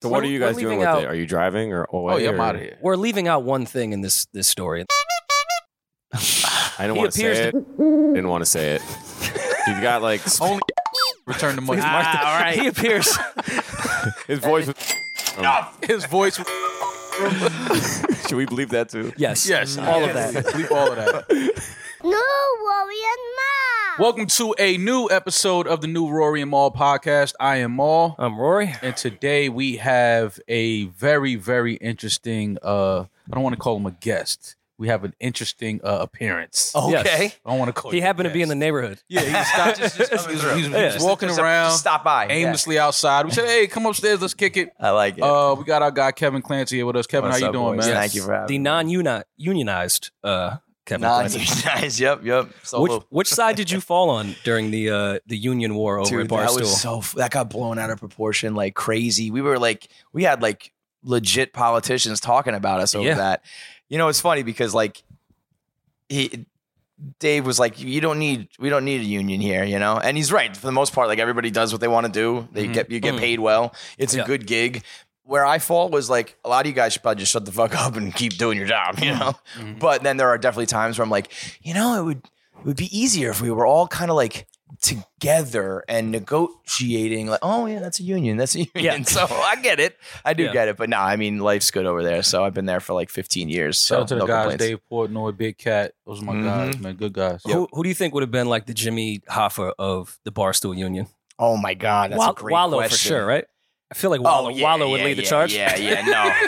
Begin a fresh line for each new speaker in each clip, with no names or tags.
So what
We're-
are you
we're
guys doing
leaving
with
out-
it? Are you driving or away?
Oh, yeah, I'm
or-
out of here.
We're leaving out one thing in this this story.
I didn't
He
want to
appears
say
to-
it. Didn't want to say it. You've got like sp-
Only return the money.
Ah, all right. he appears.
his voice. was-
His voice.
Should we believe that too?
Yes.
Yes,
All of
yes.
that.
Leave all of that.
No worry and mom.
Welcome to a new episode of the new Rory and Maul podcast. I am Maul.
I'm Um, Rory.
And today we have a very, very interesting. Uh, I don't want to call him a guest. We have an interesting uh, appearance.
Okay.
I don't want to
Oh,
call.
Oh. He
you a
happened to be in
guest.
the neighborhood.
Yeah, he stopped.
Just- just coming
he was,
through.
he was- he
Yeah.
was walking
Just-
around
just stop by. yeah.
aimlessly outside. We said, "Hey, come upstairs. Let's kick it."
I like it.
Uh, we got our guy Kevin Clancy here with us. Kevin,
What's
how you
up,
doing,
boys?
man?
Thank you for having
The
me.
non-unionized uh, Kevin.
Non-
Clancy.
nice. Yep. Yep.
Which,
Solo.
which side did you fall on during the uh, the Union War over at
Dude, that
Barstool?
was so f- that got blown out of proportion like crazy. We were like, we had like legit politicians talking about us over
Yeah.
that. You know, it's funny because like he. Dave was like, "You don't need, we don't need a union here," you know, and he's right for the most part. Like everybody does what they want to do. They
Mhm.
get you get
Mhm.
paid well. It's
Yeah.
a good gig. Where I fall was like a lot of you guys should probably just shut the fuck up and keep doing your job,
Mm.
you know.
Mhm.
But then there are definitely times where I'm like, you know, it would it would be easier if we were all kind of like together and negotiating. Like, oh yeah, that's a union. That's a union.
Yeah.
So I get it. I do
Yeah.
get it. But nah, I mean, life's good over there. So I've been there for like 15 years. So
Shout out to the
no
guys,
complaints.
Dave Portnoy, Big Cat. Those are my
Mhm.
guys, man. Good guys.
who, who do you think would have been like the Jimmy Hoffa of the Barstool Union?
Oh my god, that's
Wa-
a great
Wallow
question.
for sure, right? I feel like
Oh,
Wallow,
yeah,
Wallow would
yeah,
lead the
yeah,
charge.
Yeah, yeah,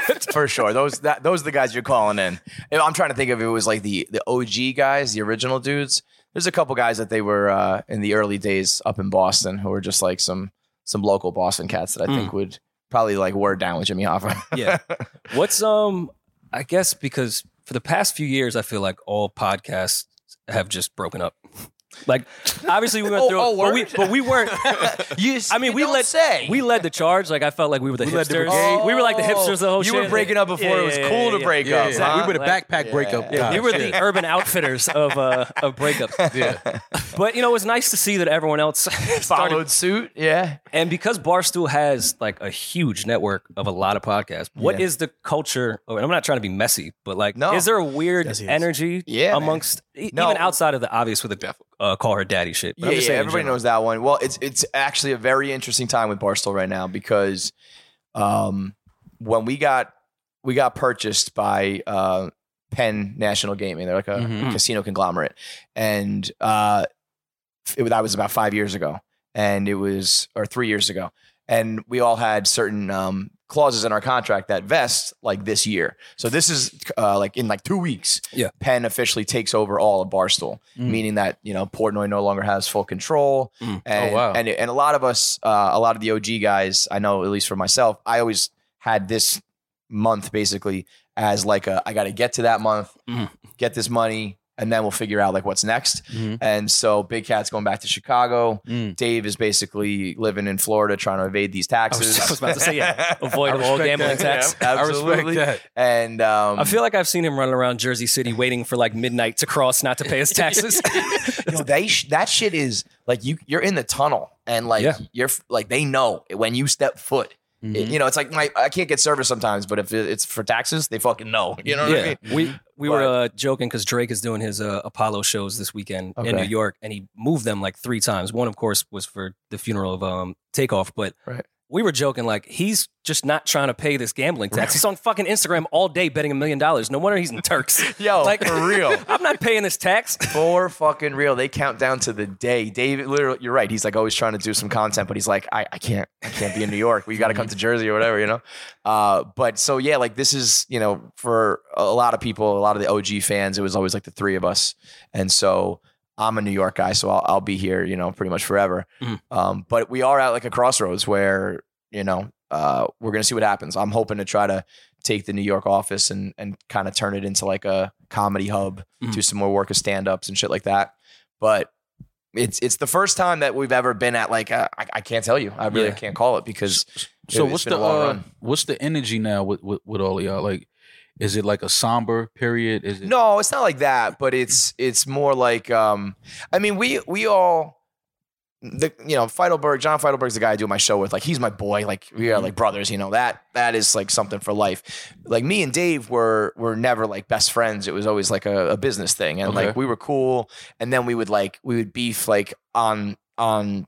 no, for sure. Those that, those are the guys you're calling in. And I'm trying to think if it was like the the OG guys, the original dudes. There's a couple guys that they were uh, in the early days up in Boston who were just like some some local Boston cats that I think would probably like wear down with Jimmy Hoffa.
Hmm. yeah. What's um I guess because for the past few years I feel like all podcasts have just broken up. Like obviously we went
Oh,
through
oh,
it, but we
word?
but we weren't
you,
I mean,
you
we
don't
led-
say
we led the charge. Like I felt like we were the
We led the
hipsters.
brigade.
we were like the hipsters the whole
Oh, You
shit.
were breaking up before
Yeah,
it was
yeah,
cool
yeah,
to
yeah,
break
Yeah,
up.
exactly.
huh?
We were the
Like-
backpack
Yeah.
breakup.
We
guys.
we were the urban outfitters of uh of breakups.
yeah.
But you know, it's nice to see that everyone else started
Followed suit, yeah.
And because Barstool has like a huge network of a lot of podcasts, what is
Yeah.
the culture? oh, and I'm not trying to be messy, but like,
No.
is there a weird
Yes, he is.
energy
Yeah, man.
amongst e-
No.
even outside of the obvious with the uh, call her daddy shit? But I'm
yeah,
just
yeah,
saying in
everybody
general.
knows that one. Well, it's it's actually a very interesting time with Barstool right now because um, when we got we got purchased by uh, Penn National Gaming, they're like a
Mm-hmm. Hmm.
Mhm.
casino conglomerate, and uh, it, that was about five years ago, and it was or three years ago, and we all had certain um, clauses in our contract that vest like this year. So this is uh, like in like two weeks.
Yeah.
Penn officially takes over all of Barstool,
Mm.
meaning that you know Portnoy no longer has full control,
Mm.
and
Oh, wow.
and and a lot of us, uh, a lot of the OG guys, I know at least for myself, I always had this month basically as like a I got to get to that month,
Mm.
get this money, and then we'll figure out like what's next.
Mm-hmm.
Mhm.
And so Big Cat's going back to Chicago.
Mm.
Dave is basically living in Florida trying to evade these taxes.
I was about to say, yeah, avoid
I
all
respect
gambling
that.
tax.
Yeah,
I respect
absolutely.
that.
And um,
I feel like I've seen him running around Jersey City waiting for like midnight to cross not to pay his taxes.
Yo, they sh- that shit is like you you're in the tunnel and like
Yeah. Mm-hmm.
you're f- like they know when you step foot. It-
Mhm.
you know, it's like my I can't get service sometimes, but if it- it's for taxes, they fucking know. You know what I
yeah,
mean?
we we were
But-
uh, joking because Drake is doing his uh, Apollo shows this weekend in
Okay.
New York, and he moved them like three times. One, of course, was for the funeral of um Takeoff, but
Right.
we were joking like he's just not trying to pay this gambling tax. He's on fucking Instagram all day betting a million dollars. No wonder he's in Turks.
Yo,
Like-
Oh, for real.
I'm not paying this tax.
For fucking real, they count down to the day. David, literally, you're right. He's like always trying to do some content, but he's like, I, I can't, I can't be in New York. We got to come to Jersey or whatever, you know. Uh, but so yeah, like this is, you know, for a lot of people, a lot of the OG fans, it was always like the three of us, and so I'm a New York guy, so I'll, I'll be here, you know, pretty much forever.
Mhm.
Um, but we are at like a crossroads where, you know, uh, we're gonna see what happens. I'm hoping to try to take the New York office and and kind of turn it into like a comedy hub,
Mhm.
do some more work of stand ups and shit like that. But it's it's the first time that we've ever been at like a, I, I can't tell you. I really
Yeah.
can't call it because
So
it's
what's
been
the
a long
uh,
run.
what's the energy now with, with with all of y'all? Like, is it like a somber period? Is it
no, it's not like that. But it's it's more like um, I mean we we all the you know Feidelberg, John Feidelberg's the guy I do my show with. Like he's my boy. Like we are like brothers. You know that that is like something for life. Like me and Dave were were never like best friends. It was always like a, a business thing, and
Okay.
like we were cool. And then we would like we would beef like on on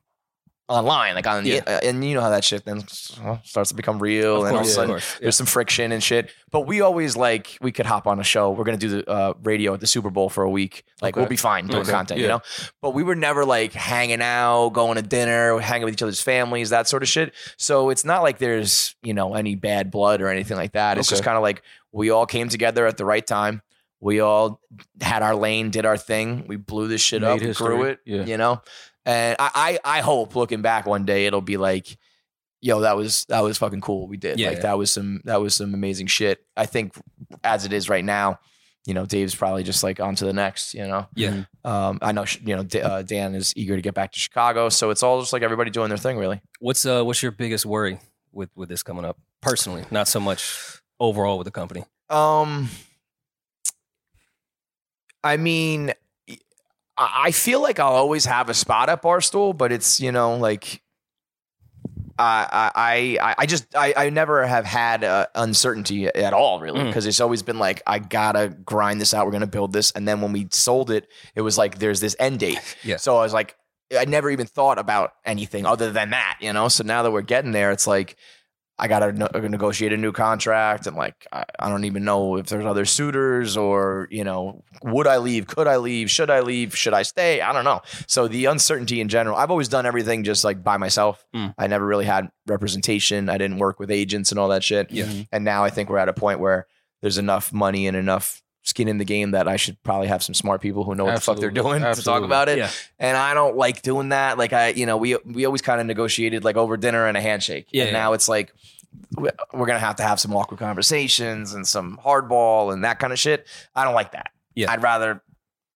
online, like on the
Yeah.
uh, and you know how that shit then s- well, starts to become real,
Of
and all of a
course, of
sudden
course. Yeah.
there's some friction and shit. But we always like we could hop on a show. We're gonna do the uh, radio at the Super Bowl for a week. Like
Okay.
we'll be fine doing
Okay.
content, you
Yeah.
know. But we were never like hanging out, going to dinner, hanging with each other's families, that sort of shit. So it's not like there's you know any bad blood or anything like that. It's just
Okay.
kind of like we all came together at the right time. We all had our lane, did our thing. We blew this shit
Made
up, grew
history.
it,
Yeah.
you know. And I, I, I hope looking back one day it'll be like, yo, that was that was fucking cool. what We did
Yeah,
like
yeah.
that was some that was some amazing shit. I think as it is right now, you know, Dave's probably just like on to the next. You know,
Yeah.
Um, I know, sh- you know, D- uh, Dan is eager to get back to Chicago, so it's all just like everybody doing their thing, really.
What's uh what's your biggest worry with with this coming up? Personally, not so much overall with the company.
Um, I mean, I I feel like I'll always have a spot at Barstool, but it's you know like. I I I- I just I, I never have had uh, uncertainty at all really
Mm.
because it's always been like I gotta grind this out we're gonna build this and then when we sold it it was like there's this end date
Yeah.
so I was like I never even thought about anything other than that you know so now that we're getting there it's like I gotta no- uh, negotiate a new contract, and like I, I don't even know if there's other suitors or you know, would I leave? Could I leave? Should I leave? Should I stay? I don't know. So the uncertainty in general. I've always done everything just like by myself.
Mm.
I never really had representation. I didn't work with agents and all that shit.
Yeah.
And now I think we're at a point where there's enough money and enough skin in the game that I should probably have some smart people who know what the fuck they're
Absolutely.
doing to talk
Absolutely.
about it
Yeah.
and I don't like doing that. Like I, you know, we we always kind of negotiated like over dinner and a handshake.
Yeah,
and
yeah.
now it's like we- we're gonna have to have some awkward conversations and some hardball and that kind of shit. I don't like that.
Yeah.
I'd rather.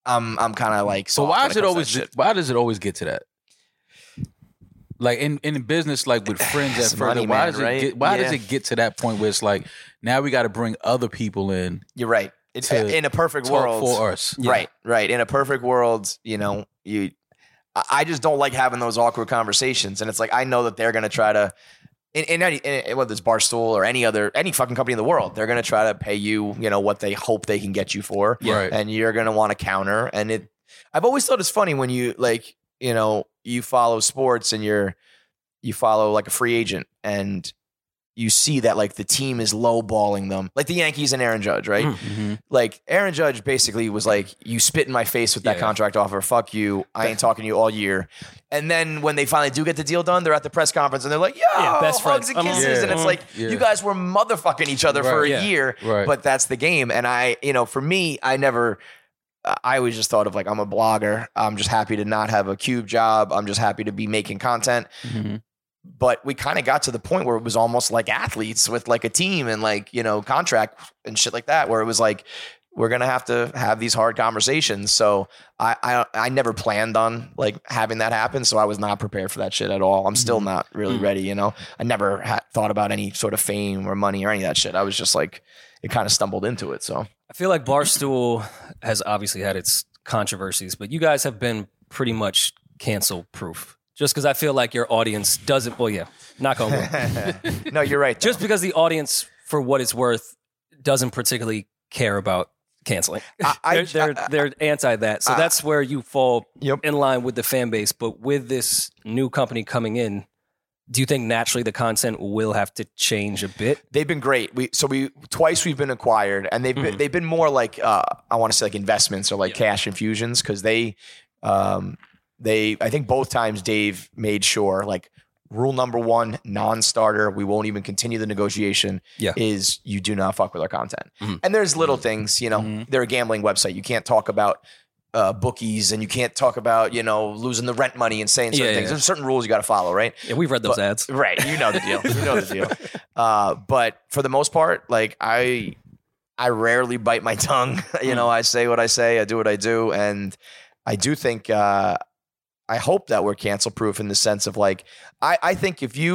I'm I'm kind of like.
So
soft
why
when
is it
comes to
always
that shit.
why does it always get to that? Like in, in business, like with friends
It's
at first,
money,
why
man,
does it
right?
get why does
Yeah.
it get to that point where it's like now we got to bring other people in
You're right. It's
to
in a perfect
talk
world
for us?
Yeah.
Right, right. In a perfect world, you know, you I- I just don't like having those awkward conversations. And it's like I know that they're gonna try to in, in any in, whether it's Barstool or any other any fucking company in the world, they're gonna try to pay you, you know, what they hope they can get you for.
Yeah.
Right.
And you're gonna want to counter. And it I've always thought it's funny when you like, you know, you follow sports and you're you follow like a free agent and you see that like the team is lowballing them. Like the Yankees and Aaron Judge, right? like Aaron Judge basically was like, "You spit in my face with that
Yeah.
contract offer. Fuck you. I ain't talking to you all year." And then when they finally do get the deal done, they're at the press conference and they're like, "Yo,
Yeah, best
hugs
friends.
and kisses,"
Yeah.
and it's like
Yeah.
you guys were motherfucking each other for a
Right.
Yeah.
year,
Right.
but that's the game. And I, you know, for me, I never. I always just thought of like I'm a blogger. I'm just happy to not have a cube job. I'm just happy to be making content but we kind of got to the point where it was almost like athletes with like a team and like you know contract and shit like that where it was like we're gonna have to have these hard conversations so i i, I never planned on like having that happen so i was not prepared for that shit at all i'm still not really ready you know i never had thought about any sort of fame or money or any of that shit i was just like it kind of stumbled into it so
I feel like Barstool has obviously had its controversies, but you guys have been pretty much cancel proof. Just because I feel like your audience doesn't, well, yeah, knock on wood.
no you're right though.
Just because the audience, for what it's worth, doesn't particularly care about canceling.
I- I-
they're they're, they're anti that. So
I-
that's where you fall
Yep.
in line with the fan base. But with this new company coming in, do you think naturally the content will have to change a bit?
They've been great. We so we twice we've been acquired, and they've
Mm-hmm.
been, they've been more like uh, I want to say like investments or like cash infusions because they um, they I think both times Dave made sure like rule number one non-starter we won't even continue the negotiation
Yeah.
is you do not fuck with our content
Mhm.
and there's little things you know
Mm-hmm.
Mhm.
they're a gambling website you can't talk about uh, bookies and you can't talk about you know losing the rent money and saying certain
Yeah, yeah,
things
yeah.
there's certain rules you got to follow right
Yeah, we've read those
But-
ads.
Right. You know the deal. You know the deal. Uh, but for the most part, like I I rarely bite my tongue. you know, I say what I say, I do what I do. And I do think uh I hope that we're cancel proof in the sense of like I, I think if you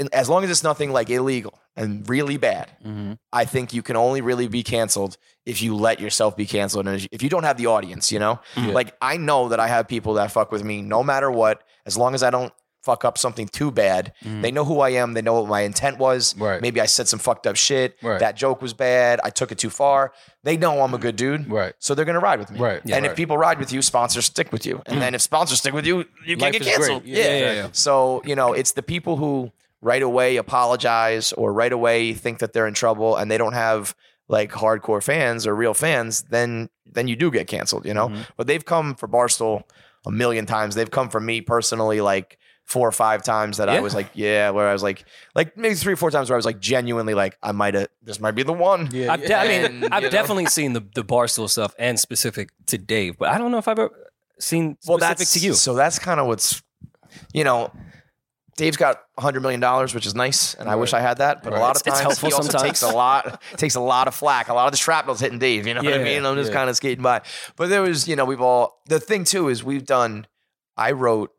and as long as it's nothing like illegal and really bad,
Mm-hmm.
I think you can only really be canceled if you let yourself be canceled and if you don't have the audience, you know?
Yeah.
Like I know that I have people that fuck with me no matter what, as long as I don't fuck up something too bad.
Mhm.
They know who I am, they know what my intent was.
Right.
Maybe I said some fucked up shit.
Right. Mm.
That joke was bad. I took it too far. They know I'm a good dude.
Right.
So they're gonna ride with me.
Right.
and
right.
if people ride with you, sponsors stick with you. And then if sponsors stick with you, you
Life
can't get
is great.
canceled.
Yeah,
yeah, yeah.
So, you know, it's the people who right away apologize or right away think that they're in trouble and they don't have like hardcore fans or real fans, then then you do get canceled, you know?
Mhm.
But they've come for Barstool a million times. They've come for me personally like four or five times that I
Yeah.
was like, yeah, where I was like like maybe three or four times where I was like genuinely like I might have this might be the one.
yeah,
I've de- I mean,
And,
I've
you know.
definitely seen the the barstool stuff and specific to Dave, but I don't know if I've ever seen specific
well, that's
to you.
So that's kind of what's, you know, Dave's got hundred million dollars, which is nice, and I wish I had that. But a
Right.
lot of
It's- it's
times
helpful
he also
sometimes.
takes a lot takes a lot of flack. A lot of the shrapnel's hitting Dave. You know what I
Yeah,
mean? I'm just
yeah.
kind of skating by. But there was, you know, we've all the thing too is we've done. I wrote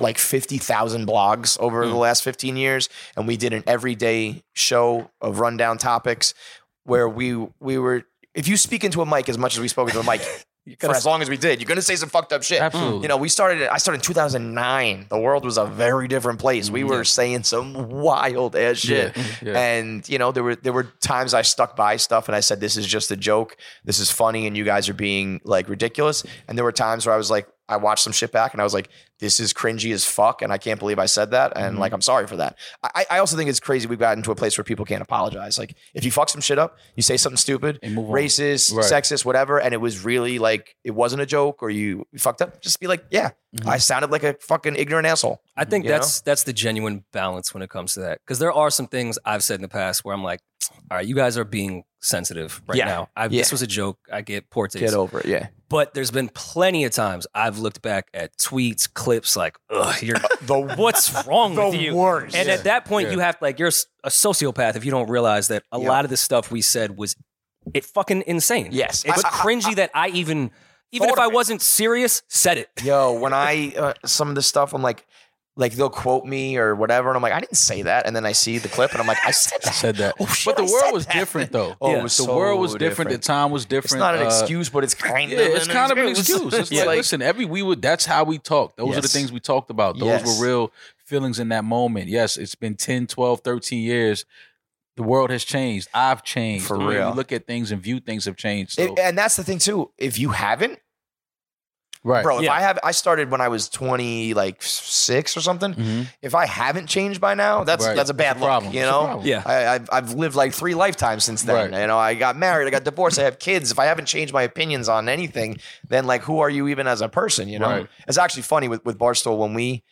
like 50,000 blogs over
Mm.
the last 15 years and we did an everyday show of rundown topics where we we were if you speak into a mic as much as we spoke into a mic for as long as we did you're going to say some fucked up shit
absolutely.
you know we started I started in 2009 the world was a very different place we were saying some wild ass shit
Yeah, yeah.
and you know there were there were times I stuck by stuff and I said this is just a joke this is funny and you guys are being like ridiculous and there were times where I was like I watched some shit back and I was like this is cringy as fuck and I can't believe I said that
Mm-hmm.
and like I'm sorry for that I, I also think it's crazy we've gotten to a place where people can't apologize like if you fuck some shit up you say something stupid
And move on.
racist
Right.
sexist whatever and it was really like it wasn't a joke or you fucked up just be like yeah
Mm-hmm.
I sounded like a fucking ignorant asshole
I think
you
that's that's the genuine balance when it comes to that. Because there are some things I've said in the past where I'm like, all right, you guys are being sensitive right
Yeah.
now. I,
Yeah.
This was a joke. I get poor taste.
get over it yeah
But there's been plenty of times I've looked back at tweets, clips, like, ugh, you're,
the
what's wrong with you?
worst
And at that point,
Yeah.
you have like you're s- a sociopath if you don't realize that a
Yeah.
lot of the stuff we said was it fucking insane.
Yes.
it's
I- I-
cringy that I even even
Thought
if
of
I
it.
wasn't serious said it.
Yo, when I uh, some of the stuff, I'm like, like they'll quote me or whatever, and I'm like, I didn't say that, and then I see the clip, and I'm like, I said that.
said that.
Oh, shit,
but the
I
world
said
was
that.
different though.
Oh,
Yeah.
it was
the
so
world was different. The time was different.
It's not an
uh,
excuse, but it's kind
Yeah,
of.
it's
an
kind of an
excuse.
excuse. It's
Yeah.
like, listen, every we would. That's how we talk. Those are the
Yes.
things we talked about. Those
Yes.
were real feelings in that moment. Yes, it's been 10, 12, 13 years. The world has changed. I've changed.
For
The way
real.
we look at things and view things have changed.
It- eh,
So-
and that's the thing too. If you haven't,
right.
bro, if
Yeah.
I have, I started when I was 20, like six or something.
Mhm.
If I haven't changed by now, that's
Right.
that's a bad
It's a
look,
problem.
You
It's a
know,
problem.
Yeah.
I, I've I've lived like three lifetimes since then.
Right.
You know, I got married, I got divorced, I have kids. If I haven't changed my opinions on anything, then like who are you even as a person? You know,
Right.
it's actually funny with with Barstool when we.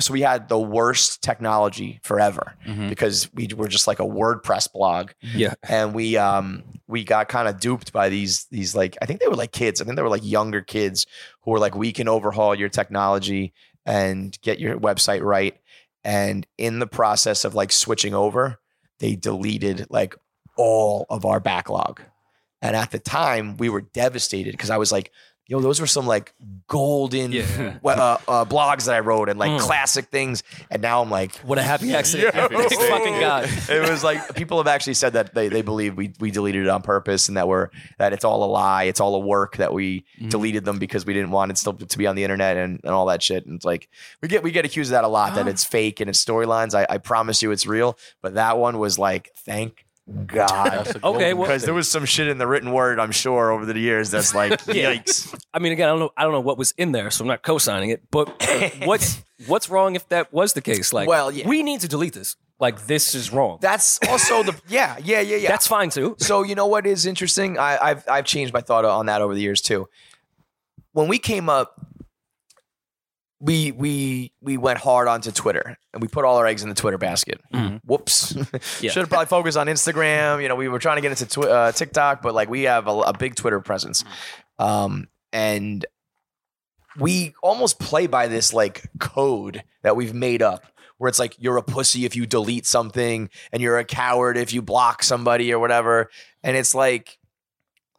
So we had the worst technology forever
Mhm.
because we were just like a WordPress blog,
Yeah,
and we um we got kind of duped by these these like I think they were like kids. I think they were like younger kids who were like, we can overhaul your technology and get your website right. And in the process of like switching over, they deleted like all of our backlog. And at the time, we were devastated because I was like, yo, those were some like golden
Yeah.
we- uh, uh, blogs that I wrote and like
Mm.
classic things. And now I'm like,
what a happy accident!
Yo.
Thank fucking god.
it was like people have actually said that they, they believe we, we deleted it on purpose and that we're that it's all a lie, it's all a work that we deleted them because we didn't want it still to be on the internet and, and all that shit. And it's like we get we get accused of that a lot that it's fake and it's storylines. I, I promise you it's real, but that one was like thank God.
That's a
Okay,
golden
well-
Because there was some shit in the written word, I'm sure, over the years that's like,
Yeah.
yikes.
I mean, again, I don't know. I don't know what was in there, so I'm not co-signing it. But what's what's wrong if that was the case? Like,
Well, yeah.
we need to delete this. Like, this is wrong.
That's also the yeah, yeah, yeah, yeah.
That's fine too.
So you know what is interesting? I, I've I've changed my thought on that over the years too. When we came up, we we we went hard onto Twitter and we put all our eggs in the Twitter basket. Whoops,
Yeah.
should have probably focused on Instagram. You know, we were trying to get into twi- uh, TikTok, but like we have a, a big Twitter presence, um, and we almost play by this like code that we've made up where it's like you're a pussy if you delete something and you're a coward if you block somebody or whatever and it's like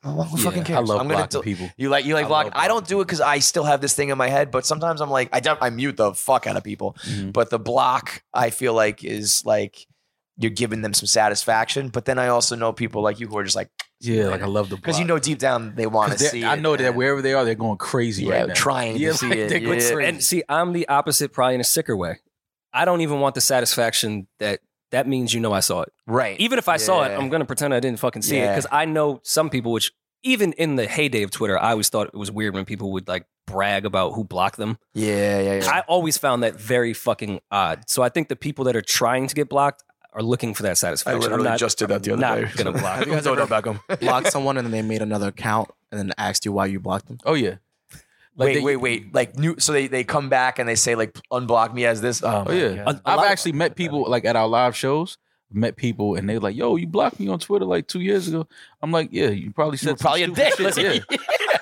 Well, who fucking cares?
I love
I'm gonna
blocking
del-
people.
You like you like
I
block.
love
I don't do it because I still have this thing in my head, but sometimes I'm like I don't, I mute the fuck out of people.
Mhm.
But the block I feel like is like you're giving them some satisfaction, but then I also know people like you who are just like
Yeah, like I love the
because you
block.
know deep down they want
'Cause
to
they're-
see.
I
it,
know that
man.
wherever they are, they're going crazy
yeah
right now.
trying
Yeah,
to see
like,
it.
they go
yeah.
crazy.
And see, I'm the opposite, probably in a sicker way. I don't even want the satisfaction that that means you know I saw it.
Right.
Even if I saw it,
Yeah.
I'm gonna pretend I didn't fucking see it
Yeah.
because I know some people, which even in the heyday of Twitter, I always thought it was weird when people would like brag about who blocked them.
yeah, yeah, yeah.
I always found that very fucking odd. So I think the people that are trying to get blocked are looking for that satisfaction. I'm not, I'm not Gonna block.
guys
Odell
ever
Beckham.
blocked someone and then they made another account and then asked you why you blocked them?
Oh yeah. Like
wait,
they-
wait, wait. Like new. So they they come back and they say like unblock me as this. Oh,
Oh
my
yeah.
God.
A- a
I've
lot of-
actually met people like at our live shows. Met people and they're like, "Yo, you blocked me on Twitter like two years ago." I'm like, "Yeah, you probably said
were probably
some
a
stupid
dick."
Shit, yeah.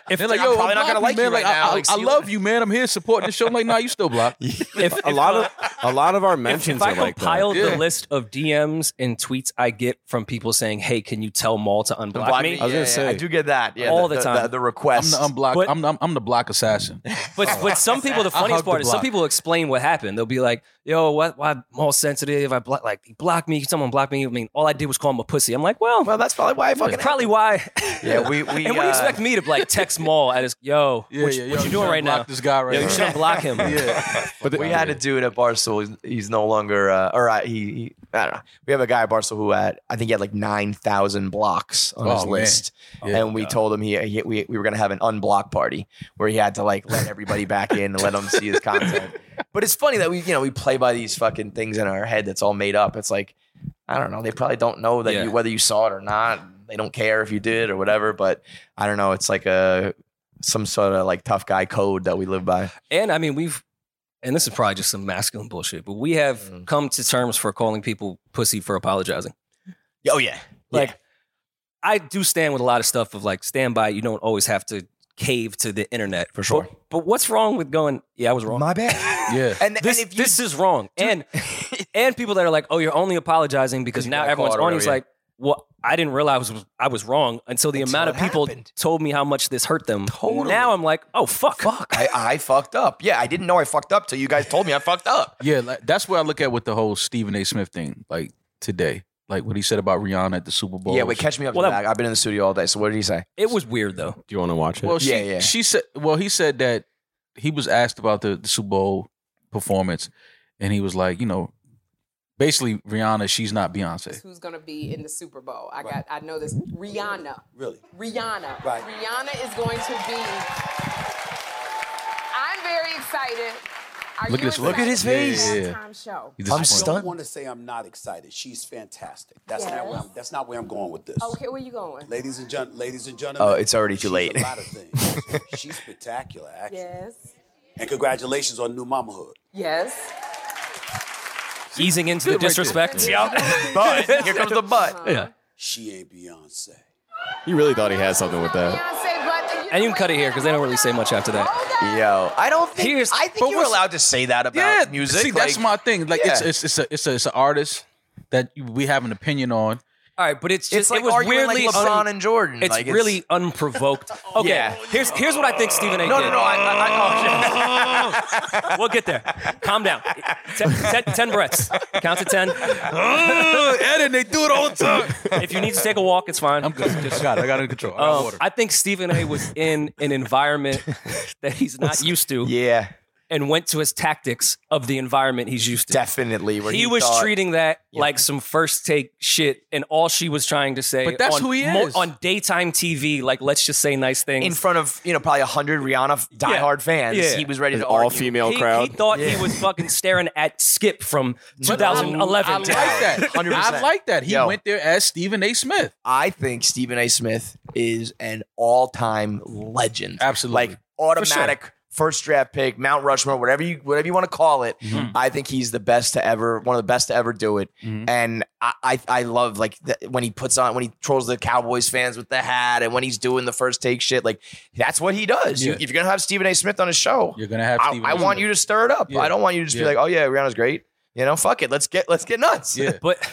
If
They're like, "Yo,
I'm probably not
unblock
gonna
me,
like
man.
you right
like, I-
now.
I,
Like,
I
see you
love you, man. I'm here supporting the show. I'm like, nah, you still blocked.
If,
a
if,
lot
uh,
of a lot of our
If
mentions
I
are like that.
compiled
Yeah.
the list of DMs and tweets I get from people saying, "Hey, can you tell Maul to unblock,
Block
me?"
me. Yeah,
gonna
yeah,
say.
I do get that. Yeah,
All the time.
The, the
I'm
request.
the unblock.
But-
I'm, the, I'm the block assassin.
But but some people, the
Oh, I
funniest
hugged the
part is some
block.
people explain what happened. They'll be like, "Yo, what? Why Maul sensitive? I block like he blocked me. Someone blocked me. I mean, all I did was call him a pussy." I'm like, "Well,
well, that's probably why I fucking.
that's probably why."
Yeah, we we.
and what do you
uh,
expect me to like text Maul at his yo?
Yeah,
what
yeah,
you-
yo,
what you doing
should
right
block
now?
This guy right
Yo,
now.
you shouldn't block him.
yeah.
But
We had a dude at Barstool. He's, he's no longer, uh, or uh, he, he, I don't know. We have a guy at Barstool who had, I think he had like 9,000 blocks on
Oh,
his
man.
list.
Yeah.
and we told him he, he we, we were going to have an unblock party where he had to like let everybody back in and let them see his content. But it's funny that we, you know, we play by these fucking things in our head that's all made up. It's like, I don't know. They probably don't know that
Yeah.
you, whether you saw it or not. They don't care if you did or whatever. But I don't know. It's like a, some sort of like tough guy code that we live by.
And I mean, we've, and this is probably just some masculine bullshit, but we have
Mm.
come to terms for calling people pussy for apologizing.
Oh, yeah.
Like, I do stand with a lot of stuff of like, stand by, you don't always have to cave to the internet.
For sure.
But, but what's wrong with going, yeah, I was wrong.
my bad.
Yeah.
And,
this,
and if you
this is wrong. And, and people that are like, oh, you're only apologizing because
You
now
got
everyone's
caught or
on you. It's
whatever,
like, well, I didn't realize I was wrong until the
Until
amount of
it
people
happened.
told me how much this hurt them.
Totally.
Now I'm like, oh, fuck.
I, I fucked up. Yeah, I didn't know I fucked up till you guys told me I fucked up.
Yeah, like, that's what I look at with the whole Stephen A. Smith thing, like today, like what he said about Rihanna at the Super Bowl.
Yeah, wait, catch me up.
Well,
to that. I've been in the studio all day. So what did he say?
It was weird though.
Do you want to watch it?
Well, she,
Yeah, yeah.
she said. Well, he said that he was asked about the, the Super Bowl performance, and he was like, you know, basically Rihanna, she's not Beyonce.
who's going to be in the Super Bowl. I got I know this Rihanna.
Really?
Rihanna.
Right.
Rihanna is going to be I'm very excited. Are
Look at
you
this look. Look
at his face.
Yeah, yeah.
Time show.
He's disappointed.
stunned.
don't want to say I'm not excited. She's fantastic. That's not where I'm.
Yes.
That's not where I'm going with this.
Okay, where you going?
Ladies and gen- ladies and gentlemen.
Oh, it's already too
she's
late.
A lot of things. she's spectacular, actually.
Yes.
And congratulations on new mamahood.
Yes.
Easing into the
Good right
disrespect.
But here comes the but.
Yeah.
She ain't Beyonce.
he really thought he had something with that.
Beyonce, but you
And you
know
can cut it
what?
here because they don't really say much after that.
Hold on.
Yo, I don't think.
Here's-
I think
but
you're
what's-
allowed to say that about
yeah,
music.
See, that's
like,
my thing. Like it's
Yeah.
it's it's a it's a, it's an artist that you- we have an opinion on.
All right, but it's just
It's like
it was
arguing
weirdly
like LeBron
un-
and Jordan.
it's
like,
really unprovoked. Okay,
Yeah.
here's here's what I think Stephen A.
No,
did.
no, no. I, I, I, oh,
We'll get there. Calm down. Ten, ten, ten breaths. Count to ten.
and then they do it all the time.
If you need to take a walk, it's fine.
I'm good. Just got it. I got it in control. I got
Um,
water.
I think Stephen A. was in an environment that he's not used to,
shit. yeah,
and went to his tactics of the environment he's used to.
definitely. Where
he,
he,
was
thought,
treating that like some first take shit, and all she was trying to say.
But that's
on
who he
mo-
is.
on daytime TV. Like, let's just say nice things
in front of you know probably hundred Rihanna diehard fans.
Yeah.
He was ready
An
to
all
argue.
female
he,
crowd.
he thought he was fucking staring at Skip from 2011.
I like that.
100%.
I like that. He
Yo.
went there as Stephen A. Smith.
I think Stephen A. Smith is an all-time legend.
Absolutely.
like automatic first draft pick, Mount Rushmore, whatever you whatever you want to call it.
Mm-hmm.
I think he's the best to ever, one of the best to ever do it.
Mm-hmm.
And I, I, I love like th- when he puts on when he trolls the Cowboys fans with the hat, and when he's doing the first take shit. Like that's what he does. You-
Yeah.
if you're gonna have Stephen A. Smith on a show,
You're gonna have
I,
Stephen
I
A.
want
Smith.
you to stir it up.
Yeah.
I don't want you to just
Yeah.
be like, oh yeah, Rihanna's great. You know, fuck it, let's get let's get nuts.
Yeah.
But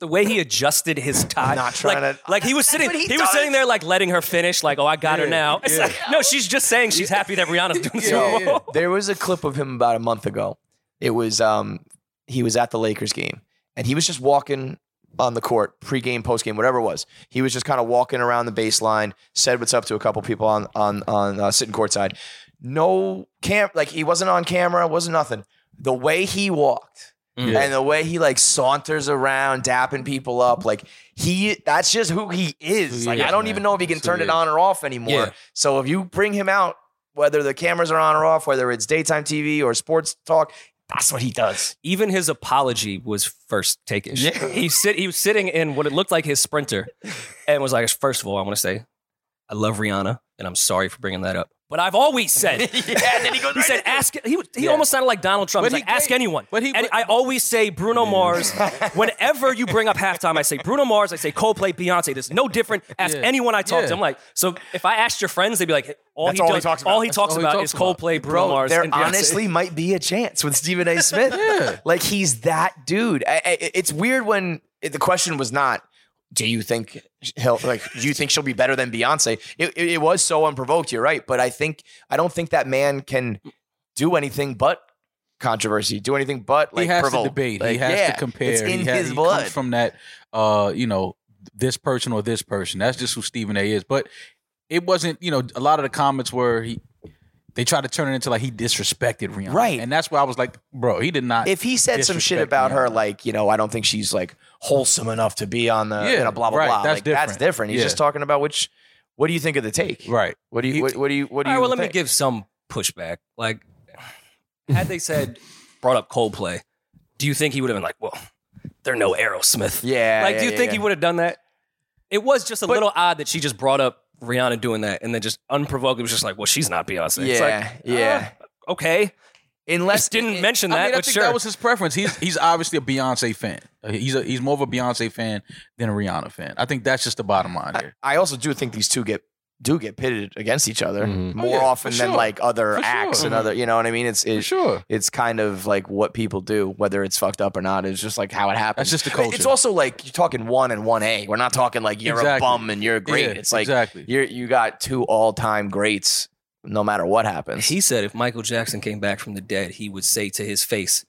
The way he adjusted his tie,
Not trying
like,
to-
like he was sitting,
what
he,
he
was
does.
sitting there like letting her finish, like oh I got her
Yeah,
now. It's
yeah.
like, no, she's just saying she's happy that Rihanna's doing the Super
yeah.
Bowl.
There was a clip of him about a month ago. It was um he was at the Lakers game and he was just walking on the court, pregame, postgame, whatever it was. He was just kind of walking around the baseline, said what's up to a couple people on on on uh, sitting courtside. No cam, like he wasn't on camera, wasn't nothing. The way he walked
Mm.
and uh, the way he like saunters around, dapping people up, like he that's just who he is.
Who
Like
he
I
is,
don't
man.
even know if he can
That's who
turn
he
it
is.
on or off anymore.
Yeah.
So if you bring him out whether the cameras are on or off, whether it's daytime TV or sports talk, that's what he does.
Even his apology was first takeish.
Yeah.
He sit, he was sitting in what it looked like his sprinter, and was like, first of all, I want to say, I love Rihanna, and I'm sorry for bringing that up, but I've always said.
and then he goes.
He said, "Ask." He, was- he almost sounded like Donald Trump.
But
He's
he
like, "Ask
gave-
anyone."
but he-
and
but-
I always say Bruno Mars. Whenever you bring up halftime, I say Bruno Mars. I say Coldplay, Beyonce. There's no different. Ask
Yeah.
anyone I talk
Yeah.
to. I'm like, so if I asked your friends, they'd be like, "All,
That's
he,
all
does,
he talks about.
All he
That's
talks
all he
about
talks
is
about.
Coldplay, Bruno
Bro,
Mars,
there
and Beyonce.
honestly might be a chance with Stephen A. Smith.
Yeah.
Like he's that dude. I, I, it's weird when the question was not, "Do you think he'll like? Do you think she'll be better than Beyonce?" It, it, it was so unprovoked. You're right, but I think I don't think that man can do anything but controversy. Do anything but like
he has
provoke.
to debate. he
Like,
has
yeah,
to compare.
It's in
he ha-
his
he
blood.
comes from that, uh, you know, this person or this person. That's just who Stephen A. is. But it wasn't, you know, a lot of the comments were he. They tried to turn it into like he disrespected Rihanna,
Right.
And that's why I was like, bro, he did not.
if he said some shit
disrespect
about her,
Rihanna.
like you know, I don't think she's like wholesome enough to be on the
Yeah,
in a blah blah
right,
blah.
that's
like, that's
different.
different. He's
Yeah.
just talking about which. What do you think of the take?
right,
What do you? What, what do you? What do
All
you?
right, well, let me
think?
give some pushback. Like, had they said, brought up Coldplay, do you think he would have been like, well, they're no Aerosmith?
Yeah.
like,
yeah,
do you
yeah,
think
yeah.
he would have done that? It was just a little odd that she just brought up Rihanna doing that and then just unprovoked, it was just like, well, she's not Beyonce. It's
Yeah.
like, uh,
yeah.
Uh,
okay.
Unless
Just didn't
it-
mention that,
I mean, I
but
think
sure.
that was his preference. He's he's obviously a Beyonce fan. Uh, He's a, he's more of a Beyonce fan than a Rihanna fan. I think that's just the bottom line here.
I also do think these two get do get pitted against each other
Mhm.
more
Oh, yeah,
often
for
than
sure.
like other
For
acts
sure. Mm-hmm.
and other. You know what I mean? It's
For
it's
sure,
it's kind of like what people do, whether it's fucked up or not. It's just like how it
that's
happens.
just the culture.
It's also like you're talking one and one A. We're not talking like you're a
Exactly.
bum and you're great.
Yeah,
it's like
exactly.
you you got two all time greats, no matter what happens.
He said if Michael Jackson came back from the dead, he would say to his face,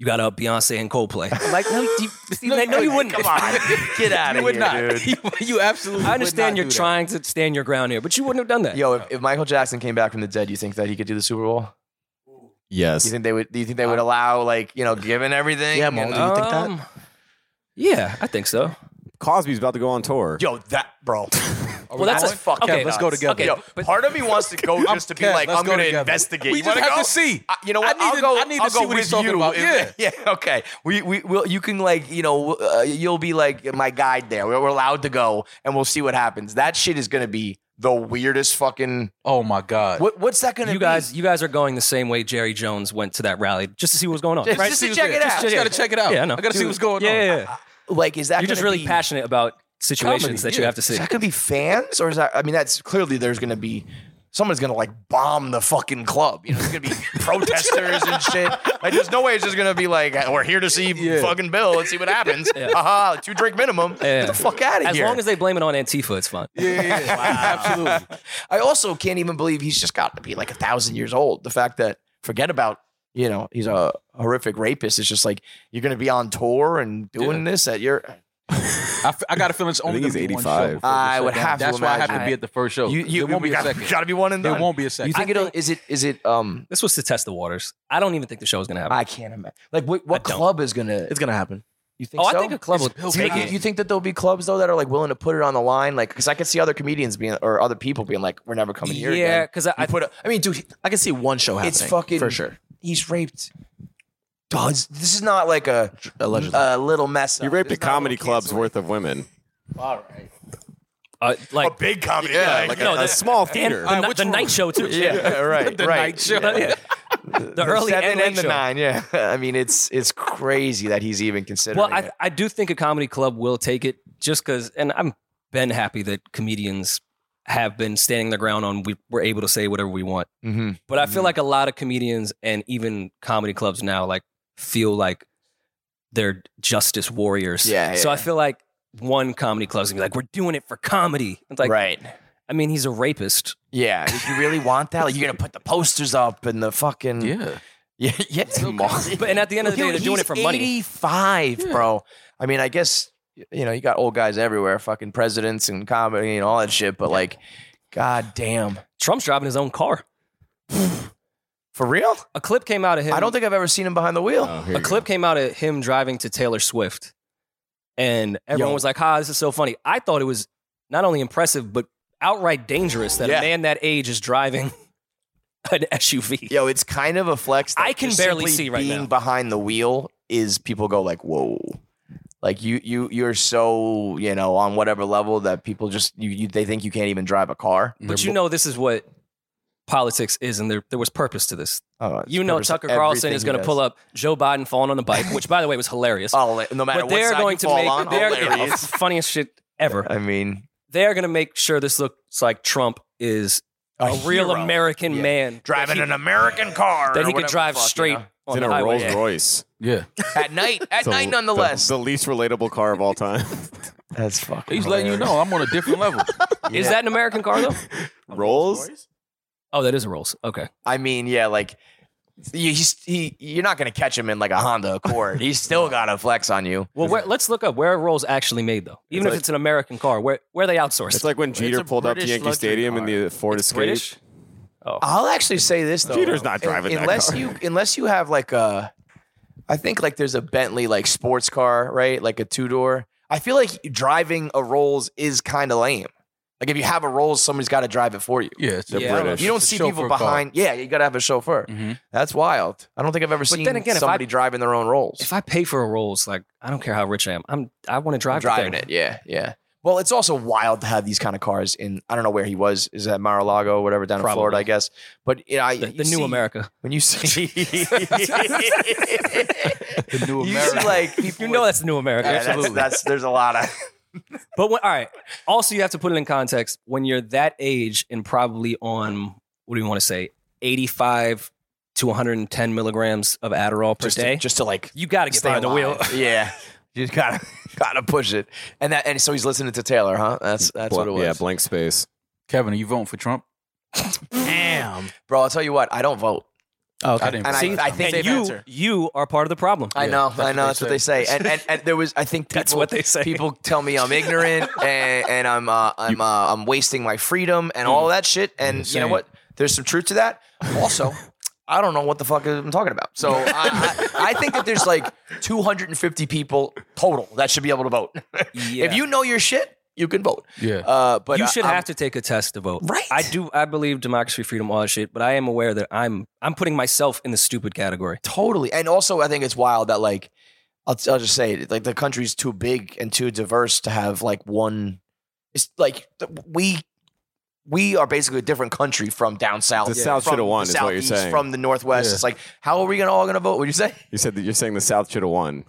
you got up Beyonce and Coldplay. I'm like, no, you, no, no, you wouldn't.
Come on, get out
You
of
would
here,
not.
dude.
You, you absolutely.
I
would
understand
not
you're
do that.
trying to stand your ground here, but you wouldn't have done that.
Yo, if, if Michael Jackson came back from the dead, you think that he could do the Super Bowl? Do you
Yes.
think they would? Do you think they would allow like you know, given everything?
Yeah,
and-
Mo, do you think that?
Um, Yeah, I think so.
Cosby's about to go on tour.
Yo, that bro.
Well, that's
That's
a-
fucking.
okay,
let's go
nuts.
together.
Okay,
Yo,
but-
part of me wants to go just to be
Kev,
like,
let's
I'm
go
going to
together.
investigate.
We
you
just
wanna
have
go?
to see.
I- you know what?
I need
I'll
to-
go.
I need to
will
see
go
what
with
he's talking
you.
about.
if- yeah. Okay. We we will. You can like you know uh, you'll be like my guide there. We're, we're allowed to go and we'll see what happens. That shit is going to be the weirdest fucking.
Oh my god.
What, what's that going to
You
be?
guys, you guys are going the same way Jerry Jones went to that rally just to see what was going on.
Just-
right?
just
See
to
what's
check it
there.
out.
Just gotta check it out.
Yeah, I know.
gotta see
Dude,
what's going
yeah,
on.
Yeah, yeah.
like is that
You're just
gonna
really
be-
passionate about situations
Comedy,
that you
yeah.
have to see.
Is that gonna be fans or is that? I mean, that's clearly there's gonna be someone's gonna like bomb the fucking club. You know, it's gonna be protesters and shit. Like, there's no way it's just gonna be like we're here to see fucking Bill. Let's see what happens. Haha, two drink minimum.
Yeah.
Get the fuck out of
As
here.
long as they blame it on Antifa, it's fine.
Yeah, yeah, yeah. Absolutely.
I also can't even believe he's just got to be like a thousand years old. The fact that forget about you know he's a horrific rapist. It's just like you're gonna be on tour and doing this at your.
I, f- I got a feeling it's only
think
gonna
he's
be one show
85.
before we
I
shut
would
down.
have to
That's why I have to
imagine.
be at the first show.
You, you,
there won't
we
be a
got,
second.
gotta be one and
There
done.
won't be a second.
You think it'll? Is it? Is it? Um.
This was to test the waters. I don't even think the show is going to happen.
I can't imagine. Like, what, what
I don't.
club is gonna?
It's gonna happen.
You think
oh, I
so?
think a club will
Bill
take
you,
it.
you think that there'll be clubs though that are like willing to put it on the line, like because I could see other comedians being or other people being like, "We're never coming here
yeah,
again."
because I,
I put. A, I mean, dude,
I can see one show happening.
It's fucking-
for sure.
he's raped. Does this is not like a
Allegedly.
a little mess.
He
up.
raped a
It's not
comedy
little
club's
cancel.
worth of women.
uh, like
big comedy.
Yeah, like
Uh, No,
a, a
that's-
small
and
theater.
the, ni- the night show too.
yeah, right,
The
right.
night show.
Yeah. the early
seven
and,
and,
late
the
show.
nine. Yeah, I mean, it's it's crazy that he's even considering.
Well, I,
it.
I do think a comedy club will take it just because, and I'm been happy that comedians have been standing their ground on we, we're able to say whatever we want.
Mhm.
But I feel like a lot of comedians and even comedy clubs now like feel like they're justice warriors.
Yeah,
So
yeah.
I feel like one comedy club's gonna be like, we're doing it for comedy. It's like,
right.
I mean, he's a rapist.
Yeah. If you really want that, like, you're gonna put the posters up and the fucking
Yeah.
yeah, yeah.
But and at the end of the day, they're doing it for money.
Eighty-five, bro. I mean, I guess you know you got old guys everywhere, fucking presidents and comedy and all that shit. But like, god damn,
Trump's driving his own car.
for real?
A clip came out of him.
I don't think I've ever seen him behind the wheel.
Oh, here
a
you go.
clip came out of him driving to Taylor Swift, and everyone
Yo.
was like, "Ha, this is so funny." I thought it was not only impressive but outright dangerous that
Yeah.
a man that age is driving an SUV.
Yo, it's kind of a flex. that
I can
just
barely
simply
see right
being
now.
behind the wheel is people go like, "Whoa." Like you, you, you're so you know on whatever level that people just you, you they think you can't even drive a car.
But you know, this is what politics is, and there there was purpose to this.
Oh, it's
you know,
purpose of
Tucker Carlson
everything
is
he
going to
does.
pull up Joe Biden falling on the bike, which by the way was hilarious.
Oh, no matter
but
what
they're
side
going
you
to
fall
make
on,
they're
hilarious.
funniest shit ever.
I mean,
They're going to make sure this looks like Trump is a, real
hero.
American
Yeah.
man
driving an American car.
that
or
he could
whatever
drive
the fuck, you
straight
know?
It's
on
in
the
a
highway.
Rolls
Yeah.
Royce.
Yeah.
at night. At
The-
night,
the-
nonetheless.
The, least relatable car of all time.
That's fucking.
He's letting you know I'm on a different level.
Is that an American car though?
Rolls?
Oh, that is a Rolls. Okay.
I mean, yeah, like you- he's, he, you're not gonna catch him in like a Honda Accord. He's still got a flex on you.
Well, where, let's look up where are Rolls actually made though. Even if
like-
it's an American car, where where are they outsourced?
It's like when Jeter
a
pulled up to
British
Yankee
luxury
Stadium in
car.
the Ford Escape.
British.
I'll actually say this though.
Jeter's not driving that
unless
car.
you unless you have like a. I think like there's a Bentley like sports car, right? Like a two door. I feel like driving a Rolls is kind of lame. Like if you have a Rolls, somebody's got to drive it for you.
Yeah. It's
They're
Yeah.
British.
You don't
It's a
see people
chauffeur car.
behind. Yeah, you got to have a chauffeur.
Mhm.
That's wild. I don't think I've ever seen
Mm-hmm. then again, if I-
somebody driving their own Rolls.
If I pay for a Rolls, like I don't care how rich I am, I'm I want to drive the
driving
thing.
it. Yeah, yeah. Well, it's also wild to have these kind of cars in. I don't know where he was. Is that Mar-a-Lago, or whatever, down in Florida, I guess. But you know, I,
The,
you
the new
see-
America.
When you see,
The new
you
America.
see like people.
You know
with-
that's the new America.
Yeah, that's, that's there's a lot of
But when, all right. Also, you have to put it in context. When you're that age and probably on what do you want to say, 85 to 110 milligrams of Adderall per
just
day,
to, just to like
you got to get
stay
behind the wheel.
alive. yeah, you just gotta gotta push it. And that and so he's listening to Taylor, huh? That's that's what it was.
Yeah, blank space.
Kevin, are you voting for Trump?
Damn.
Bro, I'll tell you what, I don't vote.
Oh, okay.
I didn't.
And
vote
I,
for
I
Trump.
think
and
they
you, you are part of the problem.
I know,
that's
I
what
know.
they
That's what they say. And, and and there was, I think people,
That's what they say.
People tell me I'm ignorant and, and I'm uh, I'm uh, I'm wasting my freedom and
Mm.
all that shit. And you know
same.
what? There's some truth to that. Also. I don't know what the fuck I'm talking about. So I, I, I think that there's like 250 people total that should be able to vote.
Yeah.
If you know your shit, you can vote.
Yeah.
Uh, but
you
I-
should
I'm-
have to take a test to vote.
Right.
I do. I believe democracy, freedom, all that shit. But I am aware that I'm I'm putting myself in the stupid category.
Totally. And also, I think it's wild that like I'll, I'll just say it, like the country's too big and too diverse to have like one. It's like th- we we are basically a different country from down south.
The South
from
shoulda won,
the
is what you're
southeast,
saying.
From the northwest,
Yeah.
it's like how are we gonna all gonna vote? What you say?
You said that you're saying the South should have won.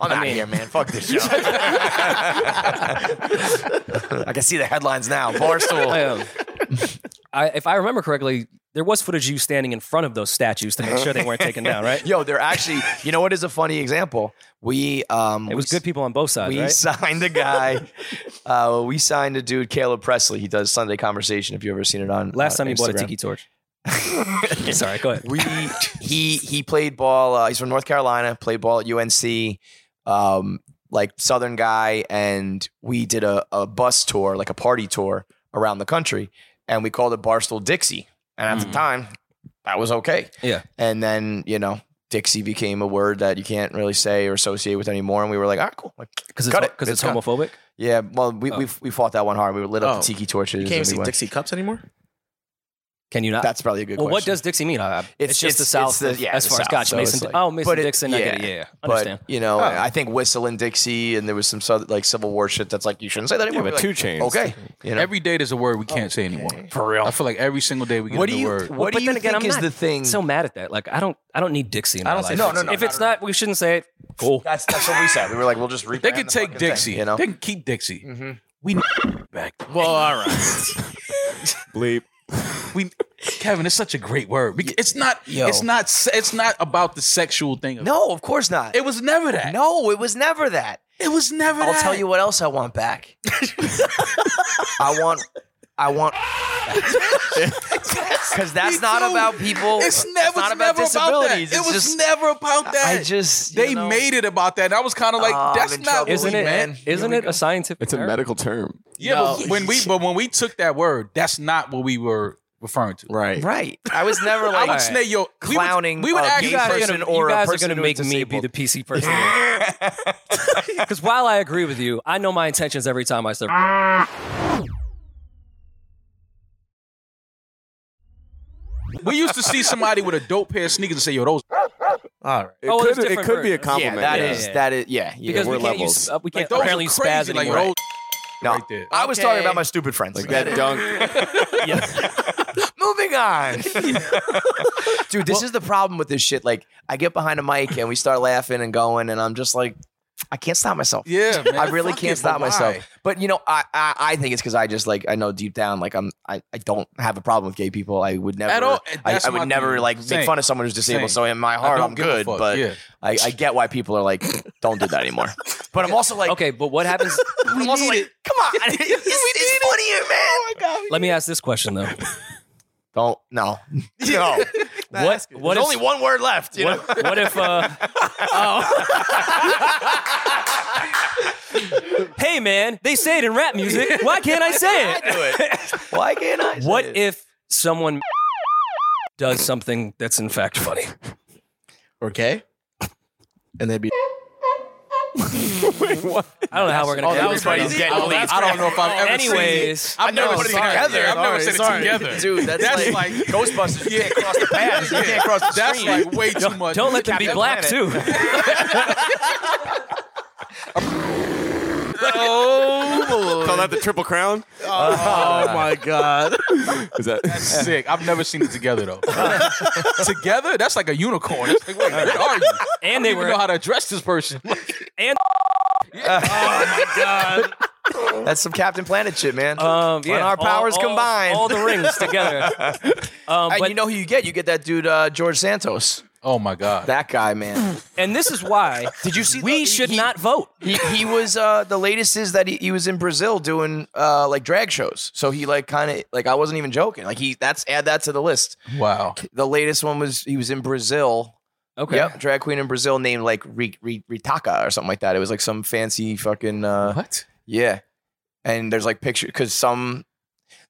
I'm out of here, man. Fuck this show. I can see the headlines now. Barstool.
Um, I, if I remember correctly, there was footage of you standing in front of those statues to make sure they weren't taken down. Right.
Yo, they're actually. You know what is a funny example? We um,
It
we
was good people on both sides,
We
right?
signed a guy. uh, we signed a dude, Caleb Presley. He does Sunday Conversation. If you have ever seen it on
Last
uh,
time you bought a
Instagram.
tiki torch. Sorry, go ahead.
we he he played ball. Uh, he's from North Carolina. Played ball at UNC. Um, like Southern guy, and we did a, a bus tour, like a party tour around the country, and we called it Barstool Dixie. And at the time, that was okay.
Hmm. Yeah.
And then you know. Dixie became a word that you can't really say or associate with anymore, and we were like, "All right, cool, like,
Because it's,
cut it.
because it's,
It's gone.
homophobic.
Yeah, well, we
Oh.
we we fought that one hard. We lit up
Oh.
the tiki torches.
You can't
and
even
we
see
went- Ah,
Dixie Cups anymore?
Can you not?
That's probably a good
well,
question.
what does Dixie mean? I, I- it's, just the
it's-
South.
it's the- yeah,
as
the
far as
South,
gotcha,
so
Mason.
it's like-
oh, Mason
but it-
Dixon. I get it.
yeah,
Yeah, yeah. understand.
But you know, I think whistle and Dixie, and there was some sort of, like Civil War shit that's like you shouldn't say that anymore.
but
We're like,
two chains.
Okay, you know,
Every day there's a word we can't say anymore.
for real.
I feel like every single day we get
What
a
do
new
you
word.
what
But
do you
then again,
think
I'm
is
not
the thing?
so mad at that. Like I don't, I don't need Dixie in my
I don't say
life.
no, no, no,
If
no,
it's
no,
not, we shouldn't say it. Cool.
that's that's what we said. We were like, we'll just rebrand.
They could
the
take
fucking thing,
Dixie.
you know.
They can keep Dixie. We need back.
Well, all right.
Bleep.
We Kevin, it's such a great word. Because it's not.
Yo.
It's not. se- It's not about the sexual thing. of-
No, of course not.
it was never that.
no, it was never that.
it was never.
I'll
that.
tell you what else I want back. I want, I want, because that's
Me
not
too.
about people.
It's
that's
never. It's
not about
never about that.
disabilities.
It
It's
was
just,
never about that.
I just you
they
know,
made it about that. And I was kind of like,
Oh, I'm
that's
in
not.
trouble.
Isn't
Holy
it? eh?
man.
Isn't
Here we
it
go.
a scientific?
It's a
term?
medical term.
Yeah, but
No.
when we but when we took that word, that's not what we were referring to.
Right.
right. I was never
I
like
would say yo we would-
clowning
We would,
a
actually
You
gay
guys, are
person
gonna,
or
you
a
guys are
person
gonna
who
make
is
me be
disabled.
the PC person. Because while I agree with you, I know my intentions every time I start.
we used to see somebody with a dope pair of sneakers and say, yo, those
All right.
It
Oh, there's
could, it
different
could be a
versions.
Yeah,
compliment.
that
yeah.
is that is yeah. yeah.
Because
we're
we can't
levels.
use, uh, we
like
can't
those
apparently
are crazy.
spaz
Like yo,
anymore.
those
No.
right there.
I was talking about
Okay.
my stupid friends.
Like that dunk.
Moving on. Dude, this is the problem with this shit. Like, I get behind a mic and we start laughing and going, and I'm just like, I can't stop myself.
Yeah, man.
I really
Fuck
can't
it,
stop
but why?
myself. But you know, I, I I think it's because I just like I know deep down, like I'm I, I don't have a problem with gay people. I would never
At all. eh,
I,
That's
I
my
would never
thing.
like
Same.
make fun of someone who's disabled.
Same.
So in my
I
heart,
don't
I'm
give a
good.
fuck,
But
yeah.
I, I get why people are like, don't do that anymore. But I'm also like,
Okay, but what happens?
I'm also like, come on, it's, it's funnier, man. Oh my god.
let me ask this question though.
Don't no no.
what? What
There's
if?
only one word left. You know?
what, what if? Uh, oh. hey man, they say it in rap music. Why can't I say it?
Why can't I? say
What
it?
if someone does something that's in fact funny?
Okay. And they'd be
I don't know how we're gonna.
Oh, that
connect
was
this right
crazy.
now.
Getting
Oh,
leaked.
that's- I don't know if I've ever seen
Anyways,
I've
never
never
put it
sorry.
together.
I've never
Sorry,
said
sorry.
it together.
dude? That's,
That's
like,
like-
Ghostbusters. You can't cross the path. You can't cross the
That's
stream.
like way too much.
don't let them be
Captain
black too.
Call that the triple crown?
Oh my god.
Is that
Sick. I've never seen it together though. together, that's like a unicorn. It's like, wait, where are you?
And they
I don't even
were
know how to address this person.
That's some Captain Planet shit, man.
Oh um, yeah,
When our
all-
powers
all-
combined.
all the rings together. Um,
and
but
you know who you get? You get that dude uh, George Santos.
Oh my god.
That guy, man.
and this is why
Did you see?
we
the-
should
he-
not vote.
He, he was uh, the latest is that he, he was in Brazil doing uh, like drag shows. So he like kind of like I wasn't even joking. Like he that's add that to the list.
wow.
The latest one was he was in Brazil
Okay.
Yep, drag queen in Brazil named like Ri- Ri- Ritaka or something like that. It was like some fancy fucking uh,
What?
yeah. And there's like picture because some.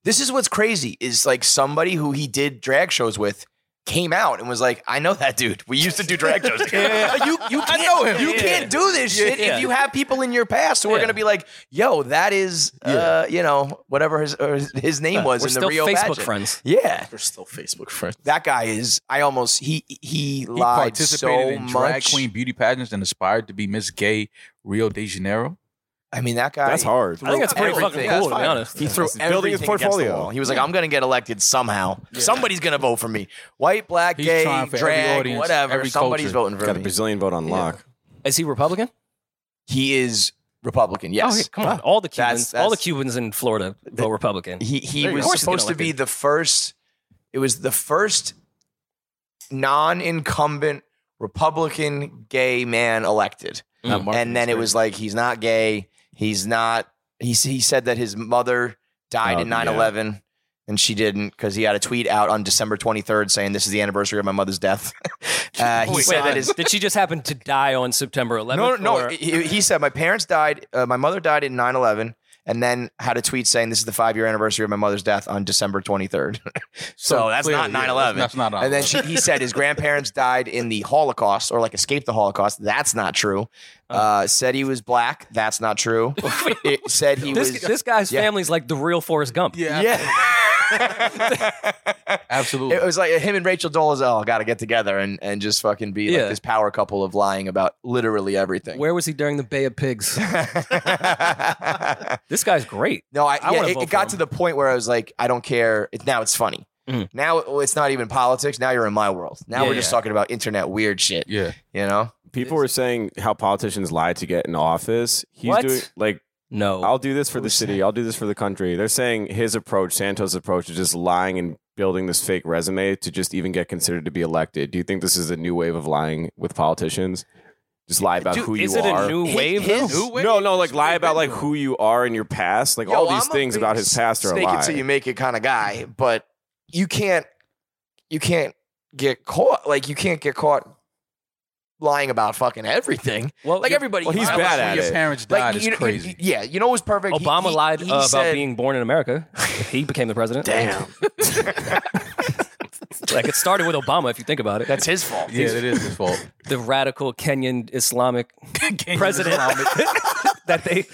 This is what's crazy is like somebody who he did drag shows with came out and was like, "I know that dude. We used to do drag shows. together." Like, you you can't,
know him.
You
Yeah.
can't do this shit
Yeah.
if you have people in your past who are
Yeah.
gonna be like, "Yo, that is uh, you know whatever his or his- his name was
We're
in
still
the Rio
Facebook
pageant."
friends.
Yeah,
We're still Facebook friends.
that guy is. I almost he he
He
lied
participated
so
in
much.
drag queen beauty pageants and aspired to be Miss Gay Rio de Janeiro.
I mean, that guy.
that's hard.
I think that's pretty
Everything.
fucking
Yeah,
cool, to be
that's fine.
honest.
He threw
everything
building his
against the wall.
portfolio.
He was like, "I'm going to get elected somehow. Somebody's going to vote for me. White, black,
He's
gay,
trying for every
drag,
audience,
whatever.
every
Somebody's
culture.
voting for
Got a
me."
Brazilian vote on lock.
Is he Republican?
He is Republican. Yes.
Oh, yeah, come on. All the Cubans,
That's- that's-
all the Cubans in Florida vote Republican.
He he
There you go. Of
was
course he's
supposed to
getting
be
elected.
the first. It was the first non-incumbent Republican gay man elected,
Mm.
and then it was like he's not gay. He's not. He s- he said that his mother died
Oh,
in
yeah.
9/11. And she didn't because he had a tweet out on December 23rd saying, This is the anniversary of my mother's death. Uh, he
Wait,
said that
wait,
his
did she just happen to die on September 11th?
No, no, no.
or-
He, he said, My parents died. Uh, my mother died in 9 11, and then had a tweet saying, This is the five year anniversary of my mother's death on December 23rd. so, that's
clearly,
not
yeah,
9 11.
that's not
And then she, he said, His grandparents died in the Holocaust or like escaped the Holocaust. That's not true. Uh, said he was black. That's not true. it said he
this,
was.
this guy's
yeah.
family's like the real Forrest Gump.
yeah,
yeah.
absolutely.
It was like him and Rachel Dolezal got to get together and, and just fucking be
Yeah.
like this power couple of lying about literally everything.
Where was he during the Bay of Pigs? this guy's great.
No, I,
I
yeah,
wanna
it,
vote
it
for
got
him.
to the point where I was like, I don't care. It, now it's funny.
Mhm.
Now oh, it's not even politics. Now you're in my world. Now
Yeah,
we're just
yeah.
talking about internet weird shit.
yeah.
You know?
People were saying how politicians lie to get in office. He's
What?
doing like
No.
Oh,
I'll do this for the city. I'll do this for the country. They're saying his approach, Santos' approach, is just lying and building this fake resume to just even get considered to be elected? Do you think this is a new wave of lying with politicians? Just lie about
Dude,
who you
Is it
are.
a new wave?
his-
though?
New wave?
no, no, like lie about like who you are in your past, like all
Yo,
these
I'm a
things
big
about his past are a
snake
lie.
it till you make it kind of guy, but you can't you can't get caught like you can't get caught lying about fucking everything.
Well,
Like
you're-
everybody,
well, he's
I
How
was-
bad
about
at
when
it.
Your parents
Like,
died
you-
is
you-
crazy.
yeah, you know what was perfect? He-
Obama
he-
lied
he
about
said-
being born in America. He became the president.
Damn,
Like it started with Obama, if you think about it.
that's his fault.
yeah, it is his fault.
the radical Kenyan Islamic president that they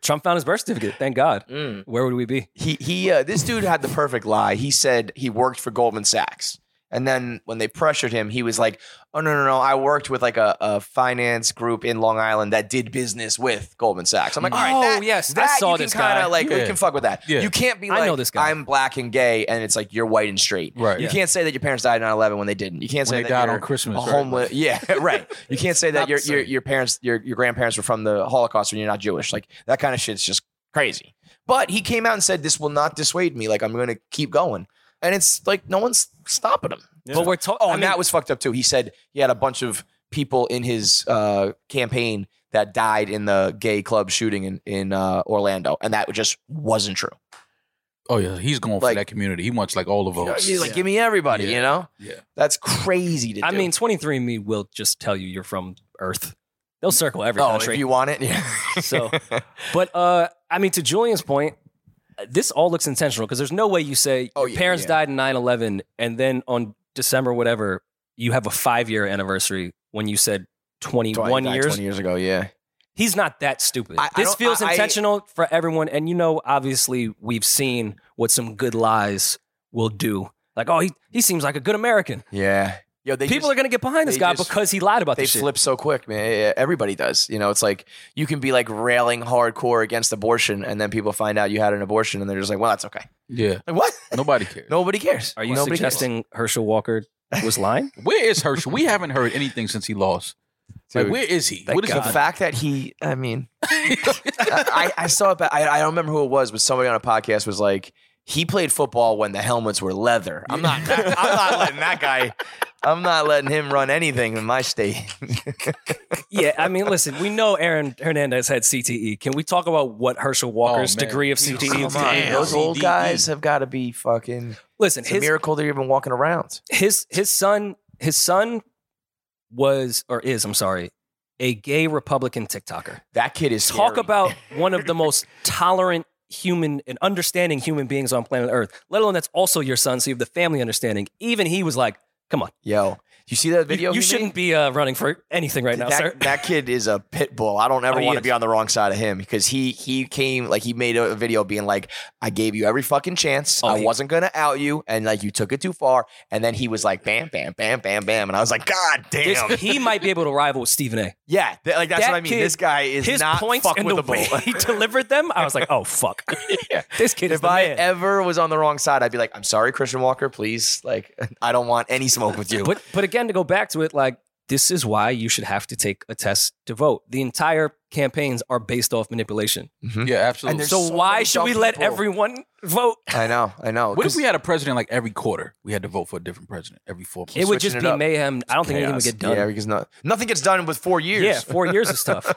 Trump found his birth certificate. Thank God.
Mm.
Where would we be?
he he uh, this dude had the perfect lie. He said he worked for Goldman Sachs. And then when they pressured him, he was like, "Oh no, no, no! I worked with like a, a finance group in Long Island that did business with Goldman Sachs." I'm like, "All right,
Oh,
that,
yes, I
that
saw
you
this
can kind
guy.
of like we
Yeah.
can fuck with that.
Yeah.
You can't be
I
like,
know this guy.
I'm black and gay, and it's like you're white and straight.
Right.
You
Yeah.
can't say that your parents died on 11 when they didn't. You can't
When
say
they
that
died on
you're
Christmas,
A
right.
homeless, yeah, right. You can't say
Not
that your
the
your
same.
your parents your your grandparents were from the Holocaust and you're not Jewish. Like that kind of shit's just crazy. But he came out and said, "This will not dissuade me. Like I'm going to keep going." And it's like no one's stopping him.
But we're talking.
Oh, and that was fucked up too. He said he had a bunch of people in his uh, campaign that died in the gay club shooting in in uh, Orlando, and that just wasn't true.
Oh yeah, he's going for
Like-
that community. He wants like all the votes.
He's like, "Give me everybody,"
Yeah.
you know.
Yeah.
That's crazy to
I
do.
mean, 23andMe will just tell you you're from Earth. They'll circle every
oh,
country.
if you want it, yeah.
so, but uh, I mean, to Julian's point, this all looks intentional because there's no way you say
Oh,
your
yeah,
parents
yeah.
died in 9 11 and then on December, whatever, you have a five year anniversary when you said 21 years.
Twenty years ago, yeah.
He's not that stupid.
I- I
this
don't-
feels
I- I-
intentional for everyone. And you know, obviously, we've seen what some good lies will do. Like, oh, he, he seems like a good American.
Yeah. Yo, they
People
just-
are going to get behind this
they
guy
just-
because he lied about
they
this shit.
flip so quick, man. Yeah, Everybody does. You know, it's like you can be like railing hardcore against abortion, and then people find out you had an abortion, and they're just like, "Well, that's okay."
Yeah.
Like what?
Nobody cares.
Nobody cares.
Are you
Nobody cares.
suggesting Herschel Walker was lying?
Where is Herschel? We haven't heard anything since he lost. like
Dude,
where is he?
Like
What is
the fact that he? I mean, I, I saw it. But I, I don't remember who it was, but somebody on a podcast was like, "He played football when the helmets were leather." I'm not. That, I'm not letting that guy. I'm not letting him run anything in my state.
yeah, I mean, listen, we know Aaron Hernandez had CTE. Can we talk about what Herschel Walker's
man.
degree of E CTE
Oh, Come on,
was?
Damn.
those old
CDE.
guys have got to be fucking.
Listen,
It's
his,
a miracle they're even walking around.
his his son his son was or is I'm sorry a gay Republican TikToker.
That kid is
Talk
scary.
about one of the most tolerant human and understanding human beings on planet Earth. Let alone that's also your son, so you have the family understanding. Even he was like, "Come on,
yo. You see that
you,
video?
you
he
shouldn't be uh, running for anything right
made?
now,
that,
sir."
that kid is a pit bull. I don't ever
Oh, he
want
is.
to be on the wrong side of him because he he came like he made a video being like, I gave you every fucking chance.
Oh,
I
he-
wasn't gonna out you, and like you took it too far. And then he was like, bam, bam, bam, bam, bam, and I was like, God
This-
damn,
he might be able to rival with Stephen A.
yeah, th- like that's
That
what I mean.
kid-
this guy is
His
not
points
fuck
and the
with
way he delivered them, I was like, "Oh fuck, this kid is
If
the
I
man.
ever was on the wrong side, I'd be like, I'm sorry, Christian Walker, please. Like, I don't want any smoke with you.
But but again, to go back to it, like this is why you should have to take a test to vote. The entire campaigns are based off manipulation.
he? Yeah, absolutely.
there's
So,
so
why
many
should
dumb
we let
people.
everyone vote?
I know, I know.
what if
'cause-
we had a president like every quarter? We had to vote for a different president every four. months.
it would just
switching it
be
up.
mayhem. I don't think anything would
Chaos.
get done.
Yeah,
Yeah,
because not, nothing gets done with four years.
four years is tough.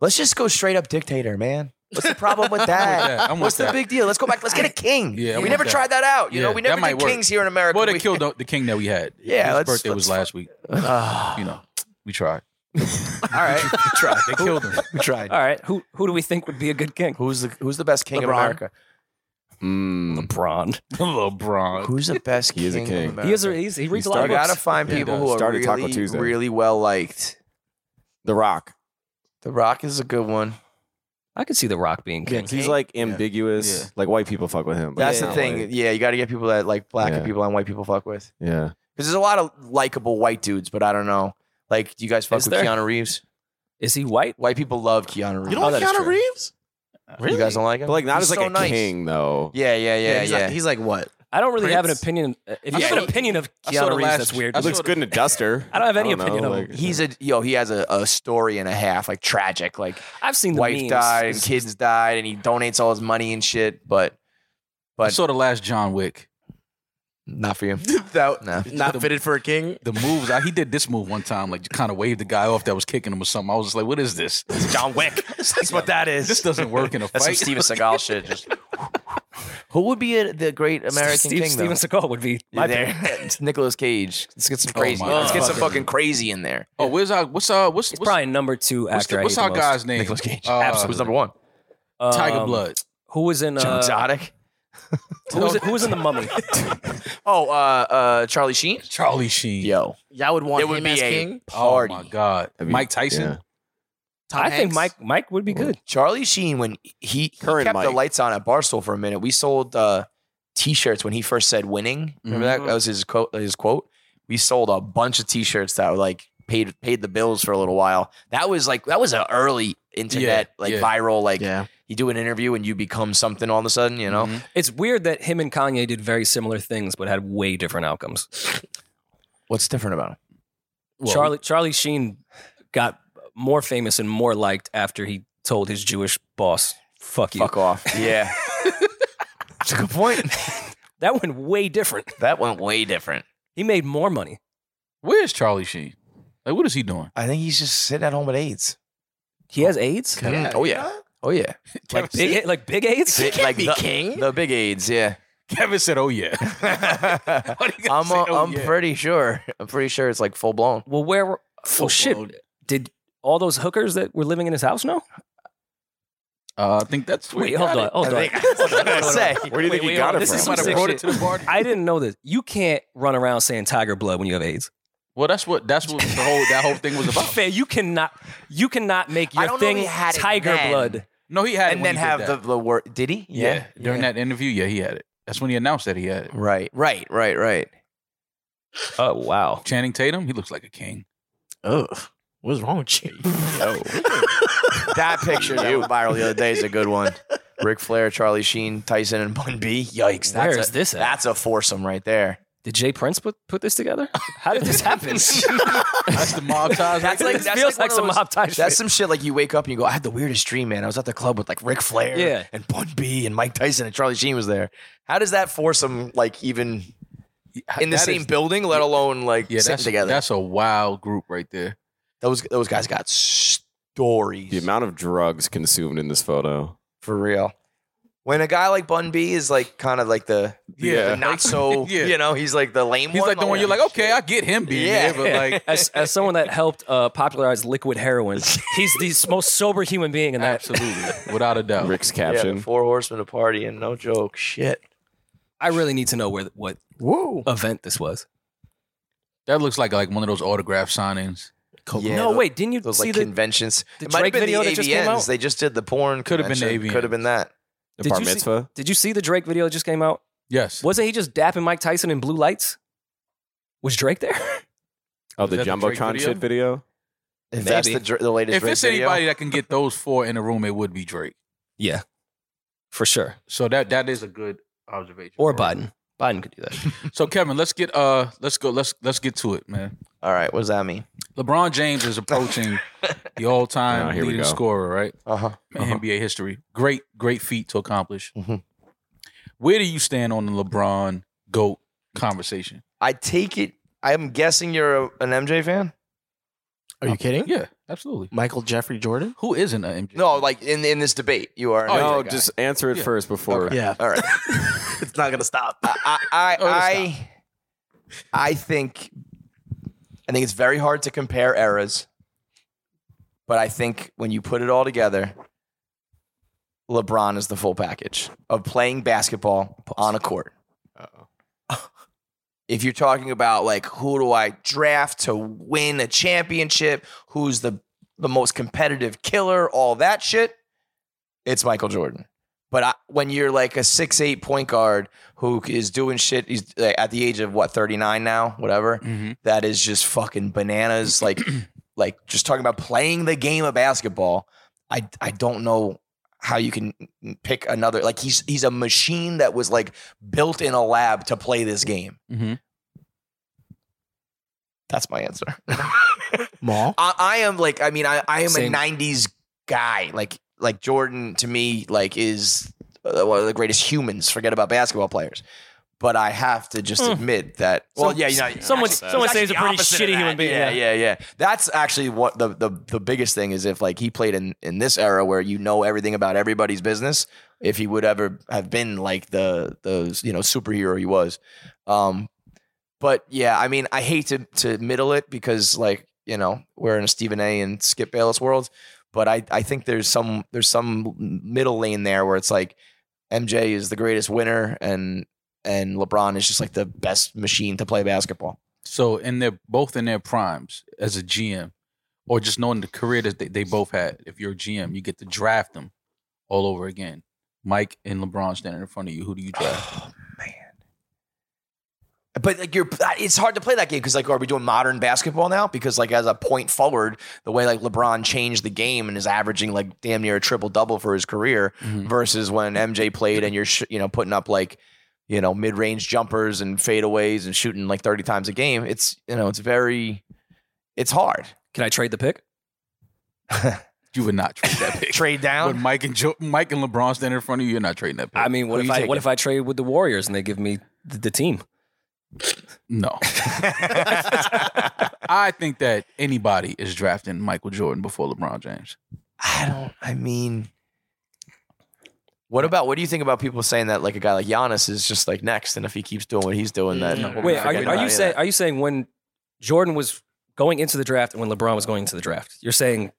Let's just go straight up dictator, man. What's the problem with that?
that. I'm with
What's
that.
the big deal? Let's go back. Let's get a king.
Yeah, I'm
we
with
never
that.
tried that out. You
Yeah,
know, we
that
never
might
did
work.
kings here in America.
Well, they
We-
killed the, the king that we had.
Yeah,
his
let's-
birthday
let's
was
fuck-
last week.
Ah,
You know, we tried.
all right, we tried.
They killed him.
We tried.
All right, who who do we think would be a good king?
Who's the Who's the best king of
LeBron.
America?
Mm.
LeBron.
LeBron.
Who's the best
He is a
king?
king.
Of America?
He is. A, he's, he reads a lot
You
of
gotta
books.
find
Yeah, he
people
does.
who are
Started Taco
really,
Tuesday.
really well liked.
The Rock.
The Rock is a good one.
I could see The Rock being king.
He's like ambiguous.
Yeah.
Like white people fuck with him. but
That's
he's
the
not
thing.
like-
yeah, you got to get people that like black
Yeah.
and people and white people fuck with.
yeah.
Because there's a lot of likable white dudes, but I don't know. Like, do you guys fuck
Is
with
there?
Keanu Reeves?
Is he white?
White people love Keanu Reeves.
You don't
Oh,
like
that is
Keanu
true.
Reeves?
You guys don't like him?
But like not
He's
as like
so
a
nice.
king though.
Yeah, yeah, yeah, yeah.
he's, Like, he's like what?
I don't really have an
Prince?
opinion. uh, If you
Yeah,
have an
he-
opinion of
I saw the
Keanu Reeves,
last-
that's weird.
I
It looks
sort of-
good in a duster.
I don't have any
know,
opinion of him.
he's a yo. He has a, a story and a half, like tragic, like
I've seen the
wife
memes.
died and
It's-
kids died, and he donates all his money and shit. But
I
but
saw the last John Wick.
Not for you.
that
No.
not fitted for a king.
The moves, I, he did this move one time, like kind of waved the guy off that was kicking him or something. I was just like, what is this?
John Wick. That's what that is.
This doesn't work in a
That's some
fight.
Steven Seagal shit. Just- Who would be a, the great American
Steve,
king?
Steven Seagal would be my pick.
Nicholas Cage. Let's get some
Oh
crazy.
my
Let's get
God.
some fucking crazy in there.
oh, where's our, what's our, what's,
It's
what's,
probably number two
what's,
actor.
the- what's
I
our
hate
guy's name?
Nicholas Cage.
Uh,
Who's number one?
the most.
Tiger
Um,
Blood.
Who was in?
Joe
Uh,
Exotic.
who was, in- who was in the Mummy?
Oh, uh, uh, Charlie Sheen.
Charlie Sheen.
Yo,
Y'all would want
It would
him
be
as
a-
king.
Oh
party.
my God.
I mean,
Mike Tyson.
yeah.
Tom
I think
Hanks?
Mike Mike would be good.
Charlie Sheen when he, he
Current
kept the
Mike.
lights on at Barstool for a minute. We sold uh, t-shirts when he first said winning. Remember
Mm-hmm.
that? That was his quote. His quote. We sold a bunch of t-shirts that were like paid paid the bills for a little while. That was like that was an early internet
Yeah,
like
yeah.
viral like
Yeah.
you do an interview and you become something all of a sudden. You know,
Mhm.
It's weird that him and Kanye did very similar things, but had way different outcomes.
what's different about him?
Well,
Charlie Charlie Sheen got more famous and more liked after he told his Jewish boss, "Fuck you."
Fuck off. Yeah, it's a good point.
That went way different.
That went way different.
He made more money.
Where's Charlie Sheen? Like, what is he doing?
I think he's just sitting at home with AIDS.
He has AIDS,
Mm, Oh yeah. Oh yeah.
like big, like big AIDS.
Big- like the, king? the big AIDS. Yeah.
Kevin said, oh, yeah. What do you gotta
I'm,
say,
uh,
oh,
I'm
yeah?
pretty sure. I'm pretty sure it's like full blown.
Well, where? Were, oh shit! Did all those hookers that were living in his house know?
Uh, I think that's where
Wait,
he
hold
got
on,
it.
hold on.
say.
Where do you think
Wait,
he
wait,
got
hold on.
it
This
from?
is
Might have
Sick
brought
shit.
it to the party.
I didn't know this. You can't run around saying Tiger Blood when you have AIDS.
Well, that's what that's what the whole that whole thing was about.
Fair, you cannot. You cannot make
I
your
don't know if
thing
he had it
Tiger
then.
Blood.
No, he had it
and
when
then
he did
have
that.
the, the word. Did he?
yeah, during that interview. Yeah, he had it. That's when he announced that he had it.
Right. Right. Right. Right.
Oh wow!
Channing Tatum, he looks like a king.
Ugh. What's wrong with you?
That picture that went viral the other day is a good one. Ric Flair, Charlie Sheen, Tyson, and Bun B. Yikes. That's
Where
a,
is this at?
That's a foursome right there.
Did Jay Prince put, put this together? How did this happen?
That's the mob ties.
That's like
This
that's
feels like,
like, one
some
of those-
mob tie
That's
shit.
some shit like you wake up and you go, I had the weirdest dream, man. I was at the club with like Ric Flair
Yeah.
and Bun B and Mike Tyson and Charlie Sheen was there. How does that foursome like even in the
That
same
is-
building, let alone like
Yeah,
sitting
that's
together?
That's a wild group right there.
Those those guys got stories
The amount of drugs consumed in this photo.
for real. When a guy like Bun B is like kind of like the
Yeah.
the not so
Yeah.
you know he's like the lame
He's
one. Oh,
like the one you're like, okay, I get him being
Yeah.
there, but like
As, as someone that helped uh, popularize liquid heroin, he's the most sober human being in that.
absolutely, without a doubt.
Rick's
yeah,
caption.
the four horsemen of party and no joke shit.
I really need to know where what
Whoa.
event this was.
That looks like like one of those autograph signings.
Yeah,
no,
tho-
wait, didn't you
Those
see
like
the?
conventions.
the
it might have
Drake
been
video
the
that just came
AVNs.
out?
They just did the porn.
Could have been the AVNs.
Could have been that.
The
Did
bar
you see-
mitzvah.
Did you see the Drake video that just came out?
Yes.
Wasn't he just dapping Mike Tyson in blue lights? Was Drake there?
Oh,
Is
the
that the Drake
jumbotron
video?
shit video.
If that's
Maybe.
the, dr- the latest.
If
Drake
it's
video,
anybody that can get those four in a room, it would be Drake.
Yeah, for sure.
So that that is a good observation.
Or
Right.
Biden. Biden could do that.
So Kevin, let's get uh let's go let's let's get to it, man.
all right, what does that mean?
LeBron James is approaching the
Oh,
all-time
here we
leading
go.
scorer, right?
Uh huh.
In
Uh-huh.
NBA history. Great, great feat to accomplish.
Mhm.
Where do you stand on the LeBron GOAT conversation?
I take it. I'm guessing you're a, an MJ fan.
Are you kidding?
Yeah, absolutely.
Michael Jeffrey Jordan?
Who isn't an MJ?
No, like in in this debate, you are. An
Oh,
MJ
no,
guy.
just answer it
Yeah.
first before.
Yeah.
all right.
it's not gonna stop.
I I
Oh, let's
I, I think I think it's very hard to compare eras, but I think when you put it all together, LeBron is the full package of playing basketball on a court. If you're talking about like who do I draft to win a championship, who's the the most competitive killer, all that shit, it's Michael Jordan. But I, when you're like a six eight point guard who is doing shit, he's uh, at the age of what thirty nine now, whatever.
Mhm.
That is just fucking bananas. Like, like just talking about playing the game of basketball. I I don't know how you can pick another. Like he's he's a machine that was like built in a lab to play this game.
Mhm.
That's my answer.
Maul?
I, I am like, I mean, I, I am
Same.
a '90s guy. Like, like Jordan to me, like is uh, one of the greatest humans. Forget about basketball players, But I have to just admit that. Well, yeah, you know,
someone-
actually-
someone
it's
says a pretty
actually the opposite of
shitty
that.
human being,
Yeah,
yeah.
yeah, yeah. That's actually what the the the biggest thing is. If like he played in in this era where you know everything about everybody's business, if he would ever have been like the the you know superhero he was. Um, but yeah, I mean, I hate to to middle it because like you know we're in a Stephen A. and Skip Bayless world, but I I think there's some there's some middle lane there where it's like MJ is the greatest winner and and LeBron is just like the best machine to play basketball.
So, and they're both in their primes as a GM, or just knowing the career that they, they both had. If you're a GM, you get to draft them all over again. Mike and LeBron standing in front of you. Who do you draft?
Oh, But like you're, it's hard to play that game because like, are we doing modern basketball now? Because like as a point forward, the way like LeBron changed the game and is averaging like damn near a triple double for his career versus when MJ played and you're sh- you know putting up like you know mid range jumpers and fadeaways and shooting like thirty times a game. It's you know it's very, it's hard.
Can I trade the pick?
You would not trade that pick.
Trade
With
down.
Mike and jo- Mike and LeBron standing in front of you, you're not trading that pick.
I mean, what
Who
if
you
I what
taking?
if I trade with the Warriors and they give me the, the team?
no. I think that anybody is drafting Michael Jordan before LeBron James.
I don't. I mean, what about what do you think about people saying that like a guy like Giannis is just like next, and if he keeps doing what he's doing, then we'll be
Mm-hmm. Wait, are you
forgetting
are
about
you
it.
saying are you saying when Jordan was going into the draft and when LeBron was going into the draft? You're saying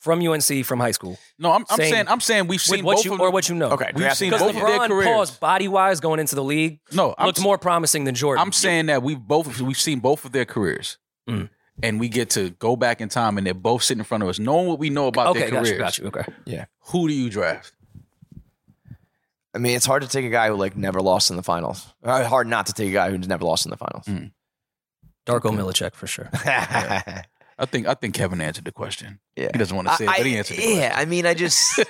from UNC from high school
No, I'm, I'm
Same.
saying I'm saying we've
with
seen
what
both
you
of
or
them.
what you know.
Okay,
we've seen
Because
both of their
LeBron
careers.
Paul's body wise going into the league
No, I'm
looked
s-
more promising than Jordan.
I'm saying that we've both we've seen both of their careers,
Hmm.
Mm.
and we get to go back in time, and they're both sitting in front of us, knowing what we know about
okay,
their
got
careers.
you, got you. Okay,
Who do you draft?
I mean, it's hard to take a guy who like never lost in the finals. Uh, Hard not to take a guy who's never lost in the finals.
Darko Milicic for sure.
I think I think Kevin answered the question.
Yeah.
He doesn't want to say it,
I-
but he answered the question.
yeah, I mean, I just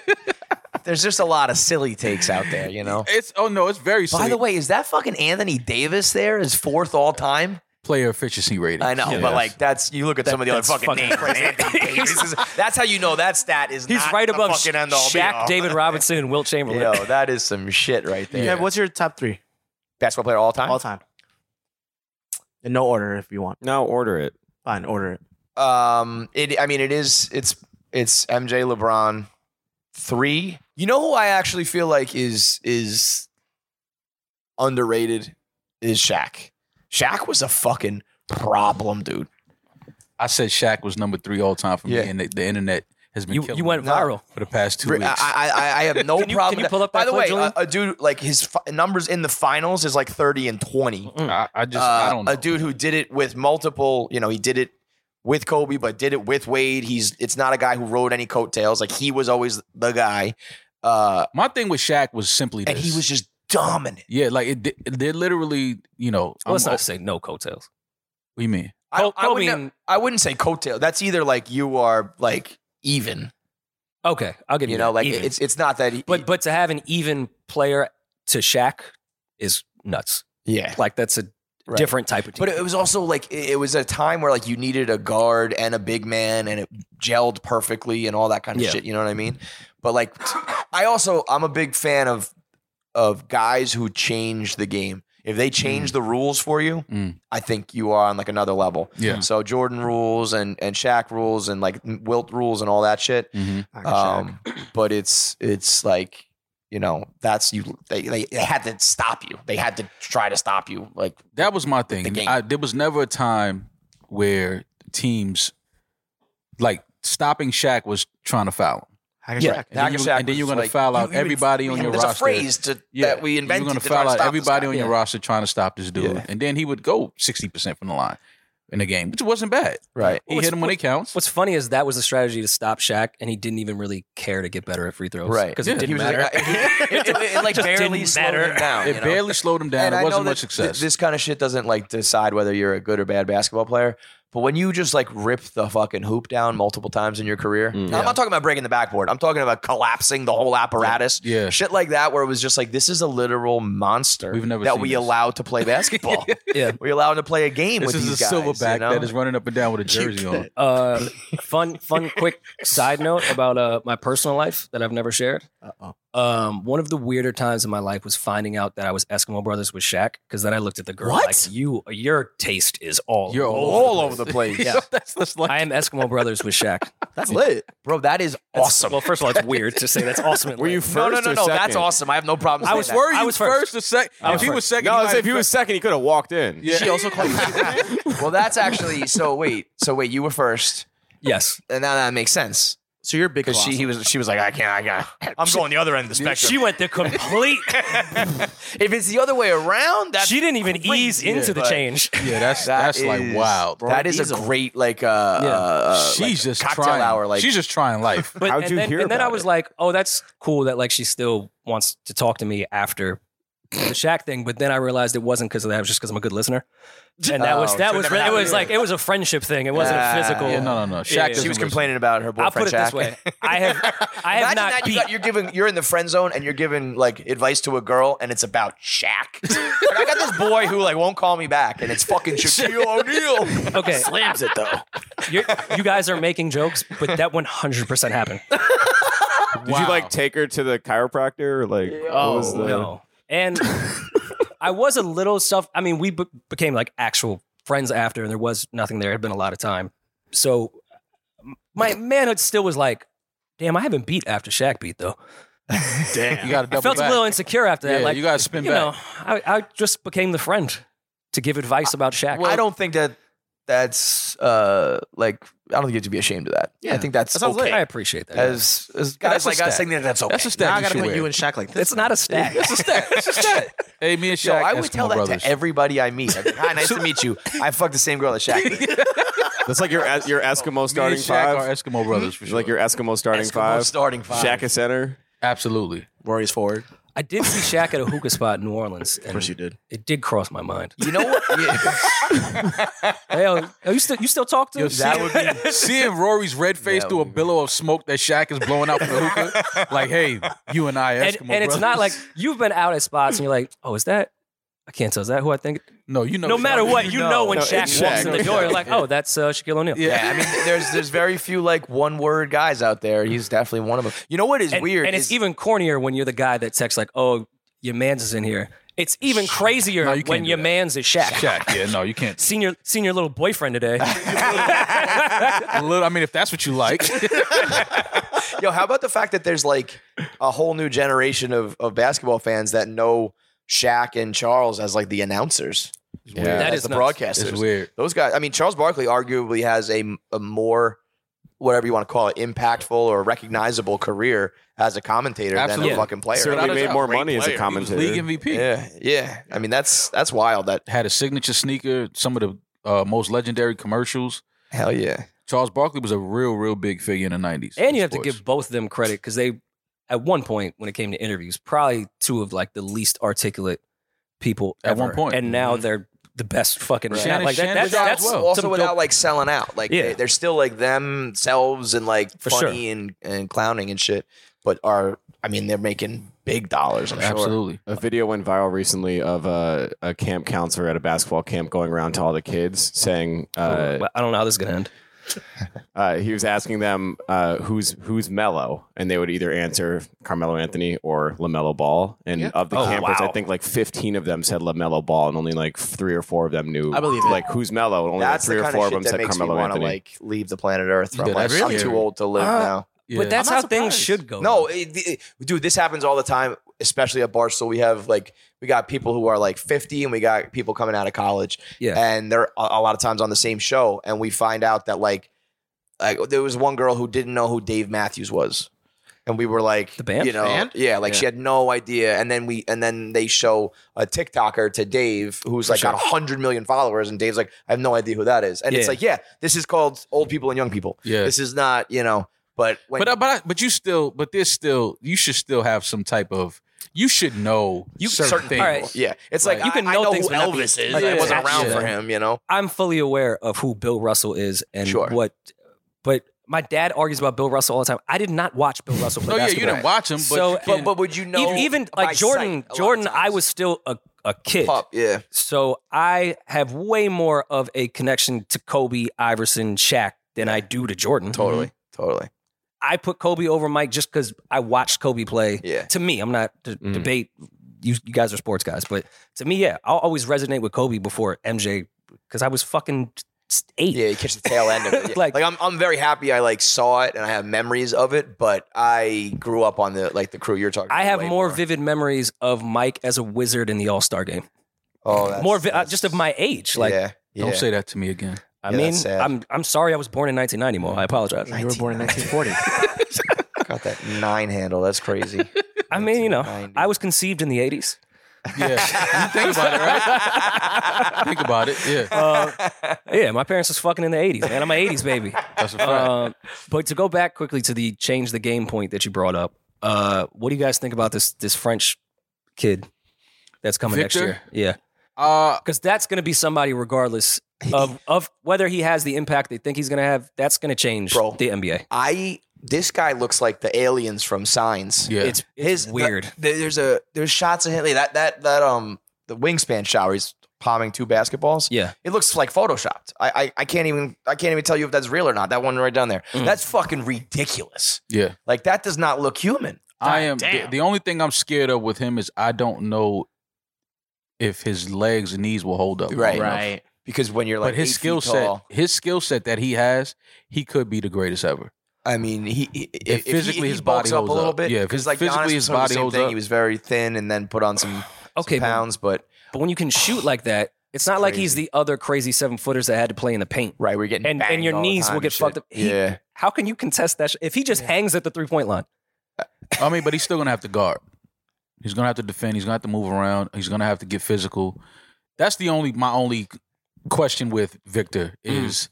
there's just a lot of silly takes out there, you know.
It's oh no, it's very.
By the way, is that fucking Anthony Davis there? His fourth all time?
player efficiency rating.
I know, but like that's you look at some of the other
that's
fucking,
fucking
names. Anthony Davis is- that's how you know that stat is.
He's
not
right
the
above
fucking end all be
Shaq,
all.
David Robinson, and Wilt Chamberlain.
Yo, that is some shit right there.
Yeah. what's your top three
Basketball player all time.
all time? In no order, if you want.
Now order it.
Fine, order it.
Um, it. I mean, it is. It's it's MJ LeBron three. You know who I actually feel like is is underrated is Shaq. Shaq was a fucking problem, dude.
I said Shaq was number three all time for
Yeah.
me, and the, the internet has been
You
killing
you went
me
viral.
for the past two
I,
weeks.
I, I- I have no
Can you-
problem.
can you
with
pull up
By
that
the
clip,
way,
Julian?
a, a dude like his fi- numbers in the finals is like thirty and twenty.
Mm.
I, I just
Uh,
I don't know.
a dude who did it with multiple. You know, he did it with Kobe, but did it with Wade. He's it's not a guy who rode any coattails. Like he was always the guy, uh,
My thing with Shaq was simply this.
and he was just dominant.
yeah, like it, they're literally you know.
Well, let's
I'm-
not say no coattails.
what do you mean?
I,
Col-
I
Kobe
wouldn't,
and-
I wouldn't say coattail. That's either like you are like even,
Okay, I'll give you.
you know,
that.
like
Even.
it's it's not that. e, He,
but but to have an even player to Shaq is nuts.
yeah,
Like that's a
Right.
different type of team.
But it was also like it it was a time where like you needed a guard and a big man, and it gelled perfectly and all that kind of
Yeah.
shit. You know what I mean? But like, I also I'm a big fan of of guys who change the game. If they change the rules for you,
Mm.
I think you are on like another level.
Yeah.
So Jordan rules and and Shaq rules and like Wilt rules and all that shit.
Mm-hmm.
Um, but it's it's like you know that's you they, they they had to stop you. They had to try to stop you. Like
That was my thing.
The game.
I, there was never a time where teams like stopping Shaq was trying to foul him.
Hack
Yeah.
yeah.
And then,
Hack
you,
and Shaq
and then you're
was
going to
like,
foul out
you even-
everybody on
Yeah,
your
there's
roster.
a phrase to, that we invented.
You're
going to try
foul
to
out
stop
everybody
this
on
guy.
your roster trying to stop this dude,
Yeah.
and then he would go sixty percent from the line in the game, which wasn't bad.
Right.
He
What's-
hit him when it counts.
What's funny is that was a strategy to stop Shaq, and he didn't even really care to get better at free throws,
Right.
Because
Yeah.
it didn't
He was
matter.
like, I- it, it- it, like
Just
barely
didn't
slowed
matter.
him
It
down. you know?
barely slowed him down.
And I
It
know
wasn't
that
much
th-
success.
this kind of shit doesn't like decide whether you're a good or bad basketball player. But when you just like rip the fucking hoop down multiple times in your career, Now, I'm not talking about breaking the backboard. I'm talking about collapsing the whole apparatus.
Yeah.
Shit like that where it was just like, this is a literal monster
We've never
that
seen
we
this.
allow to play basketball.
Yeah.
We allow him to play a game
This
with
is
these
a
guys. you
silverback
know?
that is running up and down with a jersey on.
Um, Uh, fun, fun, quick side note about uh, my personal life that I've never shared.
Uh-oh.
Um, one of the weirder times in my life was finding out that I was Eskimo Brothers with Shaq because then I looked at the girl
What?
like you, your taste is all.
You're
over
all
the
over
place."
the place.
Yeah.
that's, that's like
I am Eskimo Brothers with Shaq.
That's lit.
bro. That is
That's-
awesome.
Well, first of all, it's weird to say that's awesome. in
Were you
life.
first
no, no, no,
or
no.
second?
That's awesome. I have no problem.
I
saying
was
that.
Were you
I was
first,
first.
or second?
I
if he
first.
was second,
No,
he might
if he
have
was second, he could have walked in.
Yeah.
She also called you. well, that's actually so. Wait, so wait, you were first,
Yes.
and now that makes sense
So you're a big.
because she he was she was like, I can't, I can't. I'm going the other end of the spectrum.
She went the complete.
if it's the other way around, that's
she didn't even ease
Yeah,
into the
but-
change.
Yeah, that's
that
that's like
is-
wild.
that is a
Diesel.
great like uh,
Yeah.
uh
she's
like,
just
cocktail
trying.
hour like
she's just trying life.
But
How'd
and
you
then,
hear
and then I
about
was
it?
like, oh, that's cool that like she still wants to talk to me after the Shaq thing. But then I realized it wasn't because of that. It was just because I'm a good listener. And that
Oh,
was that
so it
was
never
it
happened.
was like it was a friendship thing. It wasn't
Yeah.
a physical.
yeah, no, no, no. Shaq
yeah, yeah.
doesn't
she was
listen.
complaining about her
I'll
boyfriend.
put it this
Shaq.
way: I have I have not
Imagine that
beat.
you got, you're giving you're in the friend zone and you're giving like advice to a girl and it's about Shaq. like, I got this boy who like won't call me back and it's fucking Shaquille O'Neal.
okay,
Slams it though.
you're, you guys are making jokes, but that 100 percent happened.
Did you like take her to the chiropractor? Or, like, what was the?
no. And I was a little self. I mean, we be- became like actual friends after, and there was nothing there. It had been a lot of time. So my manhood still was like, damn, I haven't beat after Shaq beat, though.
You got to double
I felt
back.
a little insecure after that.
Yeah,
like,
you gotta spin
you
back.
know, I, I just became the friend to give advice about Shaq.
I don't think that that's uh like I don't think you have to be ashamed of that. Yeah, I think that's
That sounds
okay.
I appreciate that.
As as
that's
guys
a
like
stat.
us saying that that's okay.
That's a
Now
stat.
I
you
gotta
should
put
wear.
you and Shaq like this.
it's not a stat.
It's a stat. It's a stat. Hey, me and Shaq.
Yo, I
Eskimo
would tell that
brothers.
to everybody I meet. I'd be like, Hi, nice to meet you. I fucked the same girl as Shaq.
That's like your your Eskimo
Me and
starting
Shaq
five.
are Eskimo brothers for sure.
Like your Eskimo starting
Eskimo
five.
starting five.
Shaq is center.
Absolutely.
Rory's forward.
I did see Shaq at a hookah spot in New Orleans.
Of course you did.
It did cross my mind.
You know what? Yeah.
Hey, oh, oh, you still you still talk to him?
that would be
Seeing Rory's red face
That
through a
would be-
billow of smoke that Shaq is blowing out from the hookah. Like, hey, you and I,
and,
Eskimo
and it's not like
brothers.
you've been out at spots and you're like, oh, is that? I can't tell. Is that who I think?
no, you know.
No
Shaq.
matter what, you know, when
No,
Shaq
it's
walks
Shaq.
in the door, you're like, oh, that's uh, Shaquille O'Neal.
Yeah.
Yeah, I mean, there's there's very few like one word guys out there. He's definitely one of them. You know what is
And,
weird?
and it's
is-
even cornier when you're the guy that texts like, oh, your man's is in here. It's even crazier
No, you can't
when
do
your
that.
man's is Shaq.
Shaq. Yeah, no, you can't.
Senior, senior little boyfriend today.
A little, I mean, if that's what you like,
yo. How about the fact that there's like a whole new generation of of basketball fans that know Shaq and Charles as like the announcers,
Yeah.
That
as
is
the
nuts.
broadcasters.
it's weird.
Those guys. I mean, Charles Barkley arguably has a a more whatever you want to call it, impactful or recognizable career as a commentator
Absolutely.
than a fucking player.
Certainly
Without a
made
doubt.
more
Great
money as a
player. He was
commentator.
League MVP.
yeah, yeah. I mean, that's that's wild. That
Had a signature sneaker. Some of the uh, most legendary commercials.
hell yeah.
Charles Barkley was a real, real big figure in the nineties.
and you have to give both of them credit because they, at one point when it came to interviews, probably two of like the least articulate people
At one
ever.
point.
and now they're the best fucking.
Right.
Like that,
Shannon-
that's,
Shannon
that's
as well.
also
some
without
dope-
like selling out. Like
Yeah.
they, they're still like themselves and like
For
funny and, and clowning and shit. But are I mean they're making big dollars. I'm sure.
Absolutely.
A video went viral recently of a, a camp counselor at a basketball camp going around to all the kids saying uh,
I don't know how this is gonna end.
uh, he was asking them uh, who's who's Mello, and they would either answer Carmelo Anthony or Lamelo Ball. And of the
Oh,
campers,
wow.
I think like 15 of them said Lamelo Ball, and only like three or four of them knew.
I believe it.
like who's Mello, and only like
That's
three
the
or
kind
four
of
of them
shit that
said
makes me
Carmelo
want to
Anthony.
like leave the planet Earth.
Yeah,
I'm, like,
that's
I'm
scary.
too old to live
Uh,
now.
Yeah.
But that's
I'm
how
not
things
surprised.
should go.
No, it, it- dude, this happens all the time, especially at Barstool. We have like we got people who are like 50, and we got people coming out of college,
Yeah.
and they're a, a lot of times on the same show, and we find out that like, like there was one girl who didn't know who Dave Matthews was. And we were like,
The band?
you know,
Band?
yeah, like she had no idea. And then we, and then they show a TikToker to Dave, who's like got got hundred million followers, and Dave's like, I have no idea who that is. And it's
Yeah.
like, yeah, this is called old people and young people.
Yeah.
this is not, you know. But when
but I- but I- but you still but there's still you should still have some type of you should know
you
certain, things.
all right.
Yeah, it's
Like,
like,
you can
I,
know
I know
things
who
but not be-
Elvis is.
like,
I wasn't
attached
around
to
for
them.
him, you know.
I'm fully aware of who Bill Russell is and
Sure.
what, but my dad argues about Bill Russell all the time. I did not watch Bill Russell play
No, Oh, yeah, you
basketball.
didn't watch him, but
So-
you
But-
But
can-
but would you know?
Even, even
by
like Jordan,
sight a lot of
Jordan, I
times?
was Mm-hmm. still a, a kid.
pup. Yeah,
So I have way more of a connection to Kobe, Iverson, Shaq than I do to Jordan.
totally, totally.
I put Kobe over Mike just because I watched Kobe play.
Yeah.
To me, I'm not to
Mm.
debate. You, you guys are sports guys, but to me, yeah, I'll always resonate with Kobe before MJ because I was fucking eight.
Yeah, you catch the tail end of it. Yeah.
Like-
like, I'm, I'm very happy I like saw it and I have memories of it, but I grew up on the like the crew you're talking.
I
about
have
way
more, vivid memories of Mike as a wizard in the All Star game.
Oh, that's-
more vi- uh,
that's-
just of my age. Like,
yeah, yeah.
Don't say that to me again.
I
Yeah,
mean,
that's sad.
I'm I'm sorry I was born in 1990, Mo. I apologize.
You were born in 1940.
Got that nine handle. That's crazy.
I mean, you know,
1990.
I was conceived in the 80s.
Yeah. you think about it, right? think about it. Yeah.
Uh, Yeah, my parents was fucking in the 80s, man. I'm an 80s baby.
That's a fact.
Uh,
Um, but to go back quickly to the change the game point that you brought up, uh, what do you guys think about this this French kid that's coming next
Victor?
year? Yeah,
Uh,
because that's going to be somebody regardless of of whether he has the impact they think he's going to have. That's going to change
Bro.
the NBA.
I this guy looks like the aliens from Signs.
yeah.
It's, it's weird.
the- there's a there's shots of him like that that that um the wingspan shot where he's palming two basketballs.
yeah,
It looks like photoshopped. I, I I can't even I can't even tell you if that's real or not. That one right down there.
Mm.
That's fucking ridiculous.
yeah.
Like that does not look human.
I am. The, the only thing I'm scared of with him is I don't know if his legs and knees will hold up. long
Right.
enough.
right.
Because when you're like
but his
eight
skill
feet
set,
tall-
his skill set that he has, he could be the greatest ever.
I mean, he, he
If
if, he-
physically
he
his body
bulks up
holds
a little
up.
bit.
Yeah, if
'cause,
his-
like Giannis
physically his
was sort of the
body
same
holds
thing.
up.
He was very thin and then put on some,
okay,
some
but,
pounds, but
but when you can shoot like that, it's not like he's
Crazy.
the other crazy seven footers that had to play in the paint.
right, we're getting
And- and
banged
your
all the
knees
time
will
and
get
shit.
fucked up. He-
yeah,
How can you contest that? Sh- if he just hangs at the three point line,
I mean, but he's still gonna have to guard. He's gonna have to defend. He's gonna have to move around. He's gonna have to get physical. That's the only my only question with Victor is,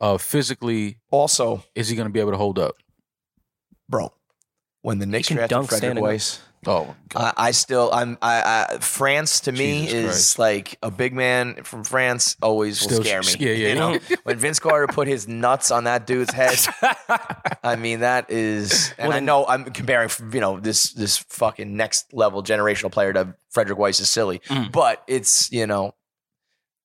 uh, physically,
Also,
is he gonna be able to hold up?
bro, when the Knicks
can
drafted
dunk
Frederick
standing up.
Weiss,
Oh, God.
I, I still, I'm, I, I France to me
Jesus
is
Christ.
like a big man from France always
Still
will scare me.
s- yeah, yeah,
You know, when Vince Carter put his nuts on that dude's head, I mean that is, and I know I'm comparing, you know, this this fucking next level generational player to Frederick Weiss is silly,
Mm.
but it's you know,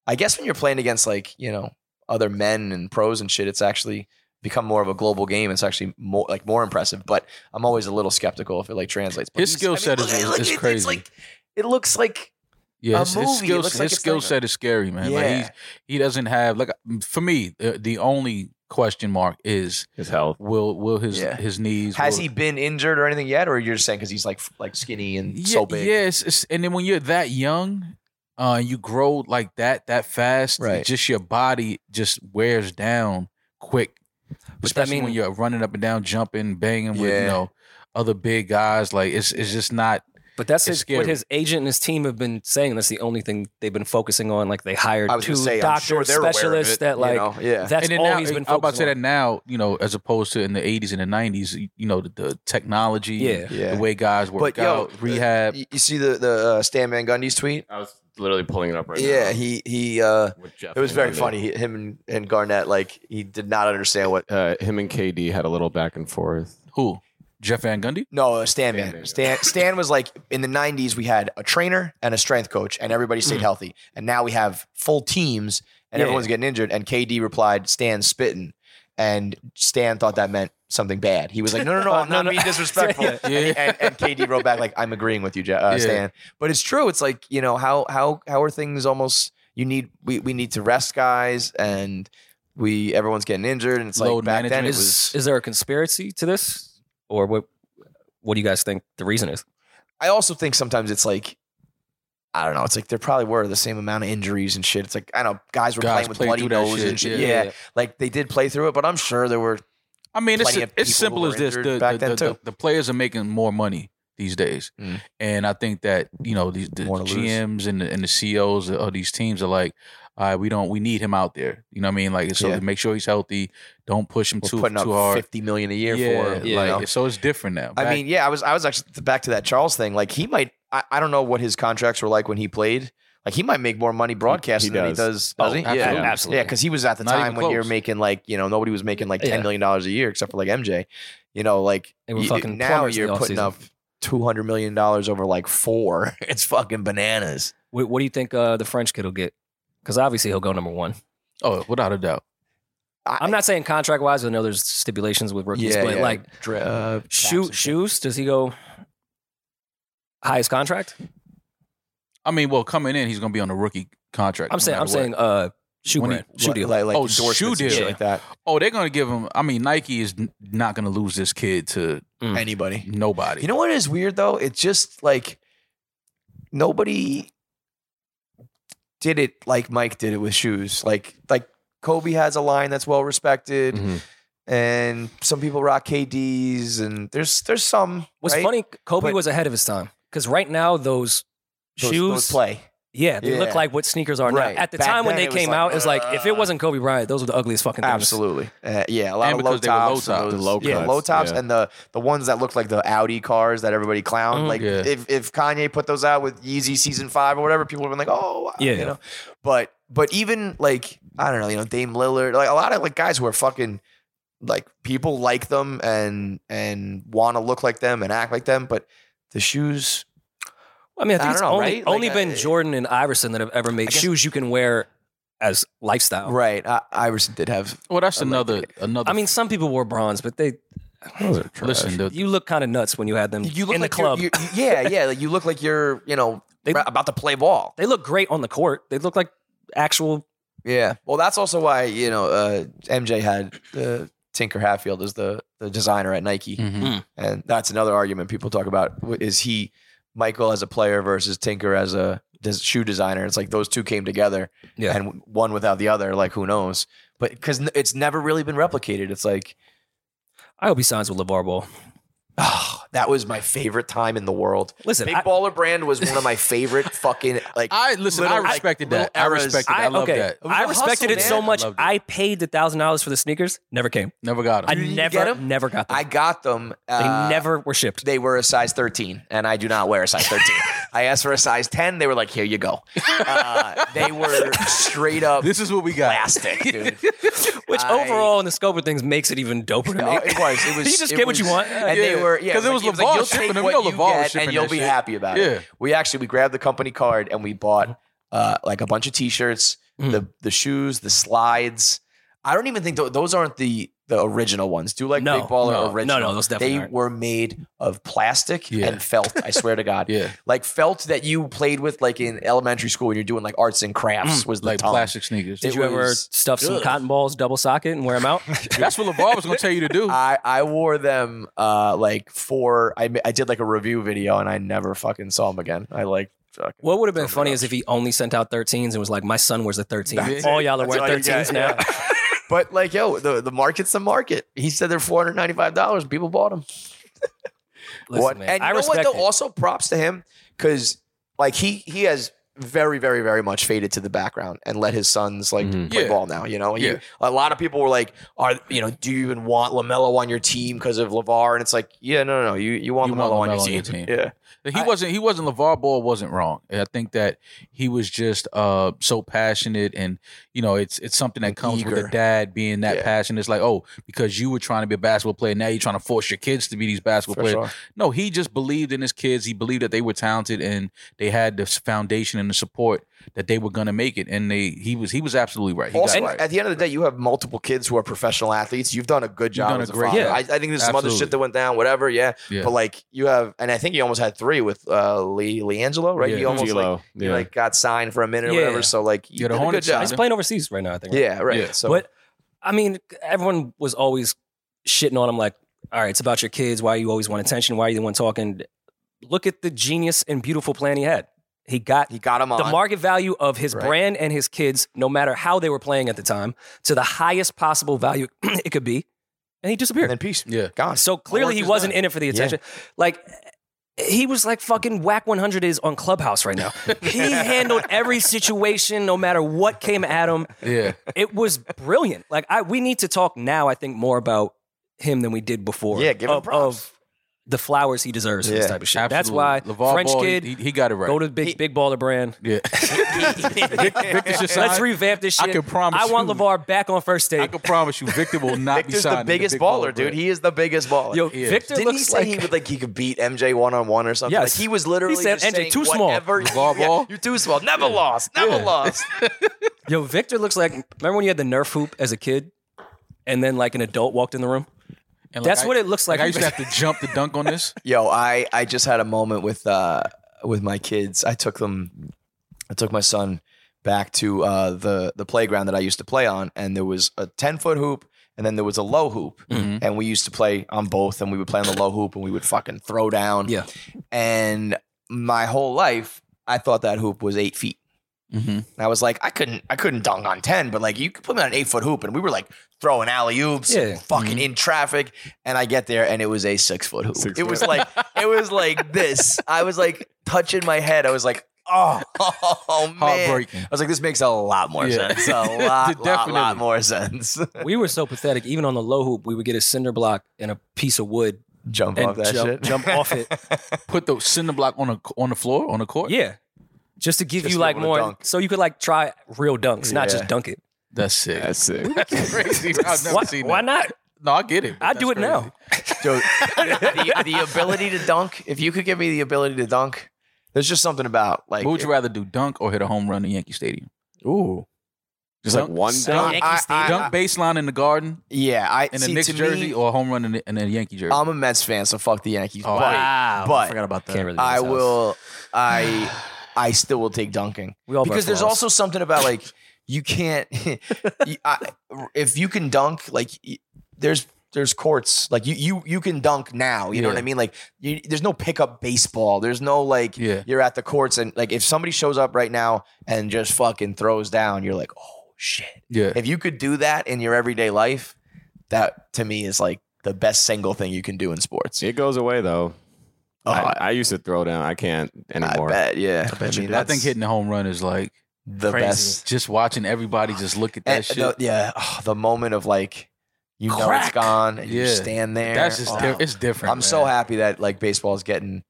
I guess when you're playing against like you know other men and pros and shit, it's actually become more of a global game. It's actually more like more impressive, but I'm always a little skeptical if it like translates. But
His
he's-
skill set is-
look,
is-
look,
is
it- it's
crazy.
like- it looks like
Yeah,
a
his, his
movie. It
skill,
looks
his
like it's
skill
like a-
set is scary, man. Like he's,
Yeah.
he doesn't have like for me the, the only question mark is
His health.
will will his
Yeah.
his knees
has
will-
he been injured or anything yet, or you're just saying because he's like f- like skinny and
yeah,
so big?
Yes, it's, and then when you're that young, uh, you grow like that that fast.
Right.
just your body just wears down quick.
that
Especially
mean-
when you're running up and down, jumping, banging with you
Yeah.
know other big guys. Like it's it's just not.
But that's
It's
his, what
scary.
his agent and his team have been saying. That's the only thing they've been focusing on. Like they hired
I was
two
gonna say, I'm
doctors,
sure they're aware of
specialists
it,
that
you
like
know? Yeah.
that's
and then
all
now, eh,
he's been
I'm about to
focusing
say that
on.
now, you know, as opposed to in the 80s and the 90s, you- you know, the, the technology,
Yeah.
Yeah.
the way guys work
yo,
out,
the-
rehab.
You, you see the the uh, Stan Van Gundy's tweet?
I was literally pulling it up right now.
Yeah, he he. uh
with Jeff
It was
and
very
Andy.
funny. He- Him and, and Garnett, like he did not understand what.
Uh, him and KD had a little back and forth.
Who? Jeff Van Gundy?
No, uh, Stan Van.
Van.
Stan Stan was like in the '90s. We had a trainer and a strength coach, and everybody stayed healthy. And now we have full teams, and
Yeah,
everyone's getting injured. And KD replied, "Stan spitting," and Stan thought that meant something bad. He was like, "No, no, no, I'm not being disrespectful."
Yeah.
And, he- and, and KD wrote back like, "I'm agreeing with you, Ja- uh,
Yeah.
Stan." But it's true. It's like you know how how how are things almost? You need we we need to rest guys and. We everyone's getting injured, and it's like
Load
back then
management.
it
Is,
was.
is there a conspiracy to this, or what? What do you guys think the reason is?
I also think sometimes it's like I don't know. It's like there probably were the same amount of injuries and shit. It's like I don't know guys were
Guys
playing with
played
bloody
through that
nose
shit,
and shit.
yeah.
Yeah. like they did play through it, but I'm sure there were.
I mean, it's,
Plenty of
it's
people
simple as
who were
this. The,
injured back
the-
then,
the-
too.
the players are making more money these days.
Mm.
And I think that, you know, these, the
More to lose.
GMs and the, and the CEOs of these teams are like, all right, we don't, we need him out there. You know what I mean? Like, so
Yeah.
to make sure he's healthy, don't push him
We're
too,
putting up
too hard.
fifty million a year
yeah,
for.
yeah.
you know?
Like, so it's different now.
I
Back-
mean, yeah, I was I was actually back to that Charles thing. Like he might. I, I don't know what his contracts were like when he played. Like he might make more money broadcasting than he does.
does. Oh,
Does he?
absolutely.
Yeah,
Absolutely.
Yeah, because he was at the
Not
time
even
when you're
close.
making like you know nobody was making like ten
Yeah.
million dollars a year except for like MJ. You know, like
They were
you-
fucking
now
plumbers in the
you're putting
offseason.
up two hundred million dollars over like four. It's fucking bananas.
What, what do you think uh, the French kid will get? Because obviously he'll go number one.
oh, without a doubt.
I,
I'm not saying contract wise. I know there's stipulations with rookies,
Yeah,
but
yeah.
like
Dra- uh,
shoe, shoes, does he go highest contract?
I mean, well, coming in, he's going to be on a rookie contract.
I'm
no
saying I'm
matter what.
saying uh shoe
When he-
brand, shoe deal.
like, like
Oh,
endorsements
shoe
and
deal.
shit like that.
Oh, they're going to give him. I mean, Nike is n- not going to lose this kid to
Mm.
Anybody.
nobody.
You know what is weird though? It's just like nobody did it like Mike did it with shoes. Like like Kobe has a line that's well respected,
Mhm.
Mm-hmm.
and some people rock KDs, and there's there's some.
What's
right?
funny, Kobe
But-
was ahead of his time because right now those,
Those-
shoes,
those play.
yeah, they
Yeah.
look like what sneakers are
Right.
now. At the
Back
time when
then,
they
it was
came
like,
out, it's like if it
uh,
wasn't Kobe Bryant, those were the ugliest fucking things.
Absolutely. Uh, yeah, a lot
And
of low
because they were low
tops. and
tops.
those-
The low
yeah,
cuts,
low tops
yeah.
and the the ones that look like the Audi cars that everybody clowned.
Mhm.
Like
Mm-hmm, Yeah.
if, if Kanye put those out with Yeezy season five or whatever, people would have been like, oh, wow,
Yeah.
you know. But but even like I don't know, you know, Dame Lillard, like a lot of like guys who are fucking like people like them and and want to look like them and act like them, but the shoes.
I mean, I think
I
it's
don't know,
only,
right?
only
Like,
been
I-
Jordan and Iverson that have ever made
guess-
shoes you can wear as lifestyle.
Right, I, Iverson did have.
Well, that's
I like
another another.
I mean, some people wore bronze, but they
listen, the,
you look kind of nuts when you had them
You look
in
like
the club.
You're, you yeah, yeah. Like you look like you're, you know,
They-
about to play ball.
they look great on the court. They look like actual.
Yeah. Well, that's also why you know uh, MJ had uh, Tinker Hatfield as the the designer at Nike,
Hmm.
Mhm.
and that's another argument people talk about wh- is he Michael as a player versus Tinker as a des- shoe designer. It's like those two came together,
Yeah.
and one without the other, like who knows? But because it's never really been replicated, it's like.
I hope he signs with LeVar Ball.
Oh, that was my favorite time in the world.
Listen,
Big
I-
Baller Brand was one of my favorite fucking like.
I listen.
little,
I
like,
respected
little
that. I
eras.
respected. I,
I,
love
okay,
that.
was
I
a hustle,
respected it so
man.
much.
I loved it.
I paid the thousand dollars for the sneakers. Never came.
Never got
I
him.
didn't get
never,
'em?
never got them.
I got them.
they
uh,
never were shipped.
they were a size 13 and i do not wear a size 13 i asked for a size 10 they were like here you go uh, they were straight up
This is what we got.
plastic dude
Which
I-
overall, in the scope of things, makes it even doper to
Oh,
me.
it was it was
you just
it
get what you
was-
want.
and they
Yeah.
were yeah
'Cause it was
he
LeVar
"You'll
shipping
take
them.
what
You know
you
LeVar was
get
shipping
and you'll
that
be
shit."
happy about
Yeah.
it we actually we grabbed the company card and we bought uh, like a bunch of t-shirts
Hmm.
Mhm.
the the shoes the slides i don't even think tho- those aren't the the original ones do like
No,
big baller
no, no,
original
no, those definitely
they
aren't.
were made of plastic
Yeah.
and felt i swear to god
Yeah,
like felt that you played with like in elementary school when you're doing like arts and
Mm,
crafts was the
like
tongue.
plastic sneakers.
Did
it
you ever
was
stuff some
good.
cotton balls double socket and wear them out?
That's what Levar was going to tell you to do.
I, I wore them uh like for I ma- I did like a review video and I never fucking saw them again. I like fucking
what would have been
Totally
funny
not.
is if he only sent out 13s and was like, "My son wears a 13."
That's
All y'all are
That's
wearing
all you
13s
get,
now.
yeah. but like yo, the, the market's the market. He said they're four hundred ninety five dollars. People bought them.
Listen,
what?
man,
and you
I
know
respect
what though?
it.
Also, props to him because like he he has very very very much faded to the background and let his sons like
Mhm.
play
Yeah.
ball now. You know, He-
Yeah.
a lot of people were like, "Are you know? Do you even want Lamelo on your team because of Levar?" And it's like, yeah, no, no, no. You you want
You
Lamelo
want
on, your
LaMelo on your
team?
team.
Yeah,
He
I-
wasn't. He wasn't. Levar Ball wasn't wrong. And I think that he was just uh so passionate, and you know, it's it's something that
And
comes with
eager.
a dad being that
Yeah.
passionate. It's like, oh, because you were trying to be a basketball player, now you're trying to force your kids to be these basketball
for
players.
sure.
No, he just believed in his kids. He believed that they were talented and they had the foundation and the support that they were going to make it. And they he was he was absolutely right. He got
Also,
it right.
at the end of the day, you have multiple kids who are professional athletes. You've done a good job.
done a
as a
great
father.
job.
I, I think there's some other
Absolutely.
shit that went down. Whatever, yeah.
Yeah.
But like you have, and I think you almost had three with uh, Lee Leangelo, right?
Yeah.
He almost like,
G-Lo,
he,
yeah.
like got signed for a minute or
Yeah.
whatever. So like you
Yeah, the
did a good
Hornets
job.
He's playing overseas right now, I think. right?
Yeah, right.
Yeah.
So
But I mean, everyone was always shitting on him like, all right, it's about your kids. Why you always want attention? Why are you the one talking? Look at the genius and beautiful plan he had. He got
he got him on.
the market value of his
Right.
brand and his kids, no matter how they were playing at the time, to the highest possible value it could be. And he
and
disappeared.
then peace.
yeah.
Gone.
So clearly
work
he
is
wasn't
done.
in it for the
Yeah.
attention. Like he was like fucking whack 100 is on Clubhouse right now. He handled every situation, no matter what came at him
Yeah.
it was brilliant. Like I, we need to talk now. I think more about him than we did before.
Yeah, give him
of,
props.
of the flowers he deserves for this
Yeah,
type of shit. That's
Absolutely.
why
LeVar
French
Ball, he-
kid
he, he got it right.
go to big big baller brand.
yeah. Victor should sign-
Let's revamp this
I
shit.
can promise
I want
you-
Levar back on first
I
take.
can promise you, Victor will not be
Victor's
signing
the
to
biggest
Big
baller,
Brand.
dude. He is the biggest baller.
Yo,
Yeah.
Victor
Didn't he
looks
say
like
he would like he could beat MJ one on one or something?
Yes.
Like, he was literally
He said,
just
"MJ,
saying
too small."
Whatever,
Revolve
yeah,
ball?
you're too small. Never lost. Never
Yeah.
lost.
yo Victor looks like. Remember when you had the Nerf hoop as a kid? and then like an adult walked in the room.
And,
That's
I-
what it looks like.
I used to have to jump to dunk on this.
Yo, I I just had a moment with uh with my kids. I took them, I took my son back to uh the the playground that I used to play on, and there was a ten foot hoop. And then there was a low hoop, and we used to play on both. And we would play on the low hoop, and we would fucking throw down.
Yeah.
And my whole life, I thought that hoop was eight feet.
Mm-hmm.
And I was like, I couldn't, I couldn't dunk on ten, but like you could put me on an eight foot hoop, and we were like throwing alley oops,
Yeah.
Mm-hmm.
fucking in traffic. And I get there, and it was a six foot hoop.
Six
it was like, it was like this. I was like touching my head. I was like, oh, man.
Heartbreaking.
I was like, this makes a lot more
Yeah.
sense. A lot, lot,
Definitely.
lot more sense.
we were so pathetic. Even on the low hoop, we would get a cinder block and a piece of wood
jump
and
off that
jump,
shit.
jump off it.
Put the cinder block on a on the floor on the court.
Yeah. Just to give
Just
you
be
like
able to
more,
dunk.
so you could like try real dunks, not
Yeah.
just dunk it.
that's sick.
That's sick.
crazy. I've never
Why,
seen
why
that.
not?
No, I get it. but
I
that's
do it
crazy.
now.
Yo, the, the ability to dunk. If you could give me the ability to dunk, there's just something about like.
What would you rather do, dunk or hit a home run in Yankee Stadium?
Ooh. Just like
Dunk-
one
I-
dunk.
I- I-
dunk baseline in the Garden
yeah, I
in a
see,
Knicks
to
jersey
me,
or a home run in, the, in a Yankee jersey.
I'm a Mets fan, so fuck the Yankees.
Oh,
but
Wow.
but
forgot about that.
Can't really
I
use those.
will. I I still will take dunking
We
Oh,
all
because there's
also.
also something about like you can't you- I- if you can dunk like y- there's there's courts like you you you can dunk now you know
Yeah.
what I mean like you, there's no pickup baseball there's no like
Yeah.
you're at the courts and like if somebody shows up right now and just fucking throws down you're like oh shit
yeah.
if you could do that in your everyday life that to me is like the best single thing you can do in sports
It goes away though.
Oh,
I, I used to throw down. I can't
I
anymore.
bet yeah I, mean,
I think hitting a home run is like
the
Crazy.
best
just watching everybody just look at that
And
shit.
the- yeah, oh, the moment of like you know it's
Crack.
gone and you
Yeah.
stand there.
That's just
Oh.
di- it's different.
I'm so
man.
happy that like baseball is getting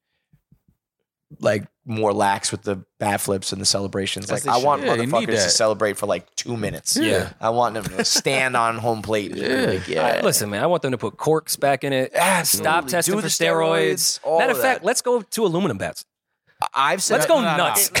like more lax with the bat flips and the celebrations.
As
Like
they
I
should.
want
Yeah, you need
motherfuckers to
that.
celebrate for like two minutes.
Yeah.
I want them to stand on home plate.
Yeah.
Like,
I-
yeah.
listen, man, I want them to put corks back in it. Stop
Absolutely.
testing
Do
for
the
steroids.
steroids, all
Matter of
of
fact,
that.
let's go to aluminum bats.
I've said
Let's go nuts.
At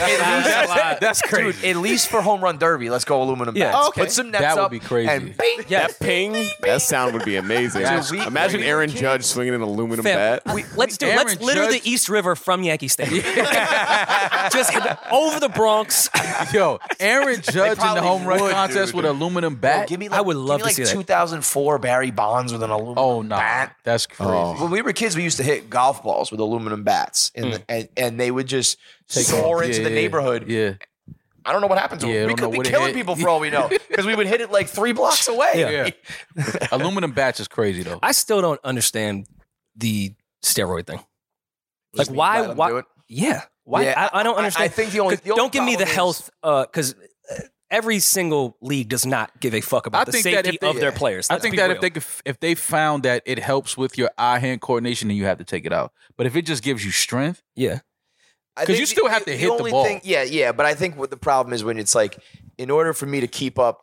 least-
That's crazy.
Dude, at least for home run derby, let's go aluminum
Yeah.
bats.
Oh,
Put some nets
that would
up
be crazy.
and bing.
Yes.
That ping, that sound would be amazing.
That's
Dude, we-
Imagine
we-
Aaron Judge swinging an aluminum
Fam,
bat.
let's do. it.
Aaron
Let's litter
Judge-
the East River from Yankee Stadium. Just over the Bronx.
Yo, Aaron Judge in
probably
the home run
would,
contest
dude.
with an aluminum bat.
Give me
I
like,
would love
give me
to
like
see that.
2004 Barry Bonds with an aluminum
oh no, Oh.
bat. Oh.
that's crazy.
When we were kids, we used to hit golf balls with aluminum bats, and and, and they would just soar
off.
into
Yeah,
the
yeah,
neighborhood.
Yeah,
I don't know what happened to
Yeah,
them.
I
We
don't know
could be
what it
killing
hit.
people for all we know because we would hit it like three blocks away.
Yeah. aluminum bats is crazy though.
I still don't understand the steroid thing. Like
Just
why?
let them do
Why?
it.
Yeah. Why?
Yeah,
I, I don't
I, I
understand.
think the only,
'Cause
the only
don't give me the
problem is-
health because every single league does not give a fuck about
I
the
think that
safety
if they-
of their
yeah.
players.
I
Let's
think
be
that
real.
if they could, if they found that it helps with your eye hand coordination, then you have to take it out. But if it just gives you strength,
yeah,
I
'Cause
think
you still have to hit the
only
ball.
Thing, yeah, yeah. But I think what the problem is when it's like, in order for me to keep up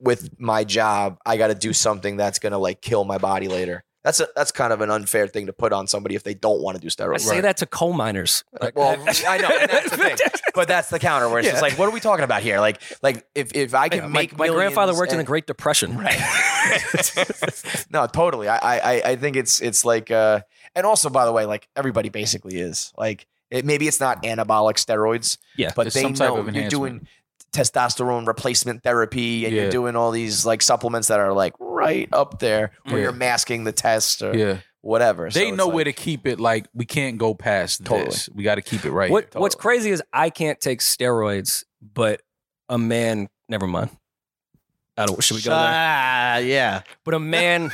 with my job, I got to do something that's gonna like kill my body later. That's a, that's kind of an unfair thing to put on somebody if they don't want to do
I
steroids.
say that to coal miners. Like,
Well, I know, and that's the thing. But that's the counter where it's just like, what are we talking about here? Like, like if if I can
Oh, Yeah, my,
make
my grandfather
millions
worked in the
and-
Great Depression.
no, totally. I I I- I think it's it's like uh, and also by the way, like everybody basically is like it, maybe it's not anabolic steroids,
Yeah,
but
it's
they
some type
know
of
you're
enhancement.
doing testosterone replacement therapy and
Yeah.
you're doing all these like supplements that are like right up there where
Yeah.
you're masking the test or
yeah,
whatever.
they know where to keep it. Like we can't go past
Totally.
this. We got to keep it right.
what
here.
What's crazy is I can't take steroids, but a man. Never mind. I don't. Should we go there?
Ah, yeah.
But a man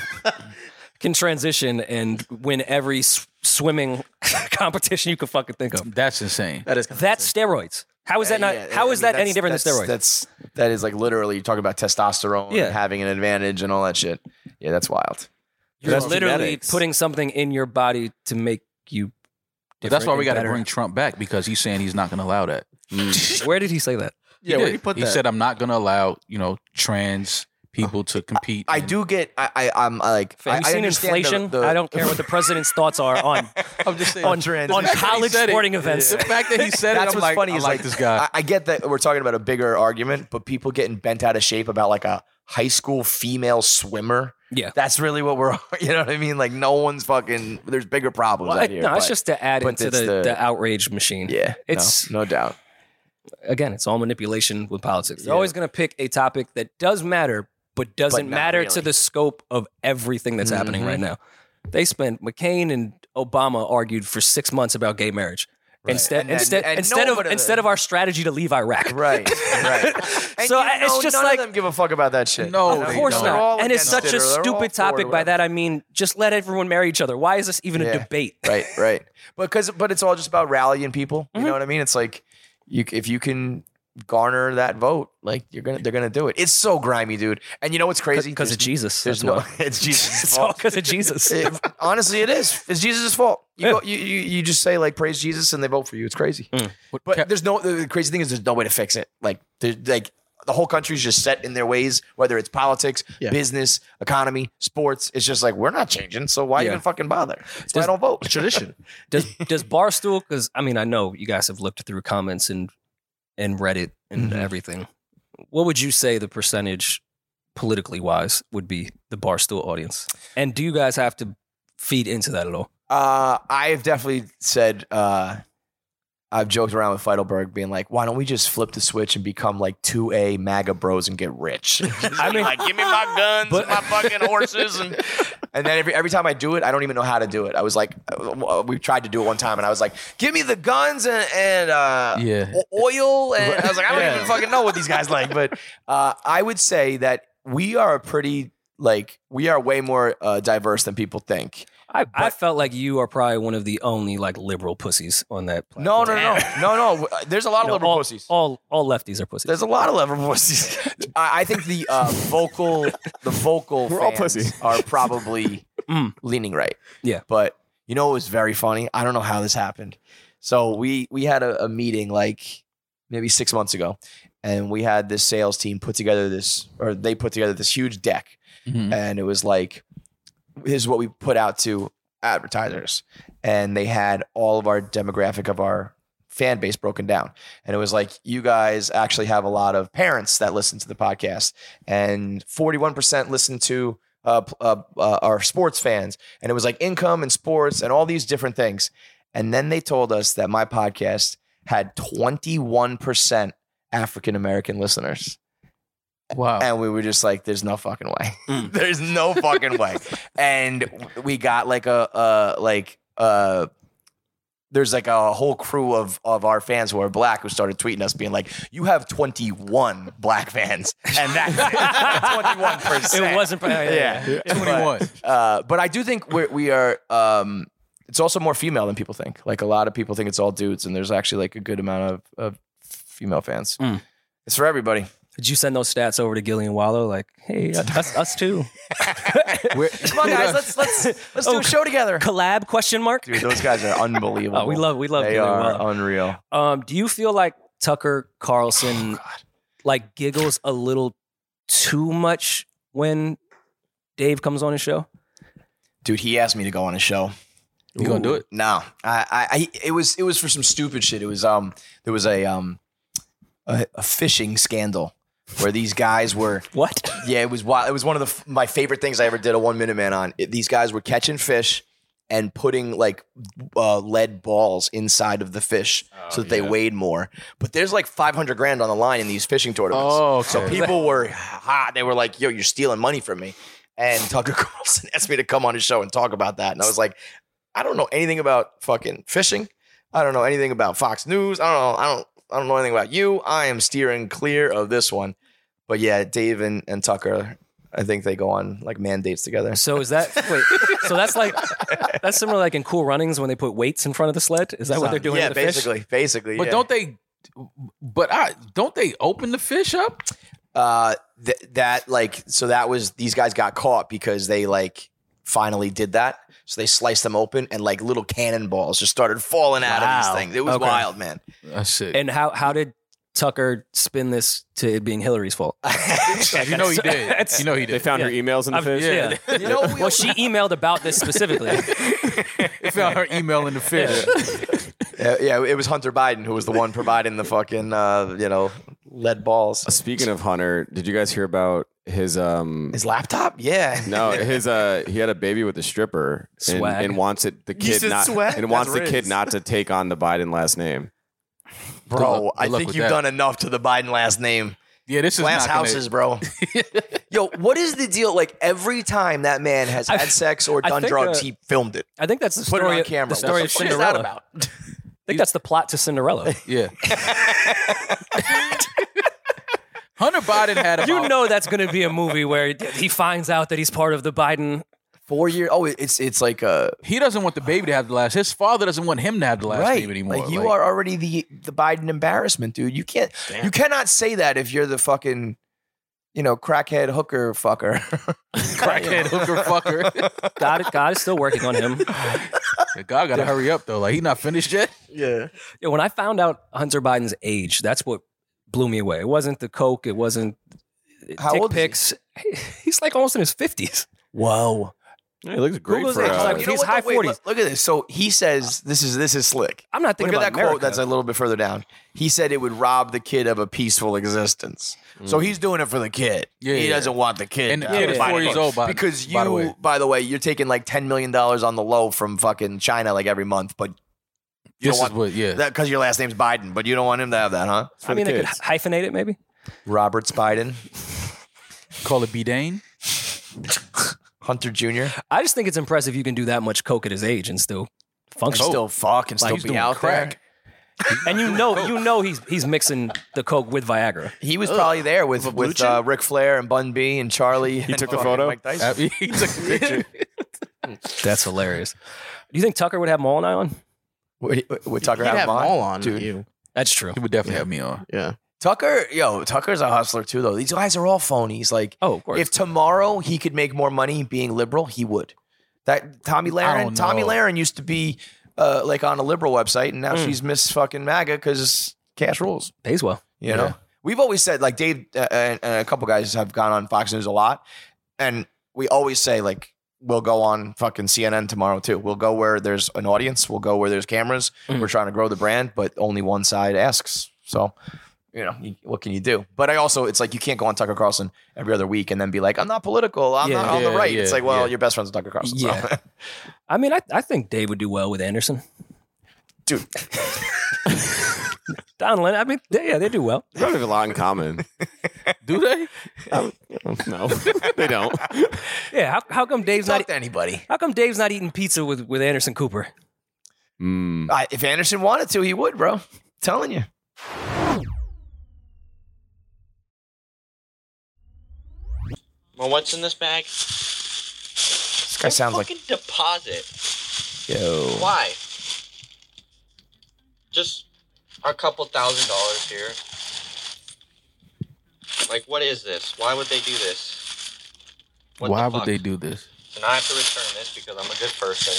can transition and win every s- swimming competition you could fucking think of.
That's insane.
That is.
That's steroids. How is that not? how is that any different than steroids?
That's that is like literally you're talking about testosterone
Yeah.
and having an advantage and all that shit. Yeah, that's wild.
You're
That's
literally
genetics.
putting something in your body to make you.
But that's why we got to
to
bring Trump back because he's saying he's not going to allow that.
Where did he say that?
he
Yeah, where
did.
do you put
He
that?
said, "I'm not going to allow you know trans people to compete."
I
in-"
do get. I, I I'm I like.
Have
I,
you
I
seen
understand the-
inflation?
the-
I don't care what the president's thoughts are on
I'm just saying.
on,
trend.
on
That's
what he
college
said it.
sporting events.
The fact that he said
That's
it, I'm
what's
like,
funny.
I
is
like this guy.
I, I get that we're talking about a bigger argument, but people getting bent out of shape about like a high school female swimmer.
Yeah.
That's really what we're, you know what I mean? Like, no one's fucking, there's bigger problems
Well, I-
out here.
no, it's
but-
just to add
but
into
it's
the,
the-
the, outrage machine.
yeah,
it's-
no, no doubt.
Again, it's all manipulation with politics. They're
Yeah.
always going to pick a topic that does matter, but doesn't
not
matter
really.
to the scope of everything that's happening
Mhm.
right now. They spent McCain and Obama argued for six months about gay marriage. Instead,
And then-
instead,
and
instead of
nobody-
instead of our strategy to leave Iraq,
Right, right. And
So
you
I- it's
know
just
none
like-
of them give a fuck about that shit.
No,
You know,
Of
they
course
don't.
they're all
not. And it's
against
such a
it, or they're all
stupid
for it or
topic. By
whatever.
that I mean, just let everyone marry each other. Why is this even a
Yeah.
debate?
right, right. But because but it's all just about rallying people. You
Mm-hmm.
know what I mean? It's like you if you can garner that vote, like you're gonna they're gonna do it. It's so grimy, dude. And you know what's crazy?
Because of
There's-
Jesus.
There's
that's
no
why.
it's Jesus'
It's all
fault.
because of Jesus.
It- honestly, it is. It's Jesus' fault. You,
Yeah.
go, you, you you just say like praise Jesus and they vote for you. It's crazy.
What-
But
Ca-
there's no the the crazy thing is there's no way to fix it. Like there's like the whole country's just set in their ways, whether it's politics,
Yeah.
business, economy, sports. It's just like we're not changing, so why
Yeah.
even fucking bother? That's why I
Does-
don't vote.
Tradition.
does does Barstool? Because I mean, I know you guys have looked through comments and and Reddit and
Mhm.
everything. What would you say the percentage, politically wise, would be the Barstool audience? And do you guys have to feed into that at all?
Uh, I've definitely said uh, I've joked around with Feidelberg being like, why don't we just flip the switch and become like two A MAGA bros and get rich? I mean, like, give me my guns
but-
and my fucking horses and. And then every every time I do it, I don't even know how to do it. I was like, uh, we tried to do it one time, and I was like, "Give me the guns and and uh,
Yeah.
o- oil," and I was like, "I don't
Yeah.
even fucking know what these guys like." But uh, I would say that we are a pretty like we are way more uh, diverse than people think.
I, I felt like you are probably one of the only like liberal pussies on that. Platform.
No, no, no, no, no. no. There's a lot
You
of
know,
liberal
all,
pussies.
all all lefties are pussies.
There's a lot of liberal pussies. I, I think the uh, vocal, the vocal
We're all
fans
pussy.
are probably
Mm.
leaning right.
Yeah.
but you know it was very funny. I don't know how this happened. So we we had a, a meeting like maybe six months ago, and we had this sales team put together this, or they put together this huge deck
Mhm.
and it was like this is what we put out to advertisers and they had all of our demographic of our fan base broken down and it was like you guys actually have a lot of parents that listen to the podcast and 41% listen to uh, p- uh, uh, our sports fans and it was like income and sports and all these different things and then they told us that my podcast had 21% african american listeners
Oh.
Wow.
and we were just like, "There's no fucking way.
Mm.
There's no fucking way." And w- we got like a, a like uh, there's like a whole crew of of our fans who are black who started tweeting us, being like, "You have 21 black fans, and that's 21 percent."
It wasn't. Yeah, yeah, yeah.
But-
21.
uh, but I do think we're, we are. Um, it's also more female than people think. Like a lot of people think it's all dudes, and there's actually like a good amount of, of female fans.
Mm.
It's for everybody.
Did you send those stats over to Gillian Wallow? Like, hey, us, us too.
Come on, guys, let's let's let's do
Oh,
a show together.
Collab? Question mark.
Dude, those guys are unbelievable.
Oh, we love we love
They
Gillian
are uh,
Wallow.
unreal.
Um, do you feel like Tucker
Um,
Carlson like giggles a little too much when Dave comes on his show?
Dude, he asked me to go on a show.
you gonna do it?
No, I, I, I, it was, it was for some stupid shit. It was, um, there was a, um, a, a fishing scandal where these guys were,
What?
yeah, it was wild. It was one of the f- my favorite things I ever did a one minute man on. It- these guys were catching fish and putting like uh, lead balls inside of the fish so that they weighed more. But there's like 500 grand on the line in these fishing tournaments.
Oh,
So
okay.
people were hot. They were like, "Yo, you're stealing money from me." And Tucker Carlson asked me to come on his show and talk about that, and I was like, "I don't know anything about fucking fishing. I don't know anything about Fox News. I don't know. I don't. I don't know anything about you. I am steering clear of this one." But yeah, Dave and, and Tucker, I think they go on like mandates together.
So is that wait? So that's like that's similar like in Cool Runnings when they put weights in front of the sled. Is that what they're doing?
yeah,
to the fish?
basically, basically.
But
yeah.
don't they? But I don't they open the fish up?
uh th- that like so that was these guys got caught because they like finally did that so they sliced them open and like little cannonballs just started falling out of
Wow.
these things it was
Okay.
wild man
That's sick.
And how how did Tucker spin this to it being Hillary's fault?
you know he did.
It's-
You know
They
he did.
found her emails in the
I've-
fish.
yeah.
you know we-
Well, she emailed about this specifically.
They found her email in the fish.
yeah, yeah, it was hunter biden who was the one providing the fucking uh you know lead balls
Speaking of Hunter, did you guys hear about his um
His laptop? Yeah.
no his uh he had a baby with a stripper and,
Swag.
and wants it the
You
kid
said
not
swag?
and wants
That's
the kid
riz.
not to take on the Biden last name.
Bro,
luck- good
I
luck
think
with
you've
that.
done enough to the Biden last name.
Yeah, this is
Glass
not gonna-
houses, bro. Yo, what is the deal? Like every time that man has
I-
had sex or
I
done
think,
drugs,
uh,
he filmed it.
I think that's the
Put
story.
it on camera.
The story of
What is that
Cinderella.
about?
I think that's the plot to Cinderella.
Yeah. Hunter Biden had about,
you know that's going to be a movie where he finds out that he's part of the Biden.
Four year. Oh, it's it's like a
he doesn't want the baby to have the last. His father doesn't want him to have the last name anymore.
Like you are already the the Biden embarrassment, dude. You can't you cannot say that if you're the fucking you know crackhead hooker fucker.
crackhead hooker fucker.
God, God is still working on him.
God gotta hurry up though. Like he not finished yet.
yeah.
Yeah, when I found out Hunter Biden's age, that's what blew me away. It wasn't the coke. It wasn't
How
dick
old is he?
pics. He's like almost in his fifties.
Whoa.
Yeah, he looks great
Google's
for
age is
uh,
like- he's high
Wait,
40s.
Look, look at this. So he says this is this is slick.
I'm not thinking
Look at
about
that quote that's a little bit further down. He said it would rob the kid of a peaceful existence. So he's doing it for the kid.
Mm. Yeah,
he
yeah.
doesn't want the kid.
And the
to
kid
have
is
a Biden
four years
vote.
old, by-
because you,
by the way.
you're taking like ten million dollars on the low from fucking China like every month, but You
This
don't
is
want-
what yeah.
that because your last name's Biden, but you don't want him to have that, huh?
for
I mean,
the
they could
kids.
hyphenate it maybe.
Roberts Biden,
Call it Bidane.
Hunter Jr.
Oh.
I just think it's impressive you can do that much coke at his age and still
And
function.
still fuck and
Like
still
he's
be
doing
out
crack.
there.
and you know, you know, he's he's mixing the coke with Viagra.
He was probably there with with uh, Ric Flair and Bun B and Charlie. He
took the photo?
Mike Tyson.
Uh, he took a picture.
That's hilarious. Do you think Tucker would have Mullen on?
Would, would Tucker
He'd
have,
have
him on?
all on
Dude.
you.
That's true.
He would definitely have me on.
Yeah.
Tucker, yo, Tucker's a hustler too, though. These guys are all phonies. Like,
Oh, of course.
if tomorrow he could make more money being liberal, he would. That Tommy Lahren,
don't
Tommy
know.
Lahren used to be uh, like on a liberal website, and now she's Miss fucking MAGA because cash rules.
Pays well.
You know, we've always said like Dave uh, and, and a couple guys have gone on Fox News a lot, and we always say like we'll go on fucking CNN tomorrow too. We'll go where there's an audience. We'll go where there's cameras. We're trying to grow the brand, but only one side asks. So. You know you- what can you do? But I also, it's like you can't go on Tucker Carlson every other week and then be like, "I'm not political. I'm
Yeah.
not on the
Yeah,
right." it's
yeah,
like, well,
yeah.
your best friend's Tucker Carlson. so.
Yeah. I mean, I, I think Dave would do well with Anderson.
dude,
Donlin, I mean, they, yeah, they do well.
They don't have a lot in common.
Do they?
Um, no, they don't.
Yeah, how, how come Dave's
talk
not e,
to anybody.
how come Dave's not eating pizza with, with Anderson Cooper?
Mm.
I, if Anderson wanted to, he would, bro. Telling you.
Well, what's in this bag?
This guy sounds like
Fucking deposit.
yo.
Why? Just a couple thousand dollars here. Like, what is this? Why would they do this? What the
Why would
fuck?
they do this?
And I have to return this because I'm a good person.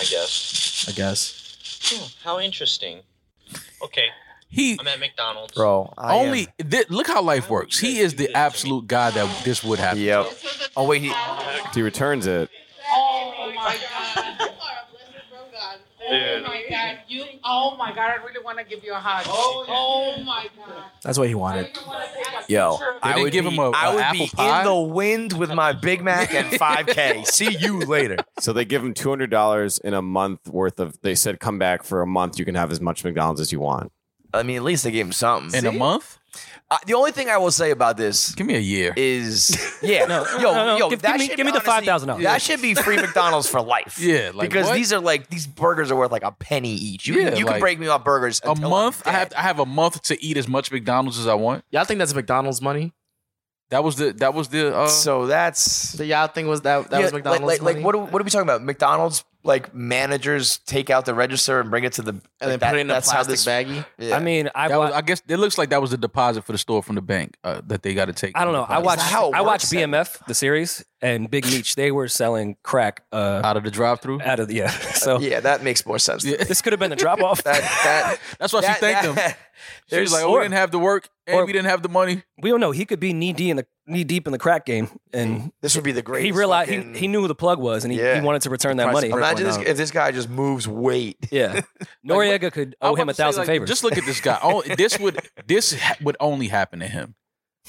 I guess.
I guess.
Hmm, how interesting. Okay,
He
I'm at McDonald's.
bro. I am-
only thi- look how life works. He is the absolute guy that this would happen.
Yep. Oh wait, he,
He returns it.
Oh my god. You are a blessing from God. Oh my god. You oh my god, I really want to give you a hug. Oh, my god.
That's what he wanted.
yo.
They didn't give him a-
I
a
would
apple
be
pie?
in the wind with my Big Mac and 5K. See you later.
So they give him two hundred dollars in a month worth of. They said, "Come back for a month. You can have as much McDonald's as you want."
I mean, at least they gave him something.
In a month?
Uh, the only thing I will say about this
Give me a year.
is, yeah,
No,
yo,
no, no.
yo,
Give-
that
give me-
should
give me the
honestly-
$5,000.
That should be free McDonald's for life.
Yeah, like
because
what?
these are like these burgers are worth like a penny each. You,
Yeah,
can, you can
like,
break me off burgers
a
until I'm
month? I
dead.
have I have a month to eat as much McDonald's as I want.
Y'all think that's McDonald's money?
That was the that was the uh,
so that's
The y'all think was that that
Yeah,
was
like-
McDonald's
Like, like,
money?
what, are, what are we talking about? McDonald's like managers take out the register and bring it to the
and then
that-
put it in a
that's how
plastic
this-
baggie.
Yeah.
I mean, I
that was,
wa-
I guess it looks like that was the deposit for the store from the bank uh, that they got to take.
I don't know. I watched
how it
I watched
works,
BMF the series and Big Meech. They were selling crack uh,
out of the drive-through.
out of the yeah. So
oh.
Yeah, that makes more sense. to me.
this could have been the drop off.
That, that,
That's why
that,
she thanked him.
that-
She was
there's-
like, "Oh, we didn't have the work, and
or-
we didn't have the money."
We don't know. He could be knee deep in the knee deep in the crack game, and
This would be the greatest.
he realized
fucking-
he, he knew who the plug was, and he,
Yeah.
he wanted to return that money.
Imagine this, if this guy just moves weight.
Yeah, Noriega could
I
owe
was
him
about
a
to say,
thousand
like,
favors.
Just look at this guy. Oh, this would this ha- would only happen to him.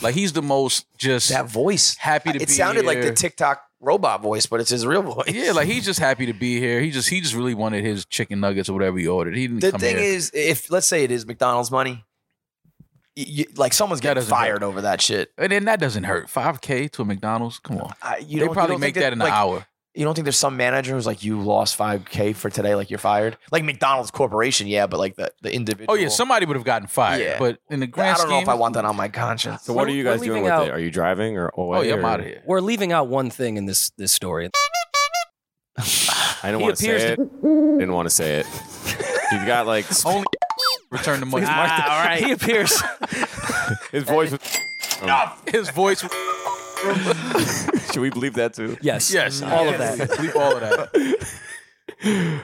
Like he's the most just
That voice.
happy to be
It sounded like the
here.
TikTok robot voice, but it's his real voice.
Yeah, like he's just happy to be here. He just he just really wanted his chicken nuggets or whatever he ordered. He didn't
The
come
thing
here.
is, if let's say it is McDonald's money, y you, like someone's
That
getting
doesn't hurt.
fired over that shit.
and then that doesn't hurt. Five K to a McDonald's. Come on.
I,
they
you don't- you
probably
don't
make
think
that in an
like,
hour.
You don't think there's some manager who's like, you lost 5K for today, like you're fired? Like McDonald's Corporation, yeah, but like the, the individual.
Oh yeah, somebody would have gotten fired.
Yeah.
But in the
I
grand
don't know if
scheme-
I want that on my conscience.
So what
We're-
are you
we're
guys doing
leaving
with
out-
it? Are you driving or away?
Oh yeah, I'm
or-
out of here.
We're leaving out one thing in this this story.
I didn't
He
want to
appears
say
to- Oh.
it. Didn't want to say it. You've got like s-
Only return the money.
Ah, all right. He appears.
his voice. Was,
His voice.
should we believe that too?
Yes.
Yes,
All of
yes.
that.
Leave all of that.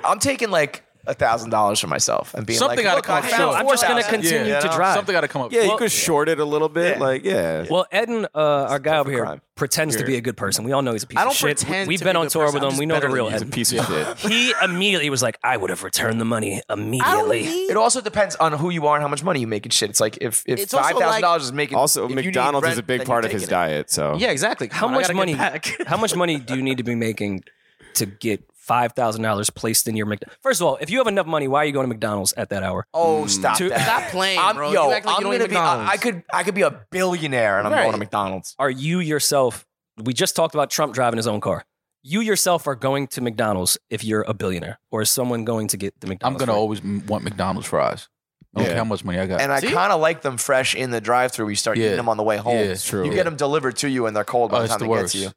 I'm taking like a thousand dollars for myself and being
Something
like,
gotta
look,
come
I
up
found
short.
I'm just gonna
4,000.
continue
Yeah,
to
you know?
drive.
Something got to come up.
Yeah, you
Well-
could short it a little bit.
Yeah.
Like yeah.
Well, Eden, uh, our guy over here,
crime.
pretends to be a good person. We all know he's a piece
I don't
of shit.
pretend to
We've
be
been
a
on
good
tour
person.
with
I'm
him.
just
We know the
better than
real
you.
He's a
Eden.
piece of shit.
He immediately was like, "I would have returned the money immediately."
It also depends on who you are and how much money you make and shit. It's like if, if
It's
five
also
thousand
like-
dollars is making
Also,
if you need
McDonald's is
rent,
a big
then
part
you're
of his
taking it.
diet. So
Yeah, exactly. Come
How
on, I
much
gotta get
money?
back.
How much money do you need to be making to get five thousand dollars placed in your McDonald's? First of all, if you have enough money, why are you going to McDonald's at that hour?
Oh,
Mm.
stop
To-
that.
Stop playing,
I'm,
bro.
Yo,
you act like
I'm
you don't
gonna
eat
be. I,
McDonald's.
I could. I could be a billionaire, and I'm
Right.
going to McDonald's.
Are you yourself? We just talked about Trump driving his own car. You yourself are going to McDonald's if you're a billionaire, or is someone going to get the
I'm
McDonald's?
gonna
for you?
always m- want McDonald's fries. I don't
Yeah.
care how much money I got.
And I kind of like them fresh in the drive-through. You start
Yeah.
eating them on the way home.
Yeah,
you
it's
true.
get them delivered to you, and they're cold by
Oh,
the
it's
time
the
they get
worst.
to you.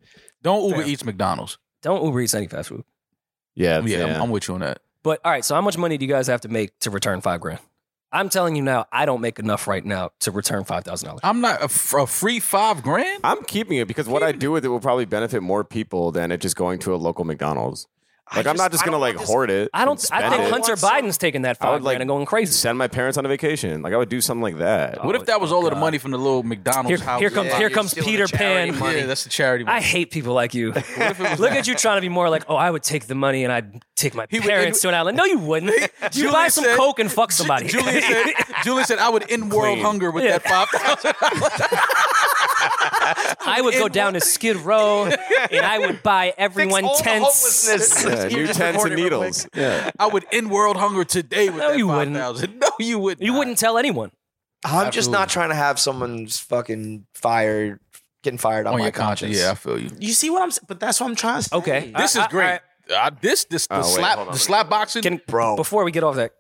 Don't Uber
Damn.
Eats McDonald's.
Don't Uber Eats any fast food.
yeah,
Yeah,
yeah.
I'm, I'm with you on that.
But all right, so how much money do you guys have to make to return five grand? I'm telling you now, I don't make enough right now to return five thousand dollars.
I'm not a, f- a free five grand.
I'm keeping it because what I do with it will probably benefit more people than it just going to a local McDonald's.
I
Like I'm
just-
not just
I
gonna
don't
like
want this-
hoard it.
I don't.
and
I
spend
think
it.
Hunter Biden's taking that
I
five
would, like,
grand and going crazy.
send my parents on a vacation. Like I would do something like that.
What if that was all of the money from the little McDonald's
Here,
house?
here comes
Yeah,
here
you're
comes
stealing
Peter
the charity
Pan.
money.
Yeah, that's the charity.
I
One.
hate people like you. Look at you trying to be more like, oh, I would take the money and I'd take my
would-
parents to an island. No, you wouldn't. you buy
Julian
some
said-
coke and fuck somebody.
Julian said, Julian said, I would end world hunger with
Yeah.
that five thousand.
I would go down to Skid Row and I would buy everyone
all the
tents.
homelessness.
Yeah,
You
new
just
tents and
recorded real quick.
needles. Yeah.
I would end world hunger today with
No,
that
you
five
wouldn't.
thousand. No, you wouldn't.
You wouldn't tell anyone.
I'm just not trying to have someone's fucking fired, getting fired on,
on
my
your conscience. Yeah, I feel you.
You see what I'm? s- But that's what I'm trying to. Say.
Okay.
This
I-
is
I-
great. Uh, this this the
Oh, wait, hold
slap
on.
the slap boxing
Can-
bro.
before we get off that,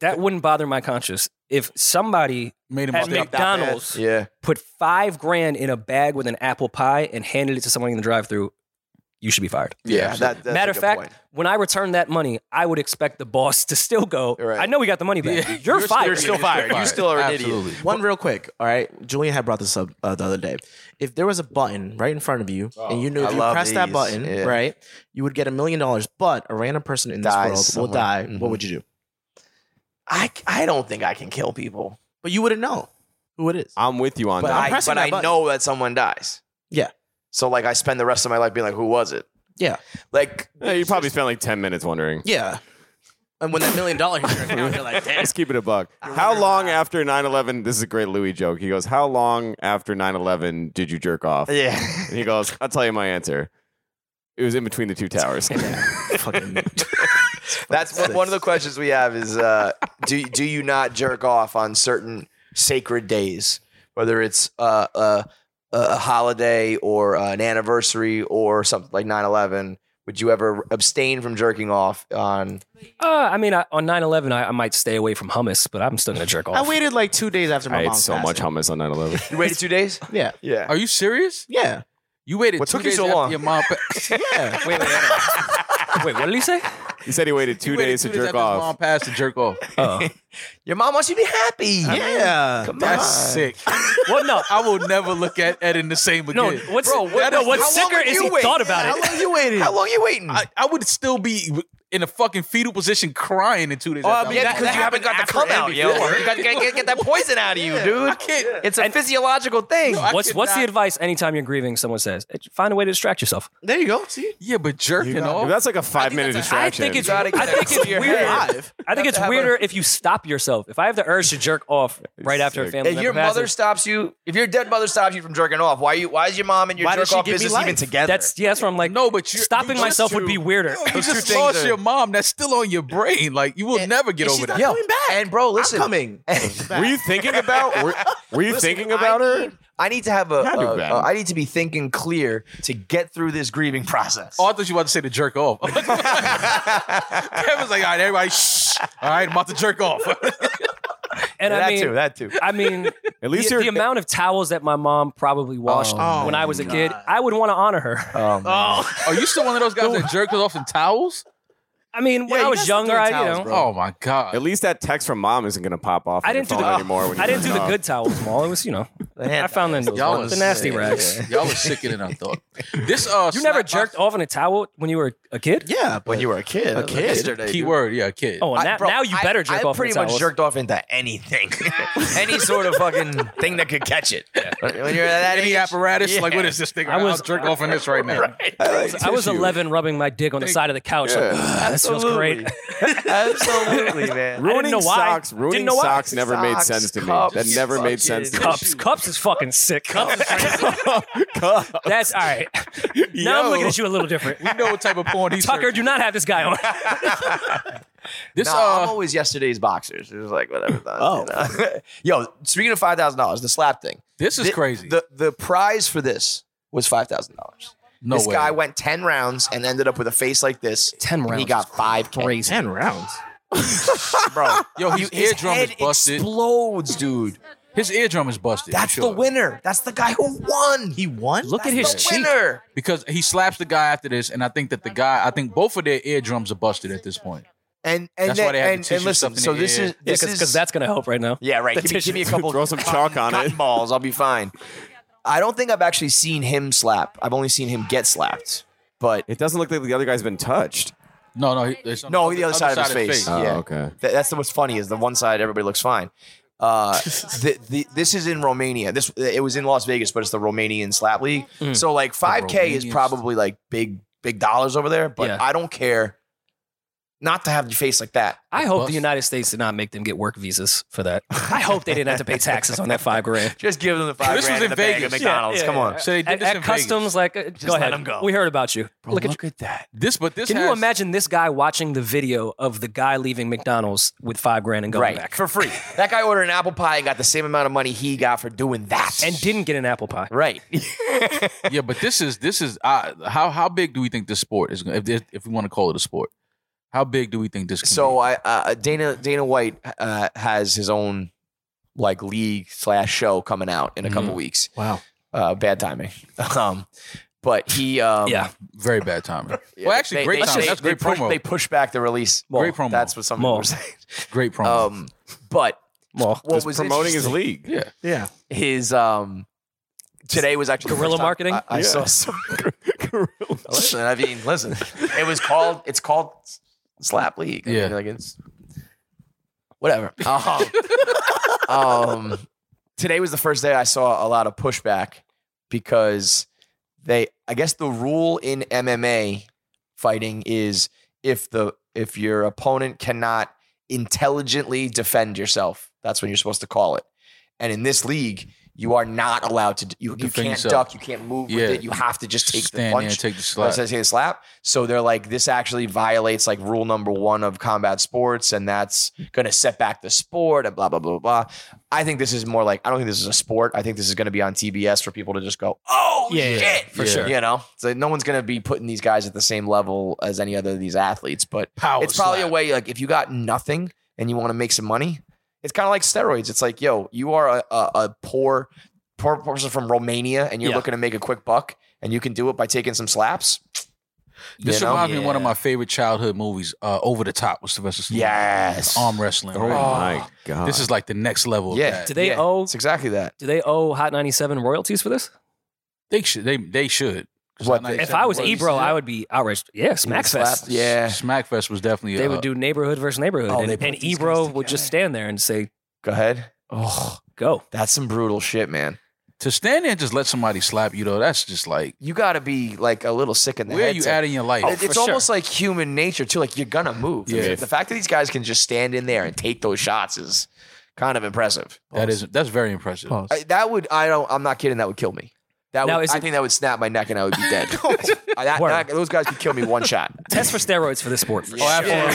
that wouldn't bother my conscience if somebody
made him
at
stay up that
McDonald's
yeah.
put five grand in a bag with an apple pie and handed it to somebody in the drive-through. You should be fired.
Yeah,
Yeah, that, that's
Matter
a
of
good
fact,
point.
when I return that money, I would expect the boss to still go.
Right.
I know we got the money back.
Yeah.
You're,
You're-
fired.
you're still fired.
You still are an
Absolutely.
idiot.
One real quick. All right. Julian had brought this up uh, the other day. If there was a button right in front of you, and you knew
I
if you
love
press that
these.
button,
Yeah.
right, you would get a million dollars, but a random person in this
Dies
world
somewhere.
will die. Mm-hmm.
Mhm.
What would you do?
I, I don't think I can kill people,
But you wouldn't know who it is.
I'm with you on
But
but
that.
I'm
I,
pressing
but
that
I
button.
know that someone dies.
Yeah.
So like I spend the rest of my life being like, who was it?
Yeah.
Like
Yeah, you probably spent like ten minutes wondering.
Yeah. And when that million dollars turned out, you're like, damn.
Let's keep it a buck. How long after 9/11? This is a great Louis joke. He goes, "How long after 9/11 did you jerk off?" And
yeah.
he goes, "I'll tell you my answer. It was in between the two towers."
Fucking
That's one, one of the questions we have is uh, do do you not jerk off on certain sacred days, whether it's uh, uh, a holiday or uh, an anniversary or something like 9/11? Would you ever abstain from jerking off on?
Uh, I mean, I, on 9 11, I, I might stay away from hummus, but I'm still going to jerk off.
I waited like two days after my
I
mom.
ate so much hummus on 9/11.
You waited two days.
Yeah.
Yeah.
Are you serious?
Yeah.
You waited
What
two
took you
days
so
after
long?
Your mom. pa-
Yeah.
wait, wait, wait. wait, what did he say?
He said he waited two
You waited
days to
days
jerk
after his Mom
off.
passed to jerk off.
Oh.
Your mom wants you to be happy.
Yeah.
Come
That's
on.
sick.
Well, no.
I will never look at Ed in the same again.
No, what's,
Bro,
no,
that is-
what's
how long
sicker
would
is
you
he
wait?
thought about
How
it.
long you waited?
How long you waiting?
I, I would still be in a fucking fetal position crying in two days.
Oh,
after.
I
I'm
mean, yeah,
like,
because
what
you haven't got
happened
the come
after
out,
Andy
yo.
Ford?
You got to get, get that poison out of you, dude.
I can't.
It's a physiological thing.
No, I
What's
could
what's the
not-
advice anytime you're grieving? Someone says, find a way to distract yourself.
There you go. See,
Yeah, but jerking off.
That's like a five minute distraction.
I think it's
gotta get
I think
that
it's
to your
weirder.
head.
Five.
I think it's
have to have
weirder if you stop yourself. If I have the urge to jerk off right after a
Sick.
family
if
member
your
passes,
mother stops you, if your dead mother stops you from jerking off, why you? Why is your mom and your
Why did
jerk
she
off
give me
business
life?
even together?
that's yeah, that's where I'm like,
No, but you-
stopping
you just
myself would
two-
be weirder.
You just
things
lost
are-
your mom. That's still on your brain. Like you will never get
and
over
she's
that.
not coming back.
And bro, listen,
I'm coming.
were you thinking about? Were, were you thinking about
I
her?
Need, I need to have a.
Gotta do
a-
better.
a- I need to be thinking clear to get through this grieving process.
Oh, I thought you were about to say the jerk off. Kevin's like, all right, everybody, shh. All right, I'm about to jerk off.
and
Yeah,
I
that
mean,
too. That too.
I mean,
At least
the,
you're.
the amount of towels that my mom probably washed
Oh,
when I was a
my
kid,
God.
I would want to honor her.
Um,
Are you still one of those guys that jerks off in towels?
I mean, when I
Yeah, you
was
gotta stop
younger, I
doing
you
towels,
know,
bro.
Oh my god!
at least that text from mom isn't gonna pop off.
I
on your
didn't do
phone
the-
anymore. when
I
you
didn't do
turn
the
it
good towels, Mal. It was you know, I found the,
Y'all
the
was
nasty
sick.
rags.
Y'all was sicker than I thought. This uh,
You never
slap
jerked
box-
off in a towel when you were a kid?
Yeah, but
When you were a kid,
A
like
kid.
yesterday,
Key
dude.
word, yeah, kid.
Oh, and
I-
that,
bro,
now you
I-
better jerk
I
off
pretty
in
much
towels.
jerked off into anything, any sort of fucking thing that could catch it. When you're that
any
age,
apparatus?
yeah.
Like, what is this thing?
I
I
was-
was jerk off in this right now.
I was 11 rubbing my dick on the side of the couch. Like, "Ugh, this feels great.
Absolutely,
didn't
man.
Ruining
know why.
socks.
Didn't
Ruining
know why.
socks never made
Socks,
sense to me.
cups,
That never made
fucking
sense to me.
Cups. Cups is fucking sick. Cups. That's all right. Now I'm looking at you a little different.
You know what type of porn he's
Tucker, do not have this guy on.
This
No, I'm
uh,
always yesterday's boxers. It was like whatever.
Oh.
oh, yo, speaking of five thousand dollars, the slap thing.
this is
the,
crazy.
The the prize for this was five thousand dollars.
No
this
way.
guy went ten rounds and ended up with a face like this.
10
and
rounds
He
is
got five crazy,
ten rounds.
bro.
Yo, his eardrum
head
is busted.
Explodes, dude.
His eardrum is busted.
That's
for sure.
the winner. That's the guy who won.
He won.
Look at his
the
cheek.
winner.
because he slaps the guy after this, and I think that the guy, I think both of their eardrums are busted at this point.
And and
That's
then,
why they have the
and, and
tissue
listen.
stuffed in
So
the
this
ear.
is
Yeah,
this
because
is
that's going to help right now.
yeah right.
The
Give me, give me a
tissue.
couple.
Throw some chalk on
cotton
it.
balls. I'll be fine. I don't think I've actually seen him slap. I've only seen him get slapped. But
It doesn't look like the other guy's been touched.
No, no, he- it's on
no, the other side, of his face.
face. Oh,
yeah.
okay.
Th- that's the, what's funny is the one side everybody looks fine. Uh, the, the, this is in Romania. This it was in Las Vegas, but it's the Romanian slap league.
Hmm.
So like 5K is
Romanians.
probably like big big dollars over there. But
Yeah.
I don't care. Not to have your face like that.
I hope
Bust.
the United States did not make them get work visas for that. I hope they didn't have to pay taxes on that five grand.
Just give them the five
This was in
grand in the bag
Vegas.
at McDonald's.
Yeah,
Come
yeah,
on.
yeah.
So they did
At,
this
at
in
customs, like, uh, go
let
ahead.
'em go.
We heard about you. look at you.
that.
This, but this
Can
has,
you imagine this guy watching the video of the guy leaving McDonald's with five grand and going
Right
back
for free. That guy ordered an apple pie and got the same amount of money he got for doing that.
and didn't get an apple pie?
right.
Yeah, but this is this is uh, how how big do we think this sport is? gonna- If this- if we want to call it a sport, how big do we think this? Can
So
be?
I uh, Dana Dana White uh, has his own like league slash show coming out in a couple
Mm-hmm.
weeks.
Wow.
Uh, bad timing. Um, but he um,
Yeah.
very bad timing.
yeah,
well, actually,
they-
great
they-
timing.
they-
That's
they
great
push-
promo.
They push back the release.
Great promo.
That's what some
More.
people were saying.
great promo.
Um, but
Well,
what
Just
was
promoting his
interesting-
league.
yeah,
Yeah.
his um today was actually the
Guerrilla
first time
marketing?
I, I
Yeah.
saw some
Oh
listen. I mean, listen. It was called. It's called Slap League. I mean,
Yeah.
like it's whatever. Um, um, today was the first day I saw a lot of pushback because they. I guess the rule in MMA fighting is if the if your opponent cannot intelligently defend yourself, that's when you're supposed to call it. And in this league, you are not allowed to. You, you
Defend
can't
yourself.
duck. You can't move
Yeah.
with it. You have to just take
stand
the punch.
there and take the
I
slap.
was gonna say the slap. So they're like, this actually violates like rule number one of combat sports, and that's gonna set back the sport and blah blah blah blah. blah. I think this is more like I don't think this is a sport. I think this is gonna be on TBS for people to just go, oh
Yeah,
shit,
yeah, for
Yeah.
sure.
You know, so no one's gonna be putting these guys at the same level as any other of these athletes, but
Power
it's probably
slap.
a way like if you got nothing and you want to make some money, it's kind of like steroids. It's like, yo, you are a, a, a poor poor person from Romania and you're
Yeah.
looking to make a quick buck and you can do it by taking some slaps.
This
you know?
reminds me of one of
Yeah.
my favorite childhood movies, uh, Over the Top with Sylvester Stallone.
Yes.
arm wrestling.
Oh,
right?
my god.
This is like the next level. Of
Yeah.
that.
Do they
Yeah.
owe
It's exactly that.
do they owe Hot 97 royalties for this?
They should. They they should.
What the-
If I was Ebro, I would be outraged. Yeah, Smackfest.
Slap- Yeah.
Smackfest was definitely.
They
uh,
would do neighborhood versus neighborhood,
Oh,
and,
they put
and
these
Ebro
guys
would just stand there and say,
Go ahead.
"Oh, go."
That's some brutal shit, man.
to stand there and just let somebody slap you though. That's just like
You got to be like a little sick in the
where are
head.
you
to-
at in your life?
It- it's almost like human nature too. Like you're gonna move.
Yeah.
The fact that these guys can just stand in there and take those shots is kind of impressive.
that is that's very impressive.
Pause.
I- that would I don't. I'm not kidding. That would kill me. That
Now,
would,
is
I
it-
think that would snap my neck and I would be dead. I- that-
Word.
that- those guys could kill me one shot.
Test for steroids for this sport. For
Oh, absolutely.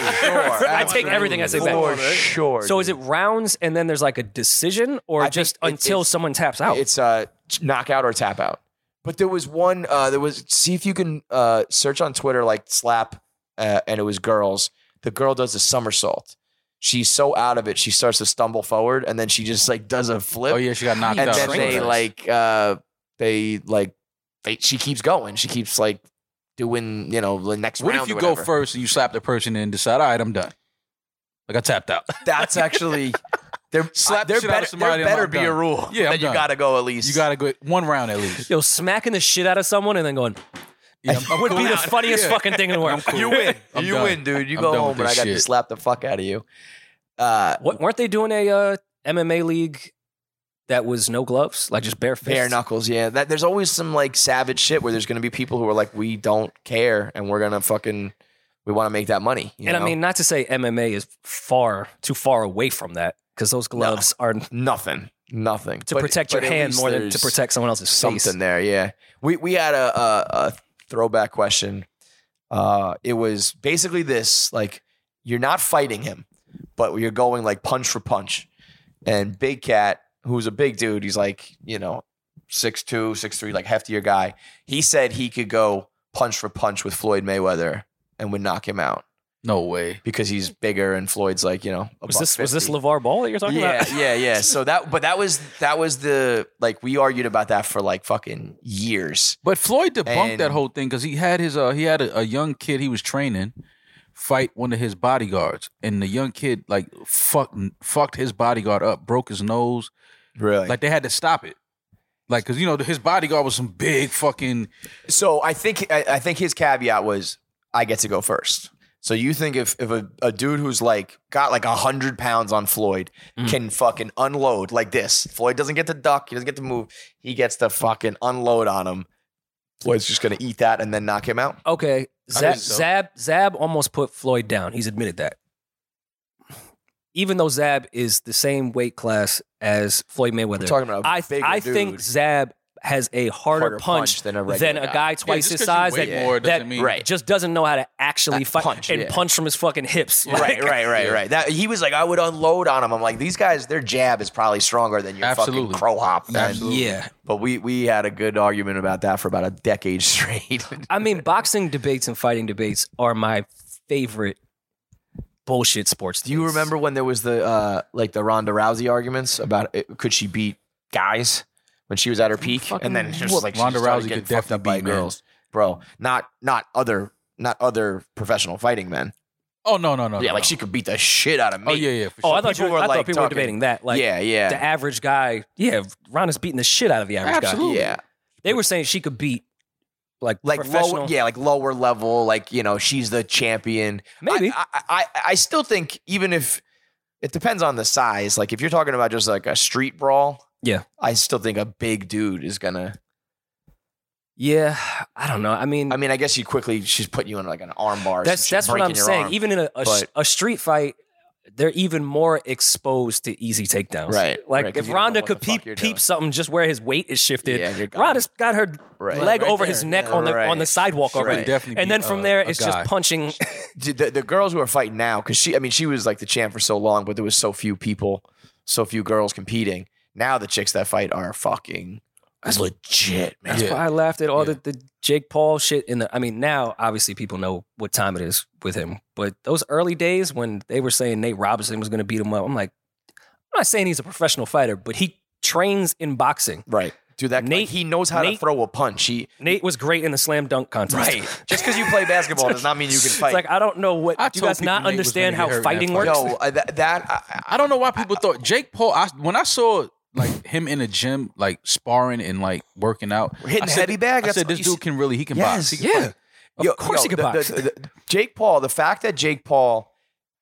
Sure.
I take everything I say back.
For sure.
sure. So is it
dude.
rounds, and then there's like a decision, or
I think
just
it-
until
it's-
someone taps out?
It's a knockout or tap out. But there was one. Uh, there was. See if you can uh, search on Twitter like slap, uh, and it was girls. The girl does a somersault. She's so out of it, she starts to stumble forward, and then she just like does a flip.
Oh yeah, she got knocked
and
out.
then they like uh they like they she keeps going. She keeps like doing you know the next
what
round.
if you
or
go
whatever.
first and you slap the person and decide, all right, I'm done. Like I tapped out.
That's actually there.
Slap the
there
shit out of
better,
somebody
there
and
better
I'm
be
done.
a rule.
Yeah, I'm
that you
done.
gotta go at least.
You gotta go one round at least.
Yo, smacking the shit out of someone and then going
Yeah, I'm- I'm
would be
cool
the
now.
funniest
Yeah.
fucking thing in the world.
I'm cool.
You win.
I'm
you
done.
win, dude. You
I'm
go
done
home
with
and I
this
got to
shit.
slap the fuck out of you. Uh,
What, weren't they doing a uh, MMA league that was no gloves, like just bare fists?
bare knuckles, yeah. That there's always some like savage shit where there's gonna be people who are like, we don't care, and we're gonna fucking, we want to make that money. you
and I
know?
mean, not to say MMA is far too far away from that, because those gloves are to
nothing, nothing But-
protect your
but at
hand
least
more than to
there's
protect someone else's
something
face.
there. Yeah, we we had a, a, a throwback question. Uh, it was basically this: like you're not fighting him, but you're going like punch for punch. And Big Cat, who's a big dude, he's like you know six two, six three, like heftier guy. He said he could go punch for punch with Floyd Mayweather and would knock him out
No way.
because he's bigger and Floyd's like you know. a
Was
buck
this was this
50
Levar Ball that you're talking
yeah,
about?
yeah, yeah. So that, but that was that was the like we argued about that for like fucking years.
But Floyd debunked
And-
that whole thing because he had his uh he had a, a young kid he was training fight one of his bodyguards and the young kid like fuck, fucked his bodyguard up broke his nose
Really?
like they had to stop it like because you know his bodyguard was some big fucking
so I think I, I think his caveat was I get to go first. So you think if if a, a dude who's like got like a hundred pounds on Floyd
Mm.
can fucking unload like this? Floyd doesn't get to duck. He doesn't get to move. He gets to fucking unload on him. Floyd's just gonna eat that and then knock him out.
Okay, Zab,
think so.
Zab Zab almost put Floyd down. He's admitted that. Even though Zab is the same weight class as Floyd Mayweather,
We're talking about a
I
bigger
I
dude.
think Zab has a harder,
Harder punch than a regular guy.
guy twice
just
his
'cause
size
you
that,
weigh more doesn't
that
mean-
Right.
just doesn't know how to actually
Uh,
fight
punch,
and
yeah.
punch from his fucking hips.
Right,
Like,
right, right,
Yeah.
right. That he was like, I would unload on him. I'm like, these guys, their jab is probably stronger than your
Absolutely.
fucking crow hop. man.
Absolutely.
Yeah.
But we we had a good argument about that for about a decade straight.
I mean, boxing debates and fighting debates are my favorite bullshit sports.
Do you
debates.
remember when there was the uh like the Ronda Rousey arguments about it, could she beat guys when she was at her peak, and then just like
Ronda
she started
Rousey
getting
could
fucked
definitely
up by
beat men.
girls, bro. Not not other not other professional fighting men.
oh no no no
yeah,
no,
like
no.
she could beat the shit out of me.
oh yeah yeah for
Oh,
sure.
I thought
people
you were,
were,
I
like,
thought people were
talking-
debating that. Like,
yeah, yeah,
the average guy. Yeah, Ronda's beating the shit out of the average guy.
Absolutely.
yeah.
They were saying she could beat like
like
professional.
lower, yeah, like lower level, like you know, she's the champion.
Maybe.
I, I, I, I still think even if it depends on the size. Like if you're talking about just like a street brawl,
Yeah.
I still think a big dude is gonna.
Yeah, I don't know. I mean,
I mean, I guess you quickly she's putting you in like an arm bar. or
that's
some shit,
that's what I'm
breaking your
saying.
arm.
Even in a a, sh-
but-
a street fight, they're even more exposed to easy takedowns.
Right,
Like
right, 'cause
if
you don't know
Ronda
what
could
the fuck
peep,
you're
peep
doing.
something just where his weight is shifted.
Yeah, you're gone.
Ronda's got her
Right.
leg
Right
over
there.
his neck
Yeah,
on the on
right.
the sidewalk
Sure.
already.
Definitely
and then
beat,
from
uh,
there,
a
it's
guy.
just punching.
Dude, the, the girls who are fighting now because she i mean she was like the champ for so long but there was so few people so few girls competing now the chicks that fight are fucking that's legit man
That's
Yeah.
why I laughed at all
Yeah.
the, the Jake Paul shit. In the, I mean, now obviously people know what time it is with him, but those early days when they were saying Nate Robinson was going to beat him up, I'm like, I'm not saying he's a professional fighter, but he trains in boxing.
right dude that like,
Nate-
he knows how to
Nate-
throw a punch he
Nate was great in the slam dunk contest.
Right. Just because you play basketball does not mean you can
It's
fight.
like I don't know what
I
do you
told
guys
people
not
Nate was
understand
gonna
how
get hurt in that
fighting
fight.
works.
no, uh, that, that I,
I don't know why people thought Jake Paul. I, when I saw like him in a gym, like sparring and like working out.
We're hitting
I said-
heavy bag,
I
that's
said
what
this
you
dude can really he can box. He can
yeah.
fight.
Of course he could
the-
box.
the- the- Jake Paul, the fact that Jake Paul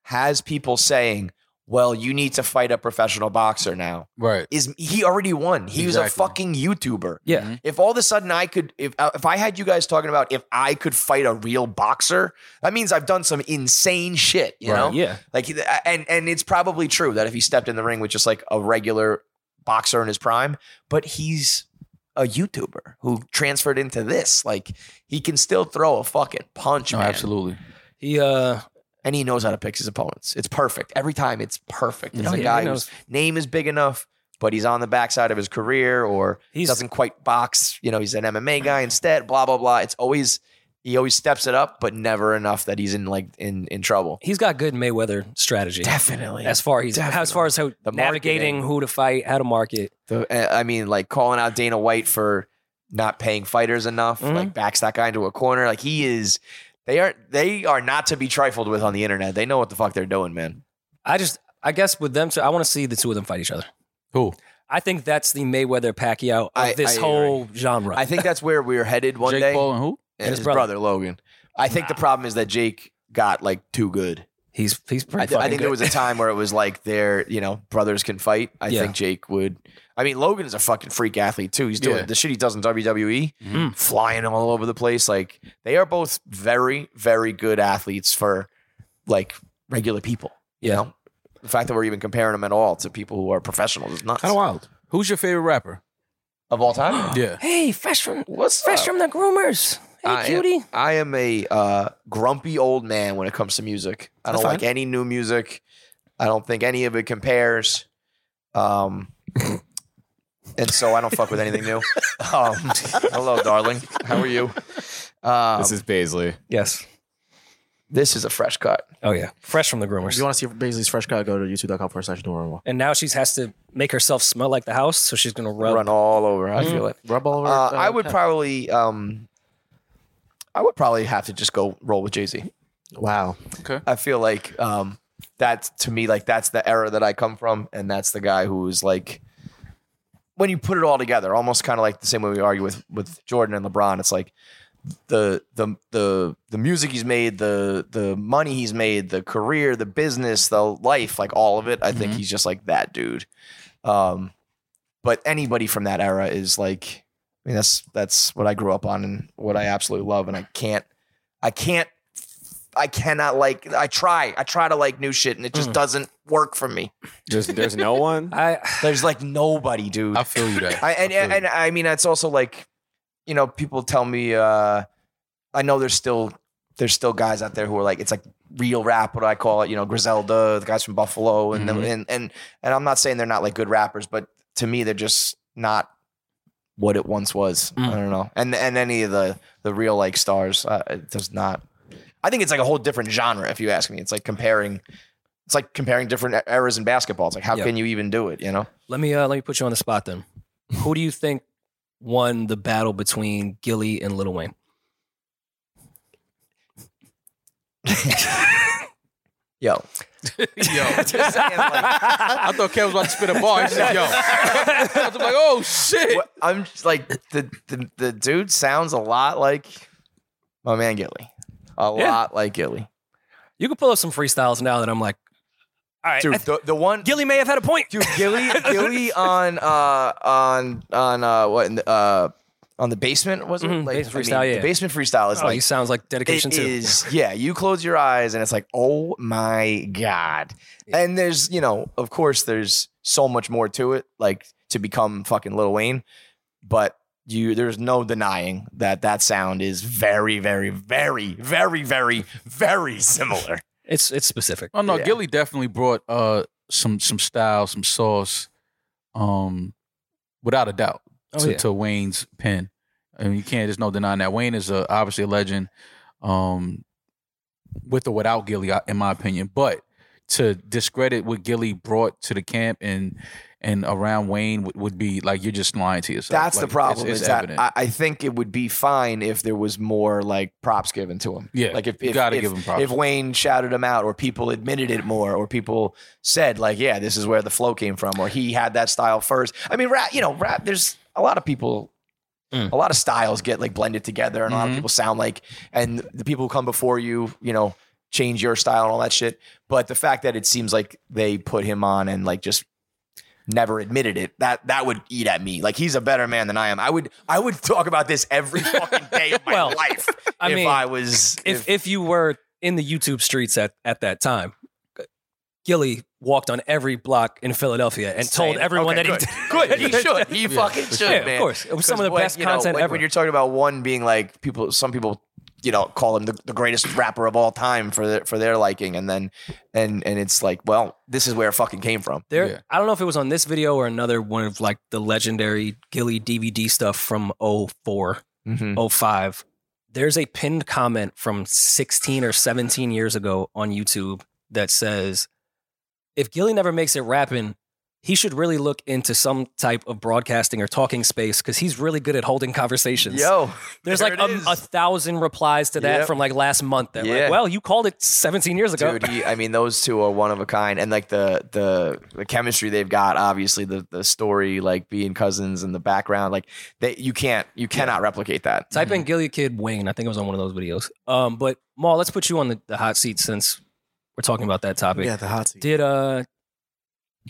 has people saying, well, you need to fight a professional boxer now
Right.
is he already won. He was a
Exactly. Mm-hmm.
fucking YouTuber.
yeah.
If all of a sudden I could, if uh, if I had you guys talking about if I could fight a real boxer, that means I've done some insane shit, you
Right,
know?
Yeah.
Like, he- and and it's probably true that if he stepped in the ring with just like a regular boxer in his prime, but he's a YouTuber who transferred into this. Like, he can still throw a fucking punch,
No,
man.
absolutely.
He uh
And he knows how to pick his opponents. It's perfect every time. It's perfect. It's
Oh,
a
yeah,
guy
he
whose name is big enough. But he's on the backside of his career, or he
he's
doesn't quite box. You know, he's an MMA guy instead. Blah blah blah. It's always he always steps it up, but never enough that he's in like in in trouble.
he's got good Mayweather strategy.
Definitely.
As far he's as far as how
The
navigating
marketing.
who to fight, how to market.
The- uh, I mean, like calling out Dana White for not paying fighters enough,
Mm-hmm.
Mhm.
like backs that guy into a corner. Like he is. They are they are not to be trifled with on the internet. They know what the fuck they're doing, man.
I just I guess with them two, I want to see the two of them fight each other.
Cool.
I think that's the Mayweather Pacquiao of
I- I
this
agree.
whole genre.
I think that's where we are headed one
Jake
day.
Paul and who?
and his, brother. Logan. I think the problem is that Jake got like too good.
he's he's pretty
I, th- I
fucking
think there was a time where it was like their, you know, brothers can fight. I
Yeah.
think Jake would. I mean, Logan is a fucking freak athlete too. He's doing
Yeah.
the shit he does in WWE,
Mm-hmm.
Mhm.
flying all over the place. Like they are both very, very good athletes for like regular people. You
Yeah.
know, the fact that we're even comparing them at all to people who are professionals is nuts.
Kind of wild.
Who's your favorite rapper?
Of all time,
Yeah.
Hey, fresh from
what's
fresh
up?
from the groomers. Hey,
Uh, I am-
cutie.
I am a uh, grumpy old man when it comes to music. I
That's
don't like
fine.
any new music. I don't think any of it compares. Um, and so I don't fuck with anything new. Um, hello, darling. How are you? Um,
this is Baisley.
Yes.
this is a fresh cut.
Oh yeah. Fresh from the groomers.
If you want to see Baisley's fresh cut, go to youtube.com forward slash normal.
and now she has to make herself smell like the house, so she's gonna rub.
Run all over. I feel it.
Rub all over.
Uh, I would probably. Um, I would probably have to just go roll with Jay Z.
Wow.
I feel like um, that's to me like that's the era that I come from, and that's the guy who is like when you put it all together, almost kind of like the same way we argue with with Jordan and LeBron. It's like the the the the music he's made, the the money he's made, the career, the business, the life, like all of it. I think
Mhm.
he's just like that dude. Um, but anybody from that era is like, I mean, that's that's what I grew up on and what I absolutely love, and I can't, I can't, I cannot like. I try, I try to like new shit, and it just doesn't work for me.
There's, there's no one.
I
There's like nobody, dude.
I feel you that.
I, and,
I feel
and,
you.
and I mean, it's also like, you know, people tell me, uh, I know there's still, there's still guys out there who are like, it's like real rap, what I call it, you know, Griselda, the guys from Buffalo. And,
Mhm.
and, and, and I'm not saying they're not like good rappers, but to me, they're just not what it once was. I don't know. And, and any of the, the real like stars, uh, it does not, I think it's like a whole different genre. If you ask me, it's like comparing, it's like comparing different e-, eras in basketball. It's like, how
Yeah.
can you even do it? You know?
let me uh, let me put you on the spot then. Who do you think won the battle between Gilly and Little Wayne?
Yo,
yo,
Just saying, like-
I thought Kev was about to spit a bar. He said, yo. I was like, oh shit.
What- I'm just like the, the the dude sounds a lot like my man Gilly, a
Yeah.
lot like Gilly.
You can pull up some freestyles now that I'm like, all right, I
Dude,
th-
the, the one
Gilly may have had a point.
dude Gilly Gilly on uh on on uh what in the, uh on the Mm-hmm. basement was it
Mhm,
like
basement
I mean,
freestyle, yeah.
the basement freestyle is
oh, he
like
sounds like dedication
it
too.
is yeah you close your eyes and it's like oh my god and there's you know of course there's so much more to it like to become fucking Lil Wayne but you there's no denying that that sound is very very very very very very similar
It's it's specific.
Oh no,
Yeah.
Gilly definitely brought uh some some style, some sauce, um, without a doubt
Oh,
to,
yeah.
to Wayne's pen. I mean, you can't. There's no denying that Wayne is a, obviously a legend, um, with or without Gilly, I- in my opinion. But to discredit what Gilly brought to the camp and and around Wayne would, would be like you're just lying to yourself.
That's
Like,
the
it's-
problem.
It's,
is that
evident.
I, I think it would be fine if there was more like props given to him.
Yeah,
like if
you
if,
gotta
if,
give him props.
if Wayne shouted him out, or people admitted it more, or people said like, "Yeah, this is where the flow came from," or he had that style first. I mean, rap. You know, rap. There's a lot of people.
Mm.
A lot of styles get like blended together, and a lot
Mm-hmm.
of people sound like, and the people who come before you, you know, change your style and all that shit. But the fact that it seems like they put him on and like just never admitted it that that would eat at me like he's a better man than i am i would i would talk about this every fucking day of my
Well,
life
I
if
mean,
i was
if if you were in the YouTube streets at, at that time, Gilly walked on every block in Philadelphia and told
Saying-
everyone
okay,
that
good.
he
Good. He should. He fucking should,
Yeah, of
man.
course. It was some of
'Cause
the
when-
best
you know,
content
when,
ever.
When you're talking about one being like people, some people, you know, call him the, the greatest rapper of all time for their, for their liking, and then and and it's like, well, this is where it fucking came from.
There,
Yeah.
I don't know if it was on this video or another one of like the legendary Gilly DVD stuff from 04,
Mm.
05. There's a pinned comment from 16 or 17 years ago on YouTube that says, if Gilly never makes it rapping, he should really look into some type of broadcasting or talking space because he's really good at holding conversations.
Yo,
There's
there
like
it
a,
is.
a thousand replies to that
Yep.
from like last month. That
Yeah.
like, well, you called it 17 years ago.
Dude, he, I mean, those two are one of a kind, and like the the the chemistry they've got. Obviously, the the story, like being cousins and the background, like they you can't you cannot replicate that.
Type in Gilly Kid Wayne. I think it was on one of those videos. Um, but Maul, let's put you on the, the hot seat since we're talking about that topic.
Yeah, the hot seat.
Did uh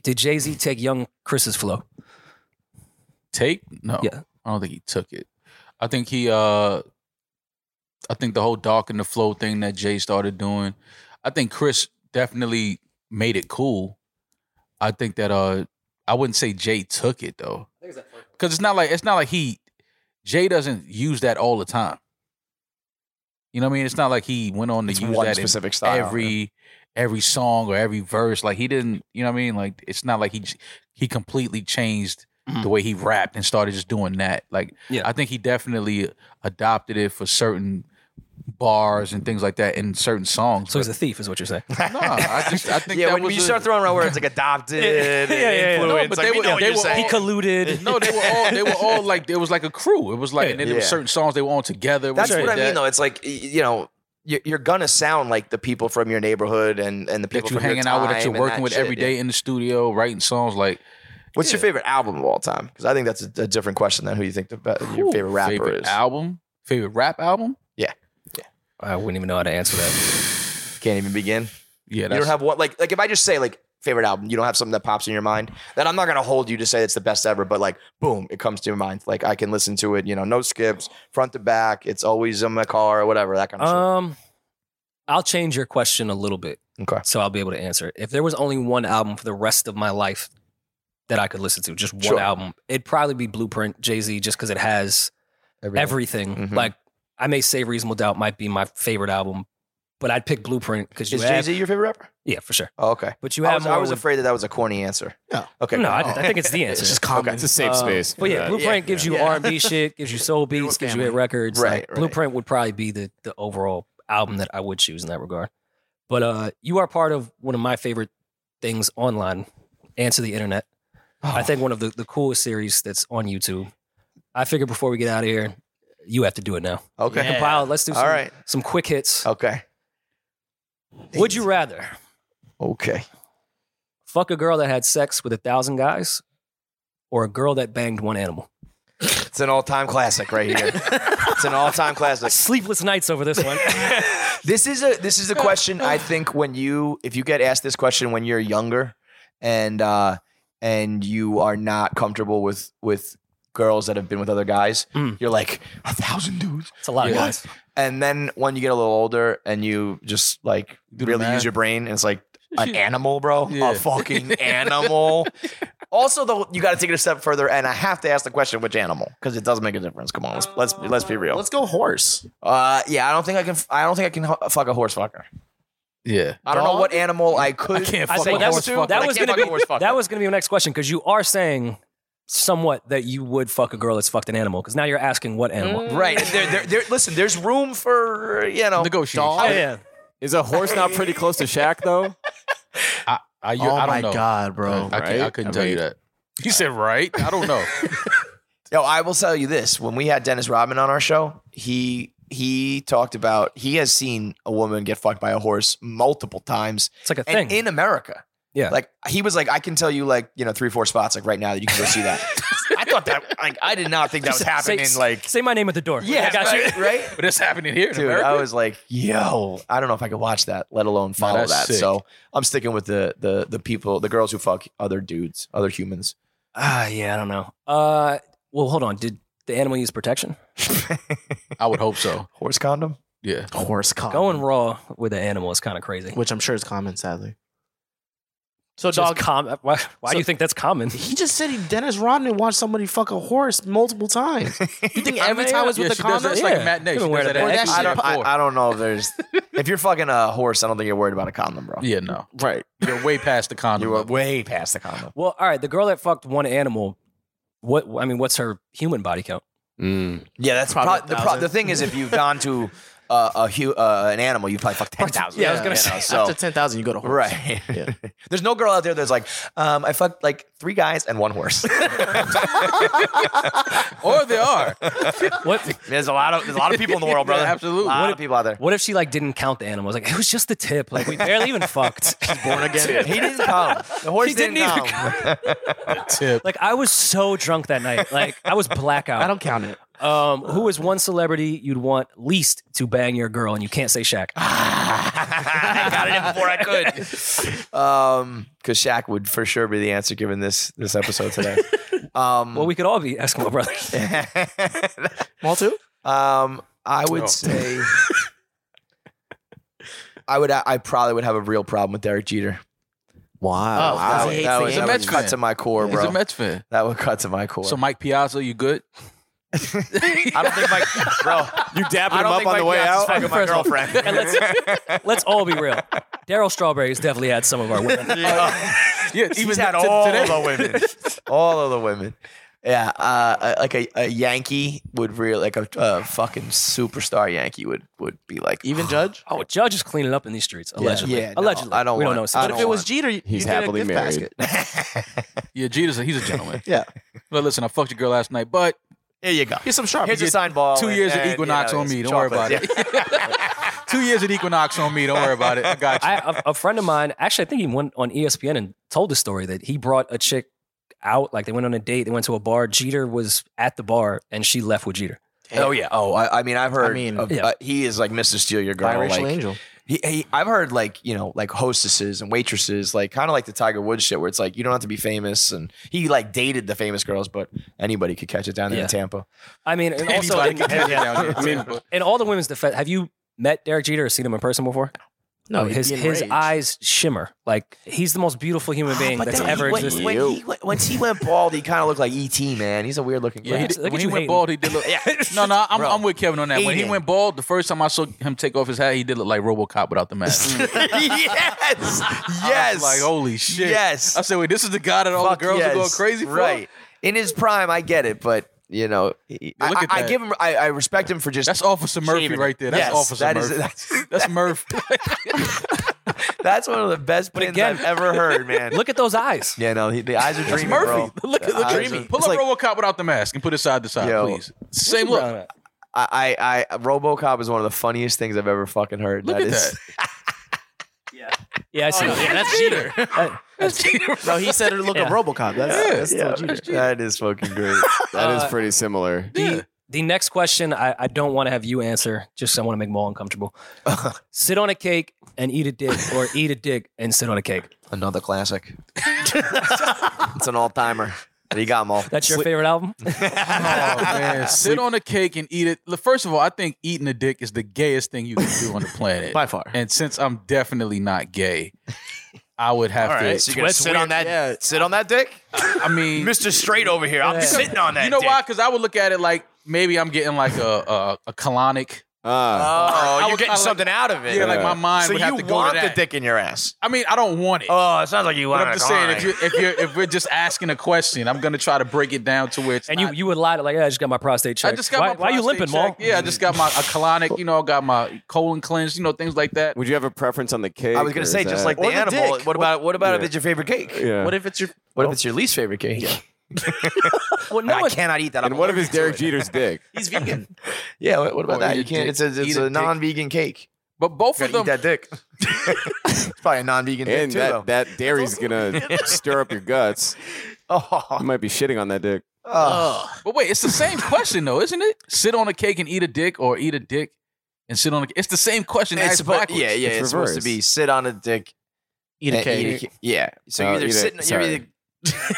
did Jay Z take young Chris's flow?
take? No.
Yeah.
I don't think he took it. I think he uh I think the whole dark and the flow thing that Jay started doing, I think Chris definitely made it cool. I think that uh I wouldn't say Jay took it though. Cuz it's not like it's not like he Jay doesn't use that all the time. You know what I mean? It's not like he went on to
It's
use
one
that in
specific style.
every every song or every verse. Like he didn't, you know what I mean? Like it's not like he j- he completely changed
Mhm.
Mm-hmm.
the way he rapped and started just doing that. Like
Yeah.
I think he definitely adopted it for certain bars and things like that in certain songs.
So he's
but-
a thief, is what you're saying.
no, I just I think
yeah,
that
when
was
you
a-
start throwing around words like adopted, and
No,
influence,
but
like,
they
we
were-
know what
they
you're
were
saying.
he colluded.
no, they were all they were all like it was like a crew. It was like and then there were
Yeah.
certain songs they were on together.
That's
which
what I
did
mean,
that.
though. It's like y- you know. you- You're gonna sound like the people from your neighborhood and, and the people
That you're
from your
hanging out with, that
time
you're
and
working
that
with
shit,
every
yeah.
day in the studio, writing songs. Like
What's your favorite album of all time? Because I think that's a, a different question than who you think the be- your
whew,
favorite rapper
favorite
is.
album, favorite rap album.
I wouldn't even know how to answer that.
Can't even begin.
Yeah,
You don't have what like like if I just say like favorite album, you don't have something that pops in your mind. Then I'm not gonna hold you to say it's the best ever, but like boom, it comes to your mind. Like I can listen to it, you know, no skips, front to back. It's always in my car or whatever that kind of
Um I'll change your question a little bit
shit. Okay,
so I'll be able to answer it. If there was only one album for the rest of my life that I could listen to, just one
Sure.
album, it'd probably be Blueprint Jay Z just because it has everything.
Mhm.
Like I may say Reasonable Doubt might be my favorite album, but I'd pick Blueprint because you
is Jay
have
Z your favorite rapper?
yeah for sure.
Oh, okay.
But you
I
have
was,
more.
I was
with-
afraid that that was a corny answer.
No.
Okay. Oh,
no, I, I think it's the answer.
It's just common.
It's a safe
Uh,
space.
But yeah,
Uh,
Blueprint gives you
yeah.
R and B shit, gives you soul beats, gives you hit
family.
records.
Right,
Like,
right.
Blueprint would probably be the the overall album that I would choose in that regard. But uh, you are part of one of my favorite things online and to the internet.
Oh.
I think one of the, the coolest series that's on YouTube. I figured before we get out of here, you have to do it now.
Okay.
Compile. Let's do some,
All right. Oh,
some quick hits.
Okay.
Would you rather
Okay.
fuck a girl that had sex with a thousand guys or a girl that banged one animal?
It's an all-time classic right here. it's an all-time classic.
Sleepless nights over this one.
This is a this is a question I think when you if you get asked this question when you're younger and uh and you are not comfortable with with girls that have been with other guys,
Mm.
you're like a thousand dudes.
It's a lot of
Yeah.
guys.
And then when you get a little older and you just like
Do the
really
math.
use your brain and it's like an animal, bro.
Yeah.
A fucking animal. also though, you gotta take it a step further and I have to ask the question, which animal? Because it does make a difference. Come on, let's let's let's be real.
Let's go horse.
Uh yeah, I don't think I can I don't think I can hu- fuck a horse fucker.
yeah.
I don't know what animal I could.
I can't
I
fuck
think
a
that
horse
was-
fucker.
that
I
was
can't
gonna
fuck
be-
a horse fucker.
That was going to be my next question because you are saying somewhat that you would fuck a girl that's fucked an animal because now you're asking what animal.
right. There, there, there, listen, there's room for you know.
negotiation.
Oh,
I,
yeah.
is a horse not pretty close to Shaq though?
I, I, you-
oh
I don't
my
know.
god, bro.
I, can't- I
Right?
couldn't
I
tell you
mean-
that. He said, right? I don't know.
Yo, I will tell you this: when we had Dennis Rodman on our show, he he talked about he has seen a woman get fucked by a horse multiple times,
It's like a
and
thing.
in America.
Yeah.
like he was like, I can tell you like you know three four spots like right now that you can go see that. I thought that like I did not think that was
Say-
happening.
say,
like
say my name at the door. I got you.
right, right?
But it's happening here in
Dude,
America.
I was like, yo, I don't know if I could watch that, let alone follow
that's
that.
sick.
So I'm sticking with the the the people, the girls who fuck other dudes, other humans.
Ah, yeah, I don't know. Uh, well, hold on. Did the animal use protection?
I would hope so.
Horse condom.
Yeah.
Horse condom.
Going raw with an animal is kind of crazy.
which I'm sure is common, sadly. So
Just
dog,
com- why why
So-
do you think that's common?
he just said he, Dennis Rodman watched somebody fuck a horse multiple times. You think every
mean,
time it's
yeah,
with
she
the
does that.
condom?
It's
Yeah.
like Matt Nash.
Even
She
wear
does that
the
at
back.
X-Men
I don't,
four.
I, I don't know if there's if you're fucking a horse, I don't think you're worried about a condom, bro.
yeah, no.
Right.
You're way past the condom.
You were way past the condom.
Well, all right. The girl that fucked one animal. What I mean, what's her human body count?
Mm.
Yeah, that's
Probably
probably, the, pro-
1,000.
the thing is if you've gone to uh, a hu- uh, an animal, you probably fucked ten thousand.
Yeah, I was gonna say,
so.
After ten thousand, you go to horse.
Right.
Yeah.
There's no girl out there that's like, um, I fucked like three guys and one horse.
or they are.
What
there's a lot of there's a lot of people in the world, brother.
Yeah, Oh, absolutely.
A lot
What
of people out there.
What if she like didn't count the animals? Like it was just the tip. Like we barely even fucked.
Born again.
He didn't come. The horse
He
didn't,
didn't
come.
even
Tip.
Like I was so drunk that night. Like I was blackout.
I don't count it.
Um, who is one celebrity you'd want least to bang your girl, and you can't say Shaq?
I got it in before I could. Um, because Shaq would for sure be the answer given this this episode today. Um,
Well, we could all be Eskimo brothers.
Maltu?
um, I would
Oh.
say. I would. I probably would have a real problem with Derek Jeter.
Wow.
That
Oh, Wow.
would-
He hates
that
the
would- that
Yankees.
would cut to my core,
He's a
bro.
Mets fan.
That would cut to my core.
So Mike Piazza, you good?
I don't think my bro.
You dapping
I
him
don't
up
think
on the
Mike
way
Piazza's
out?
fucking my
First of all-
girlfriend.
And let's let's all be real. Daryl Strawberry has definitely had some of our women.
Yeah,
He's
t-
had all
today.
the women, all of the women. Yeah, uh, like a, a Yankee would really like a, a fucking superstar Yankee would would be like
Even Judge?
Oh, a judge is cleaning up in these streets, allegedly.
yeah, no,
allegedly.
I don't
we
want-
don't know.
I
But
don't
if it was
want-
Jeter, you-
He's
you get a
happily
gift
married.
basket.
Yeah, Jeter's a, he's a gentleman.
Yeah.
But listen, I fucked your girl last night, but
there you go.
Here's some sharp.
Here's a
get
sign ball.
two
and-
years of
and, you
Equinox
know,
on me.
some
Don't worry about
chocolates.
it. two years of Equinox on me. Don't worry about it. I got you.
I, a, a friend of mine, actually, I think he went on E ESPN and told the story that he brought a chick out. Like they went on a date, they went to a bar. Jeter was at the bar, and she left with Jeter.
Yeah. Oh yeah. Oh, I, I mean, I've heard. I mean,
mean-
Yeah.
he is like Mr. Steal Your Girl.
Biracial
Like,
angel.
He, he, I've heard like you know like hostesses and waitresses like kind of like the Tiger Woods shit where it's like you don't have to be famous and he like dated the famous girls but anybody could catch it down there
Yeah.
in Tampa.
I mean, and
Anybody
also in,
can catch it down here in
I mean,
Tampa.
in all the women's defense, have you met Derek Jeter or seen him in person before? Oh,
No,
his
he'd be
his
enraged. Ah,
eyes shimmer. Like he's the most beautiful human being that's ever
he,
existed.
When, when he, went- once he went bald, he kind of looked like ET man. He's a weird looking.
Yeah,
guy.
he
Look
did,
at
when he
you
went
hating.
bald, he did look. No, no, I'm,
Bro.
I'm with Kevin on that. When he
Hating.
went bald, the first time I saw him take off his hat, he did look like RoboCop without the mask.
yes,
I
yes,
was like holy shit.
Yes.
I said, wait, this is the guy that all
Fuck
the girls
yes.
are going crazy for.
Right in his prime, I get it, but you know, he-
Yeah,
I,
look at
I- I
that.
give him. I, I respect him for just.
That's Officer Murphy
shaving it.
right there. That's
Yes,
Officer
that is-
Murphy.
that's-
that's Murph.
that's one of the best pins
again-
I've ever heard, man.
Look at those eyes.
yeah, no, he, the eyes are
That's
dreamy,
Murphy.
bro.
Look at the
eyes
dreamy.
are-
Pull
it's
up
like-
RoboCop without the mask and put it side to side,
Yo.
please. Same look.
I, I, I, RoboCop is one of the funniest things I've ever fucking heard.
Look
that
at
is,
Yeah, I see. that.
Oh, that's Jeter. That's Jeter.
No, he said it looked
Yeah.
like RoboCop. That's, that's still Jeter.
yeah, that is fucking great.
That is
Uh,
pretty similar.
Yeah.
The, the next question I, I don't want to have you answer. Just I want to make Maul uncomfortable. sit on a cake and eat a dick, or eat a dick and sit on a cake.
Another classic. it's an all timer. You got them all.
That's your favorite album?
Oh, man. Sit on a cake and eat it. Look, First of all, I think eating a dick is the gayest thing you can do on the planet.
By far.
And since I'm definitely not gay, I would have to.
so you're gonna sit on that, sit on that dick,
I mean,
Mister Straight over here. I'm sitting on that.
you know why? Because I would look at it like maybe I'm getting like a a, a colonic
Uh,
Oh,
I
you're
was
getting
kinda like-
something out of it.
Yeah, like my mind
So
would have
you
to go
want
to
the
that.
dick in your ass?
I mean, I don't want it.
Oh, it sounds like you
but
want
I'm
it.
just
Come
saying,
on.
if you if you if we're just asking a question, I'm gonna try to break it down to where it's
And
not-
you you would lie to like, yeah, I just got my prostate checked.
I just got
why,
my.
Why are you
prostate
limping, Maul?
checked. Yeah, I just got my a colonic. You know, I got my colon cleansed. You know, things like that.
would you have a preference on the cake?
I was gonna
or
say
is
just
that-
like the,
Or the
animal.
dick.
What about what about if
Yeah.
it's your favorite cake?
yeah.
What if it's your?
What if it's your least favorite cake?
Well,
And
no,
I
it's-
cannot eat that. I'm
and what if it's
allergic to
Derek
it.
Jeter's dick?
He's vegan.
Yeah, what what about
Oh,
that?
eat
You
a
can't.
dick.
It's a,
Eat
it's
a
a
dick.
non-vegan cake.
But both of
Gotta
them.
eat that dick. it's probably a non-vegan dick
And
too,
that,
though.
that dairy's gonna stir up your guts. You
Oh,
might be shitting on that dick.
oh.
But wait, it's the same question though, isn't it? Sit on a cake and eat a dick, or eat a dick and sit on a. It's the same question.
It's
asked
supposed,
backwards.
yeah, yeah. It's,
It's
supposed to
reversed.
be sit on a dick,
Eat a
and
cake.
ca- Yeah. So
Oh,
you're either
eat it.
sitting, you're
Sorry.
either,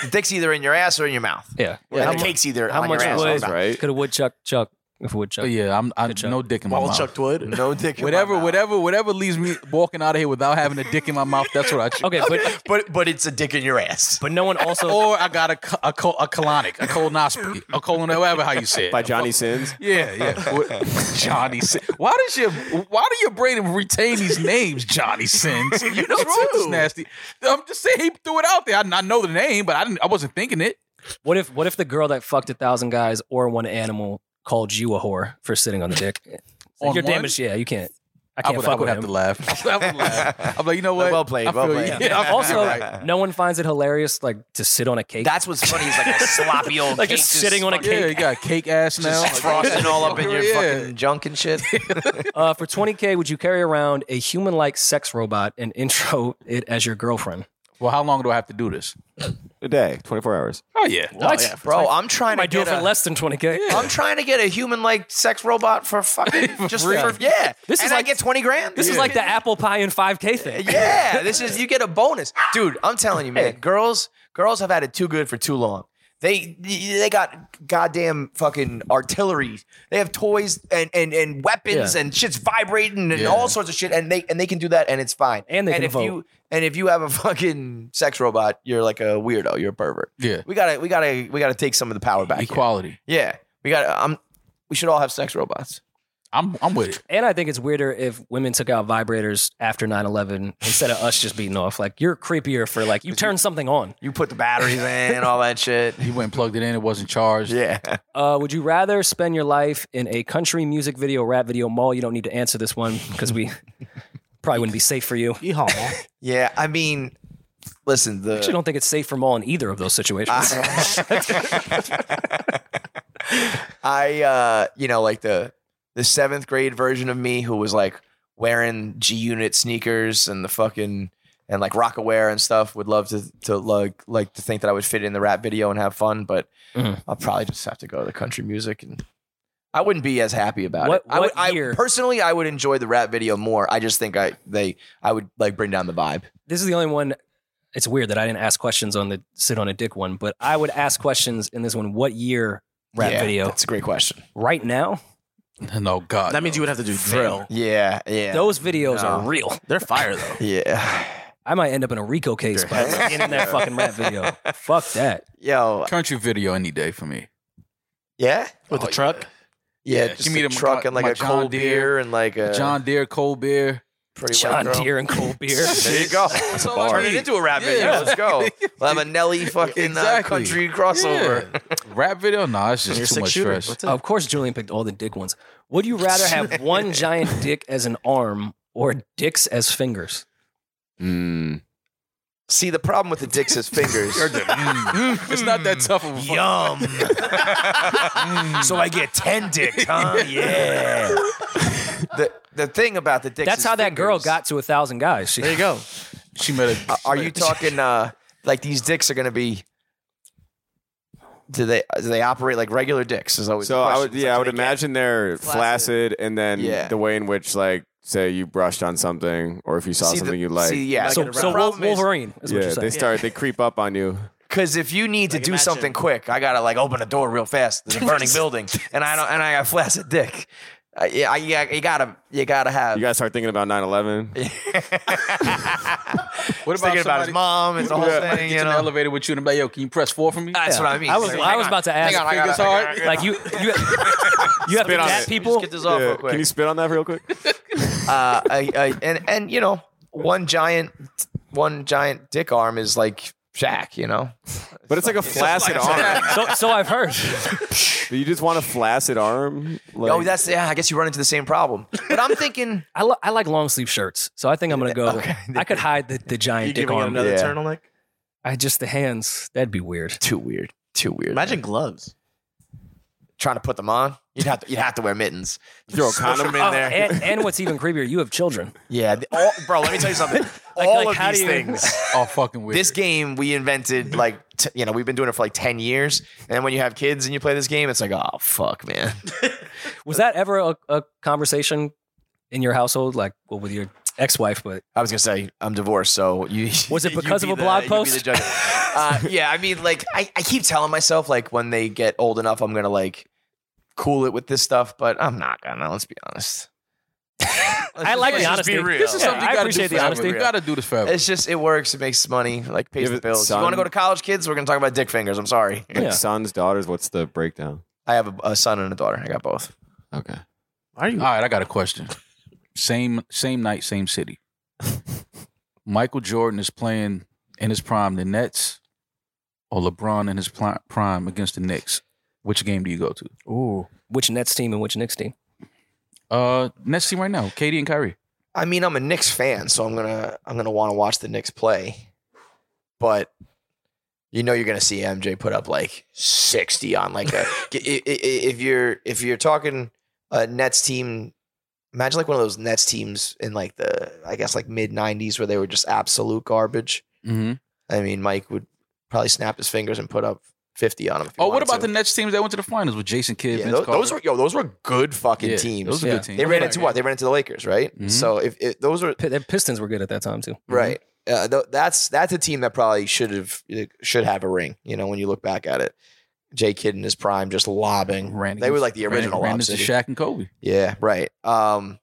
the dick's either in your ass or in your mouth.
yeah.
Yeah,
How
the
mu-
cake's either
how
on
much
your ass. or
was-
mouth.
Right?
Could a wood chuck chuck if a wood chuck?
But Oh, yeah, I'm, I'm
Good job.
no dick in my
Ball
mouth.
chucked wood.
No dick. in my
Whatever,
mouth.
whatever, whatever leaves me walking out of here without having a dick in my mouth. That's what I choose.
Okay, but
But but it's a dick in your ass.
but no one also
Or I got a co- a, col- a colonic, a colonoscopy, a colon, whatever how you say it.
By Johnny Sins.
Yeah, yeah. What- Johnny Sins. Why does your why do your brain retain these names, Johnny Sins? You know it's nasty. I'm just saying he threw it out there. I, I know the name, but I didn't I wasn't thinking it.
what if what if the girl that fucked a thousand guys or one animal called you a whore for sitting on the dick?
On
You're
one?
damaged, yeah, you can't. I
I
can't
would, I
fuck
would
with
have
him.
to laugh. I would laugh. I'm like, you know what?
Well played,
I
well
feel
played.
you. Yeah, I'm-
also,
you're right.
no one finds it hilarious like to sit on a cake.
That's what's funny is like a sloppy old
like
cake
just sitting on a
Yeah, you
cake.
got cake ass now.
just frosting all up in your
Yeah.
fucking junk and shit.
Uh, for 20k, would you carry around a human-like sex robot and intro it as your girlfriend?
Well, how long do I have to do this?
A day, 24 hours.
Oh yeah.
What?
Bro, I'm trying
I
to
do it
get
for
a,
less than 20k.
I'm trying to get a human like sex robot for fucking just
free.
for yeah.
This
and
is
I
like-
get 20 grand.
This is like the apple pie and 5k thing.
Yeah, this is you get a bonus. Dude, I'm telling you, man. Girls girls have had it too good for too long. They they got goddamn fucking artillery. They have toys and and, and weapons
Yeah.
and shit's vibrating and
Yeah.
all sorts of shit and they and they can do that and it's fine.
And they can
if
vote.
you and if you have a fucking sex robot, you're like a weirdo, you're a pervert.
Yeah.
We got to we got to we got to take some of the power back. here.
Equality.
Yeah. We got to I'm we should all have sex robots.
I'm I'm with it.
And I think it's weirder if women took out vibrators after 9/11 instead of us just beating off. Like you're creepier for like you turn something on.
You put the batteries in and all that shit.
He went and plugged it in, it wasn't charged.
Yeah.
Uh, would you rather spend your life in a country music video, rap video, mall? You don't need to answer this one because we probably wouldn't be safe for you.
Yeehaw.
Yeah, I mean, listen, the
I actually don't think it's safe for mall in either of those situations.
I uh, you know, like the the seventh grade version of me who was like wearing G Unit sneakers and the fucking and like rock aware and stuff would love to to like like to think that I would fit in the rap video and have fun, but
Mhm.
I'll probably just have to go to the country music and I wouldn't be as happy about
What-
it. I would,
what
I
year-
personally I would enjoy the rap video more. I just think I they I would like bring down the vibe.
this is the only one. It's weird that I didn't ask questions on the sit on a dick one, but I would ask questions in this one. What year rap
Yeah,
video?
That's a great question.
Right now,
No God.
That means you would have to do drill.
Yeah, yeah.
those videos
No.
are real.
They're fire though.
yeah.
I might end up in a Rico case by getting in that fucking rap video. Fuck that.
Yo,
country video any day for me.
yeah.
With the
Oh,
truck.
Yeah,
Yeah,
just
give me
a
the-
truck
my-
and like
my
a
John
cold
Deere.
beer and like a
John Deere, cold beer.
pretty white
John
girl.
Deere and cold beer.
There you go.
That's all I
Turn it
need.
into a rap video.
Yeah.
Let's go. Well, I'm a Nelly fucking uh,
Exactly.
country crossover.
Yeah. Rap video? Nah, it's
Your
just too
six
much
shooter.
stress.
What's it?
Of course, Julian picked all the dick ones. Would you rather have one giant dick as an arm or dicks as fingers?
Mm.
See, the problem with the dicks is fingers.
it's not that tough of a fuck.
Yum. so I get ten dicks, huh? Yeah. the the thing about the dicks.
That's
is
how that girl
fingers.
got to a thousand guys. She,
There you go.
She met a
Are you talking uh like these dicks are gonna be? Do they do they operate like regular dicks? Is always the
So I
question.
would,
It's
yeah, I
like, do
would
they get-
imagine they're flaccid, and then
Yeah.
the way in which, like, say you brushed on something, or if you saw
See, the-
something you like,
See, yeah,
so,
the
so Wol-
problem is-
Wolverine is, what
yeah,
you're
they
saying.
start, they creep up on you.
Because if you need to
Like,
do
imagine-
something quick, I gotta like open a door real fast. There's a burning building, and I don't, and I got flaccid dick. Uh, yeah, I, yeah, you gotta, you gotta have.
You gotta start thinking about 9/11.
What
He's thinking about his mom. It's the whole
somebody
thing,
gets
you
in the
know.
elevator with you and be like, yo, can you press four for me?
That's what I mean.
I was,
It's
I was
hang
about to ask,
on, I
fingers
gotta- I
hard.
gotta-
like you, you, you have to
Spit on
gat
it.
people.
Get this off
Yeah,
real quick.
Can you spit on that real quick?
uh, I, I, and and you know, one giant, one giant dick arm is like Shaq. You know,
But it's like a flaccid arm.
So, so I've heard.
You just want a flaccid arm. Like,
oh, that's yeah. I guess you run into the same problem. But I'm thinking,
I, li- I like long sleeve shirts, so I think I'm gonna go. I could hide the, the
You
giant dick
giving it
arm.
another
Yeah.
turtleneck?
I just the hands. That'd be weird.
too weird, too weird.
Imagine gloves.
trying to put them on. You'd have to, you'd have to wear mittens.
throw a condom in
Oh,
there.
and, and what's even creepier, you have children.
Yeah, the- all, Oh, bro. Let me tell you something. all
like, how
of
do
these
you-
things.
Oh, fucking weird.
This game we invented, like t- you know, we've been doing it for like ten years. And then when you have kids and you play this game, it's like, oh fuck, man.
Was that ever a, a conversation in your household, like well, with your ex-wife? But
I was gonna say I'm divorced, so you.
Was it
you
because
be
of a
the-
blog
you be
post?
the judge. uh, yeah, I mean, like I, I keep telling myself, like when they get old enough, I'm gonna like cool it with this stuff, but I'm not gonna. Let's be honest.
I like
let's
the
just
honesty.
be real.
This is
Yeah,
something
I
you gotta
appreciate
do
the
for
honesty.
You gotta do this forever.
It's just it works. It makes money. Like pays
Give
the
it
bills.
some-
You want to go to college, kids? We're gonna talk about dick fingers. I'm sorry.
Like
Yeah.
sons, daughters. What's the breakdown?
I have a, a son and a daughter. I got both.
Okay.
Why are you?
All right, I got a question. Same same night, same city. Michael Jordan is playing in his prime the Nets, or LeBron in his pli- prime against the Knicks. Which game do you go to?
Ooh, which Nets team and which Knicks team?
Uh, Nets team right now, Katie and Kyrie.
I mean, I'm a Knicks fan, so I'm gonna I'm gonna want to watch the Knicks play. But you know, you're gonna see MJ put up like 60 on like a. i- i- i- if you're if you're talking a Nets team, imagine like one of those Nets teams in like the I guess like mid 90s where they were just absolute garbage.
Mm-hmm.
I mean, Mike would probably snap his fingers and put up 50 on them.
Oh, what about the Nets teams that went to the finals with Jason Kidd?
yeah,
Vince
those, those
Carter?
were yo, those were good fucking
Yeah,
teams.
Those were
Yeah.
good teams.
They ran into what? They ran into the Lakers, right?
Mhm.
So if, if those were
P- the Pistons were good at that time too.
Mm-hmm.
Right. Uh, th- that's that's a team that probably should have should have a ring. You know, when you look back at it, Jay Kidd in his prime just lobbing.
Ran
they were
against-
like the
ran-
original
Ran
lob
into
city.
Shaq and Kobe.
Yeah, right. Um,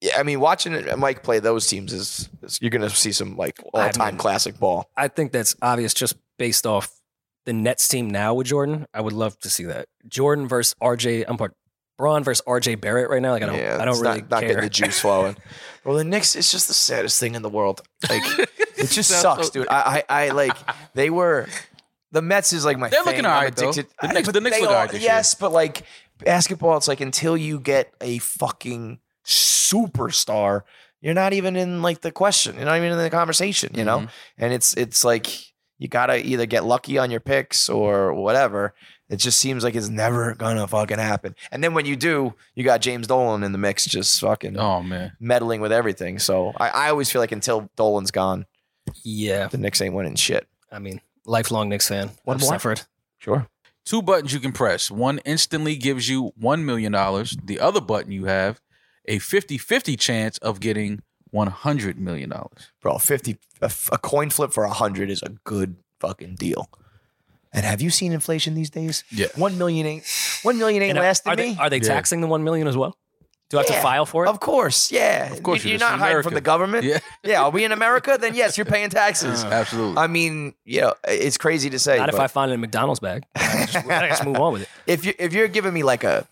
yeah, I mean, watching Mike play those teams is, is you're gonna see some like
I
all time
mean-
classic ball.
I think that's obvious just based off the Nets team now with Jordan. I would love to see that Jordan versus RJ. I'm part Braun versus RJ Barrett right now. Like I don't,
yeah,
I don't
it's
really
not, not
care.
getting the juice flowing. well, the Knicks is just the saddest thing in the world. Like it just
Sounds
sucks,
so-
dude. I, I I like they were the Mets is like my.
They're
thing.
looking
I'm
alright, though.
addicted-
The
I-
Knicks-
but
the Knicks
they
look
all-
alright this year.
Yes, but like basketball, it's like until you get a fucking superstar, you're not even in like the question. You're not even in the conversation. You know,
Mhm.
and it's it's like you gotta either get lucky on your picks or whatever. It just seems like it's never gonna fucking happen. And then when you do, you got James Dolan in the mix, just fucking
Oh man,
meddling with everything. So I, I always feel like until Dolan's gone,
yeah,
the Knicks ain't winning shit.
I mean, lifelong Knicks fan.
One
I've
more?
suffered.
Sure.
two buttons you can press. One instantly gives you $1 million. The other button you have a 50 50 chance of getting $100 million.
Bro, 50, a, f- a coin flip for 100 is a good fucking deal. And have you seen inflation these days?
Yeah.
One million ain't, one million ain't
And are-
lasting
are they,
me.
are they
Yeah.
taxing the one million as well? Do I have
Yeah.
to file for it?
of course, yeah. Of
course,
you're,
you're just
not
in
hiding
America.
from the government.
Yeah.
yeah. Are we in America? Then yes, you're paying taxes.
Absolutely.
I mean, yeah, it's crazy to say.
Not if I
but
find it in a McDonald's bag. I just, I just move on with it.
if you if you're giving me like a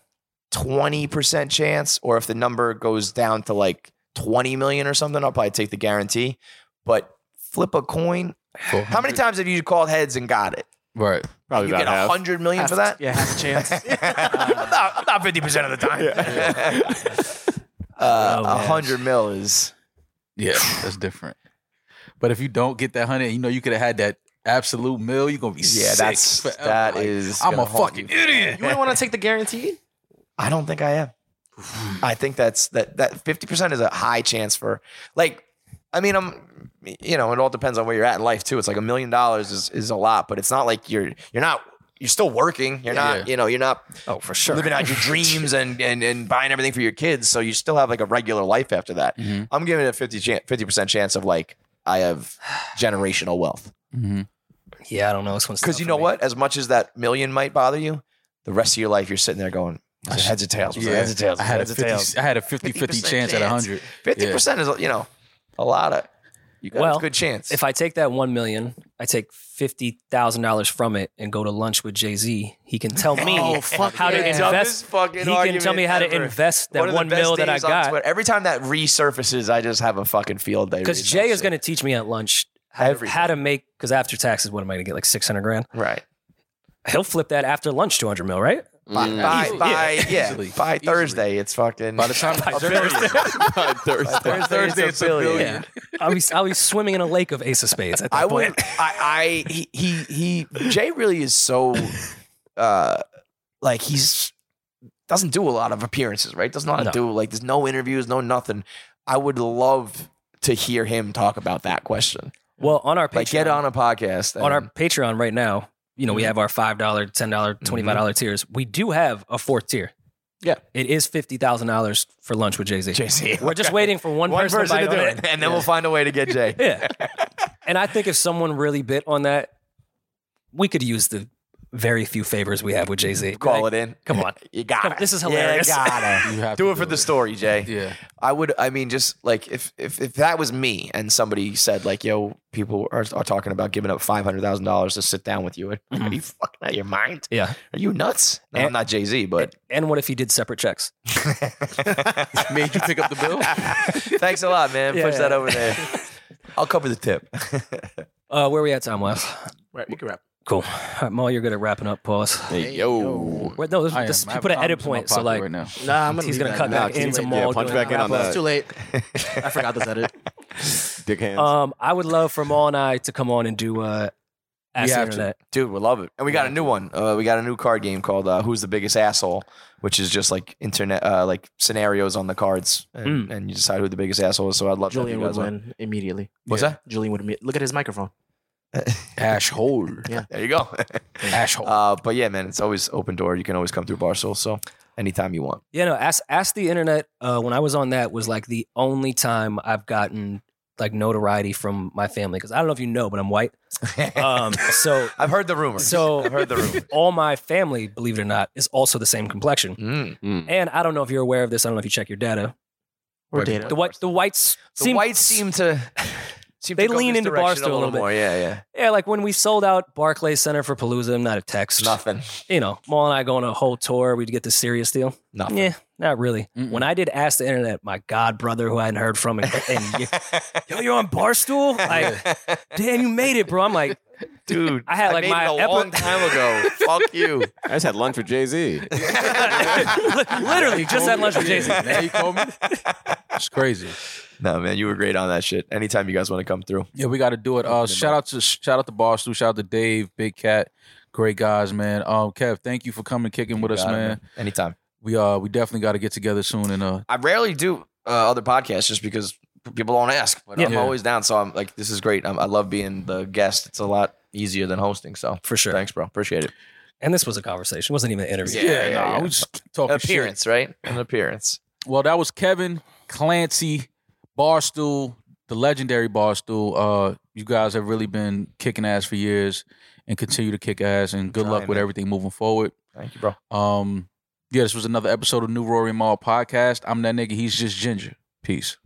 twenty percent chance, or if the number goes down to like twenty million or something, I'll probably take the guarantee. But flip a coin. How many times have you called heads and got it?
Right.
Probably
you
about
get a
half.
hundred million for that?
Yeah, half a chance.
Not- not fifty percent of the time. Uh,
Oh,
A
man.
hundred mil is
Yeah, that's different. But if you don't get that 100, you know, you could have had that absolute mill, you're going to be
yeah.
sick.
That's
forever.
that
Like,
is
I'm a
gonna haunt
fucking
you.
idiot.
You wouldn't want to take the guarantee?
I don't think I am. I think that's that that fifty percent is a high chance for like. I mean, I'm you know, it all depends on where you're at in life too. It's like a million dollars is is a lot, but it's not like you're you're not you're still working. You're not
Yeah.
you know you're not
Oh, for sure.
living out your dreams and and and buying everything for your kids. So you still have like a regular life after that.
Mhm.
I'm giving it a 50 percent chance of like I have generational wealth
Mhm.
Yeah, I don't know. This one's
because
tough
you
for
know
me.
what? As much as that million might bother you, the rest of your life you're sitting there going, I said heads or tails. I said
Yeah.
Heads or tails.
I had a
heads or tails.
50, I had a 50 50 chance at 100.
50% is, you know, a lot of, you got
Well,
a good chance.
If I take that one million, I take fifty thousand dollars from it and go to lunch with Jay Z. He can tell me
Oh, fuck
how
yeah.
to
Dumbest
invest.
fucking
He can tell
argument
me how to
ever.
invest
One
that
of the
one
best
mil that I
things on Twitter.
got.
Every time that resurfaces, I just have a fucking field day.
Because
reading
Jay
that
is
shit.
going to teach me at lunch how to,
Everything.
how to make. Because after taxes, what am I going to get? Like six hundred grand.
Right.
He'll flip that after lunch, two hundred mil, right?
By, by, by, yeah,
Easily.
by
Easily.
Thursday, it's fucking.
By the time
On Thursday.
Thursday, it's a billion.
I'll be I'll be swimming in a lake of ace of spades. At that
Oh, I
point.
would. I. I. He. He. he Jay really is so. uh Like he's doesn't do a lot of appearances, right? Doesn't know how to
No.
do like there's no interviews, no nothing. I would love to hear him talk about that question.
Well, on our Patreon,
Like, get on a podcast.
on our
and-
Patreon right now, you
Mm-hmm.
know, we have our $5, $10, $25 dollars tiers. We do have a fourth tier.
Yeah.
It is $50,000 for lunch with Jay Z.
Jay-Z.
We're just waiting for one,
one
person,
person to
bite
do
on
it, and then we'll find a way to get Jay.
Yeah. and I think if someone really bit on that, we could use the very few favors we have with Jay Z.
Call it in.
Come on.
You got
Come-
it.
this is
Yeah,
hilarious.
got
You
it.
have
do
to
it for
do
the
it.
story, Jay.
Yeah.
I would. I mean, just like if if if that was me and somebody said like, "Yo, people are, are talking about giving up five hundred thousand dollars to sit down with you," are
Mm-hmm.
you fucking out of your mind?
Yeah.
Are you nuts? No, I'm
And-
not Jay Z, but
And what if he did separate checks? Eh.
Made you pick up the bill?
thanks a lot, man.
Yeah,
Push that
yeah.
over there. I'll cover the tip.
Uh, where we at time wise?
Right, we can wrap.
Cool. All right, Maul, you're good at wrapping up. Pause.
Hey, yo.
Wait, no, this,
I am.
this,
I
you
have
put an
condoms
edit
in my
point. So
pocket
like,
right now.
Nah, I'm gonna.
he's
leave
gonna
that.
cut
Nah,
back
keep
into
it-
Maul.
yeah, punch
doing
back
the
in
wrap
on
up.
that.
It's too late. I forgot this edit.
Dick hands.
Uh,
Um, I would love for Maul and I to come on and do uh, Ask the
We have to.
Internet.
Dude, we love it. And we got a new one. Uh, we got a new card game called uh, Who's the Biggest Asshole, which is just like internet, uh, like scenarios on the cards,
Hmm.
and, and you decide who the biggest asshole is. So I'd love to have
Julian
you
would
guys on.
win immediately.
What's that?
Julian would imme- look at his microphone.
Ash hole.
There you go.
Ash hole.
uh, but yeah, man, it's always open door. You can always come through Barstool. So anytime you want.
Yeah, no, ask ask the internet. Uh, when I was on that, was like the only time I've gotten like notoriety from my family because I don't know if you know, but I'm white.
Uh,
Um, so
I've heard the rumor.
so
I've heard the rumor.
all my family, believe it or not, is also the same complexion.
Mm.
And I don't know if you're aware of this. I don't know if you check your data.
Or
Wait,
data.
The white, the whites,
The
seem-
whites seem to. Seem
They
to go
lean
this
into
direction
Barstool a little bit.
more. Yeah, yeah.
yeah, like when we sold out Barclays Center for Palooza, not a text.
Nothing.
You know, Maul and I go on a whole tour. We'd get the serious deal.
Nothing.
Yeah, not really.
Mm-mm.
When I did ask the internet, my god brother who I hadn't heard from, and, and yo, you're on Barstool? Like, damn, you made it, bro. I'm like,
Dude,
I had, like,
made
my
it a
epi-
long time ago. Fuck you.
I just had lunch with Jay Z.
literally, just had lunch with Jason.
Now you call me? It's crazy.
No, man, you were great on that shit. Anytime you guys want to come through.
Yeah, we got to do it. Uh, shout out to shout out to Barstool. Shout out to Dave, Big Cat, great guys, man. Um, Kev, thank you for coming, kicking with us,
Got it,
man.
Anytime.
We uh, we definitely got to get together soon. And uh,
I rarely do uh, other podcasts just because people don't ask. But I'm
Yeah.
always down. So I'm like, this is great. i I love being the guest. It's a lot easier than hosting. So
For sure.
thanks, bro. Appreciate it.
And this was a conversation, it wasn't even an interview.
Yeah, yeah,
nah,
yeah.
we just
Oh,
talking shit.
appearance, right? An appearance.
Well, that was Kevin Clancy, Barstool, the legendary Barstool. Uh, you guys have really been kicking ass for years and continue to kick ass. And good luck
Amen.
with everything moving forward.
Thank you, bro.
Um, yeah, this was another episode of New Rory Mall podcast. I'm that nigga. He's just Ginger. Peace.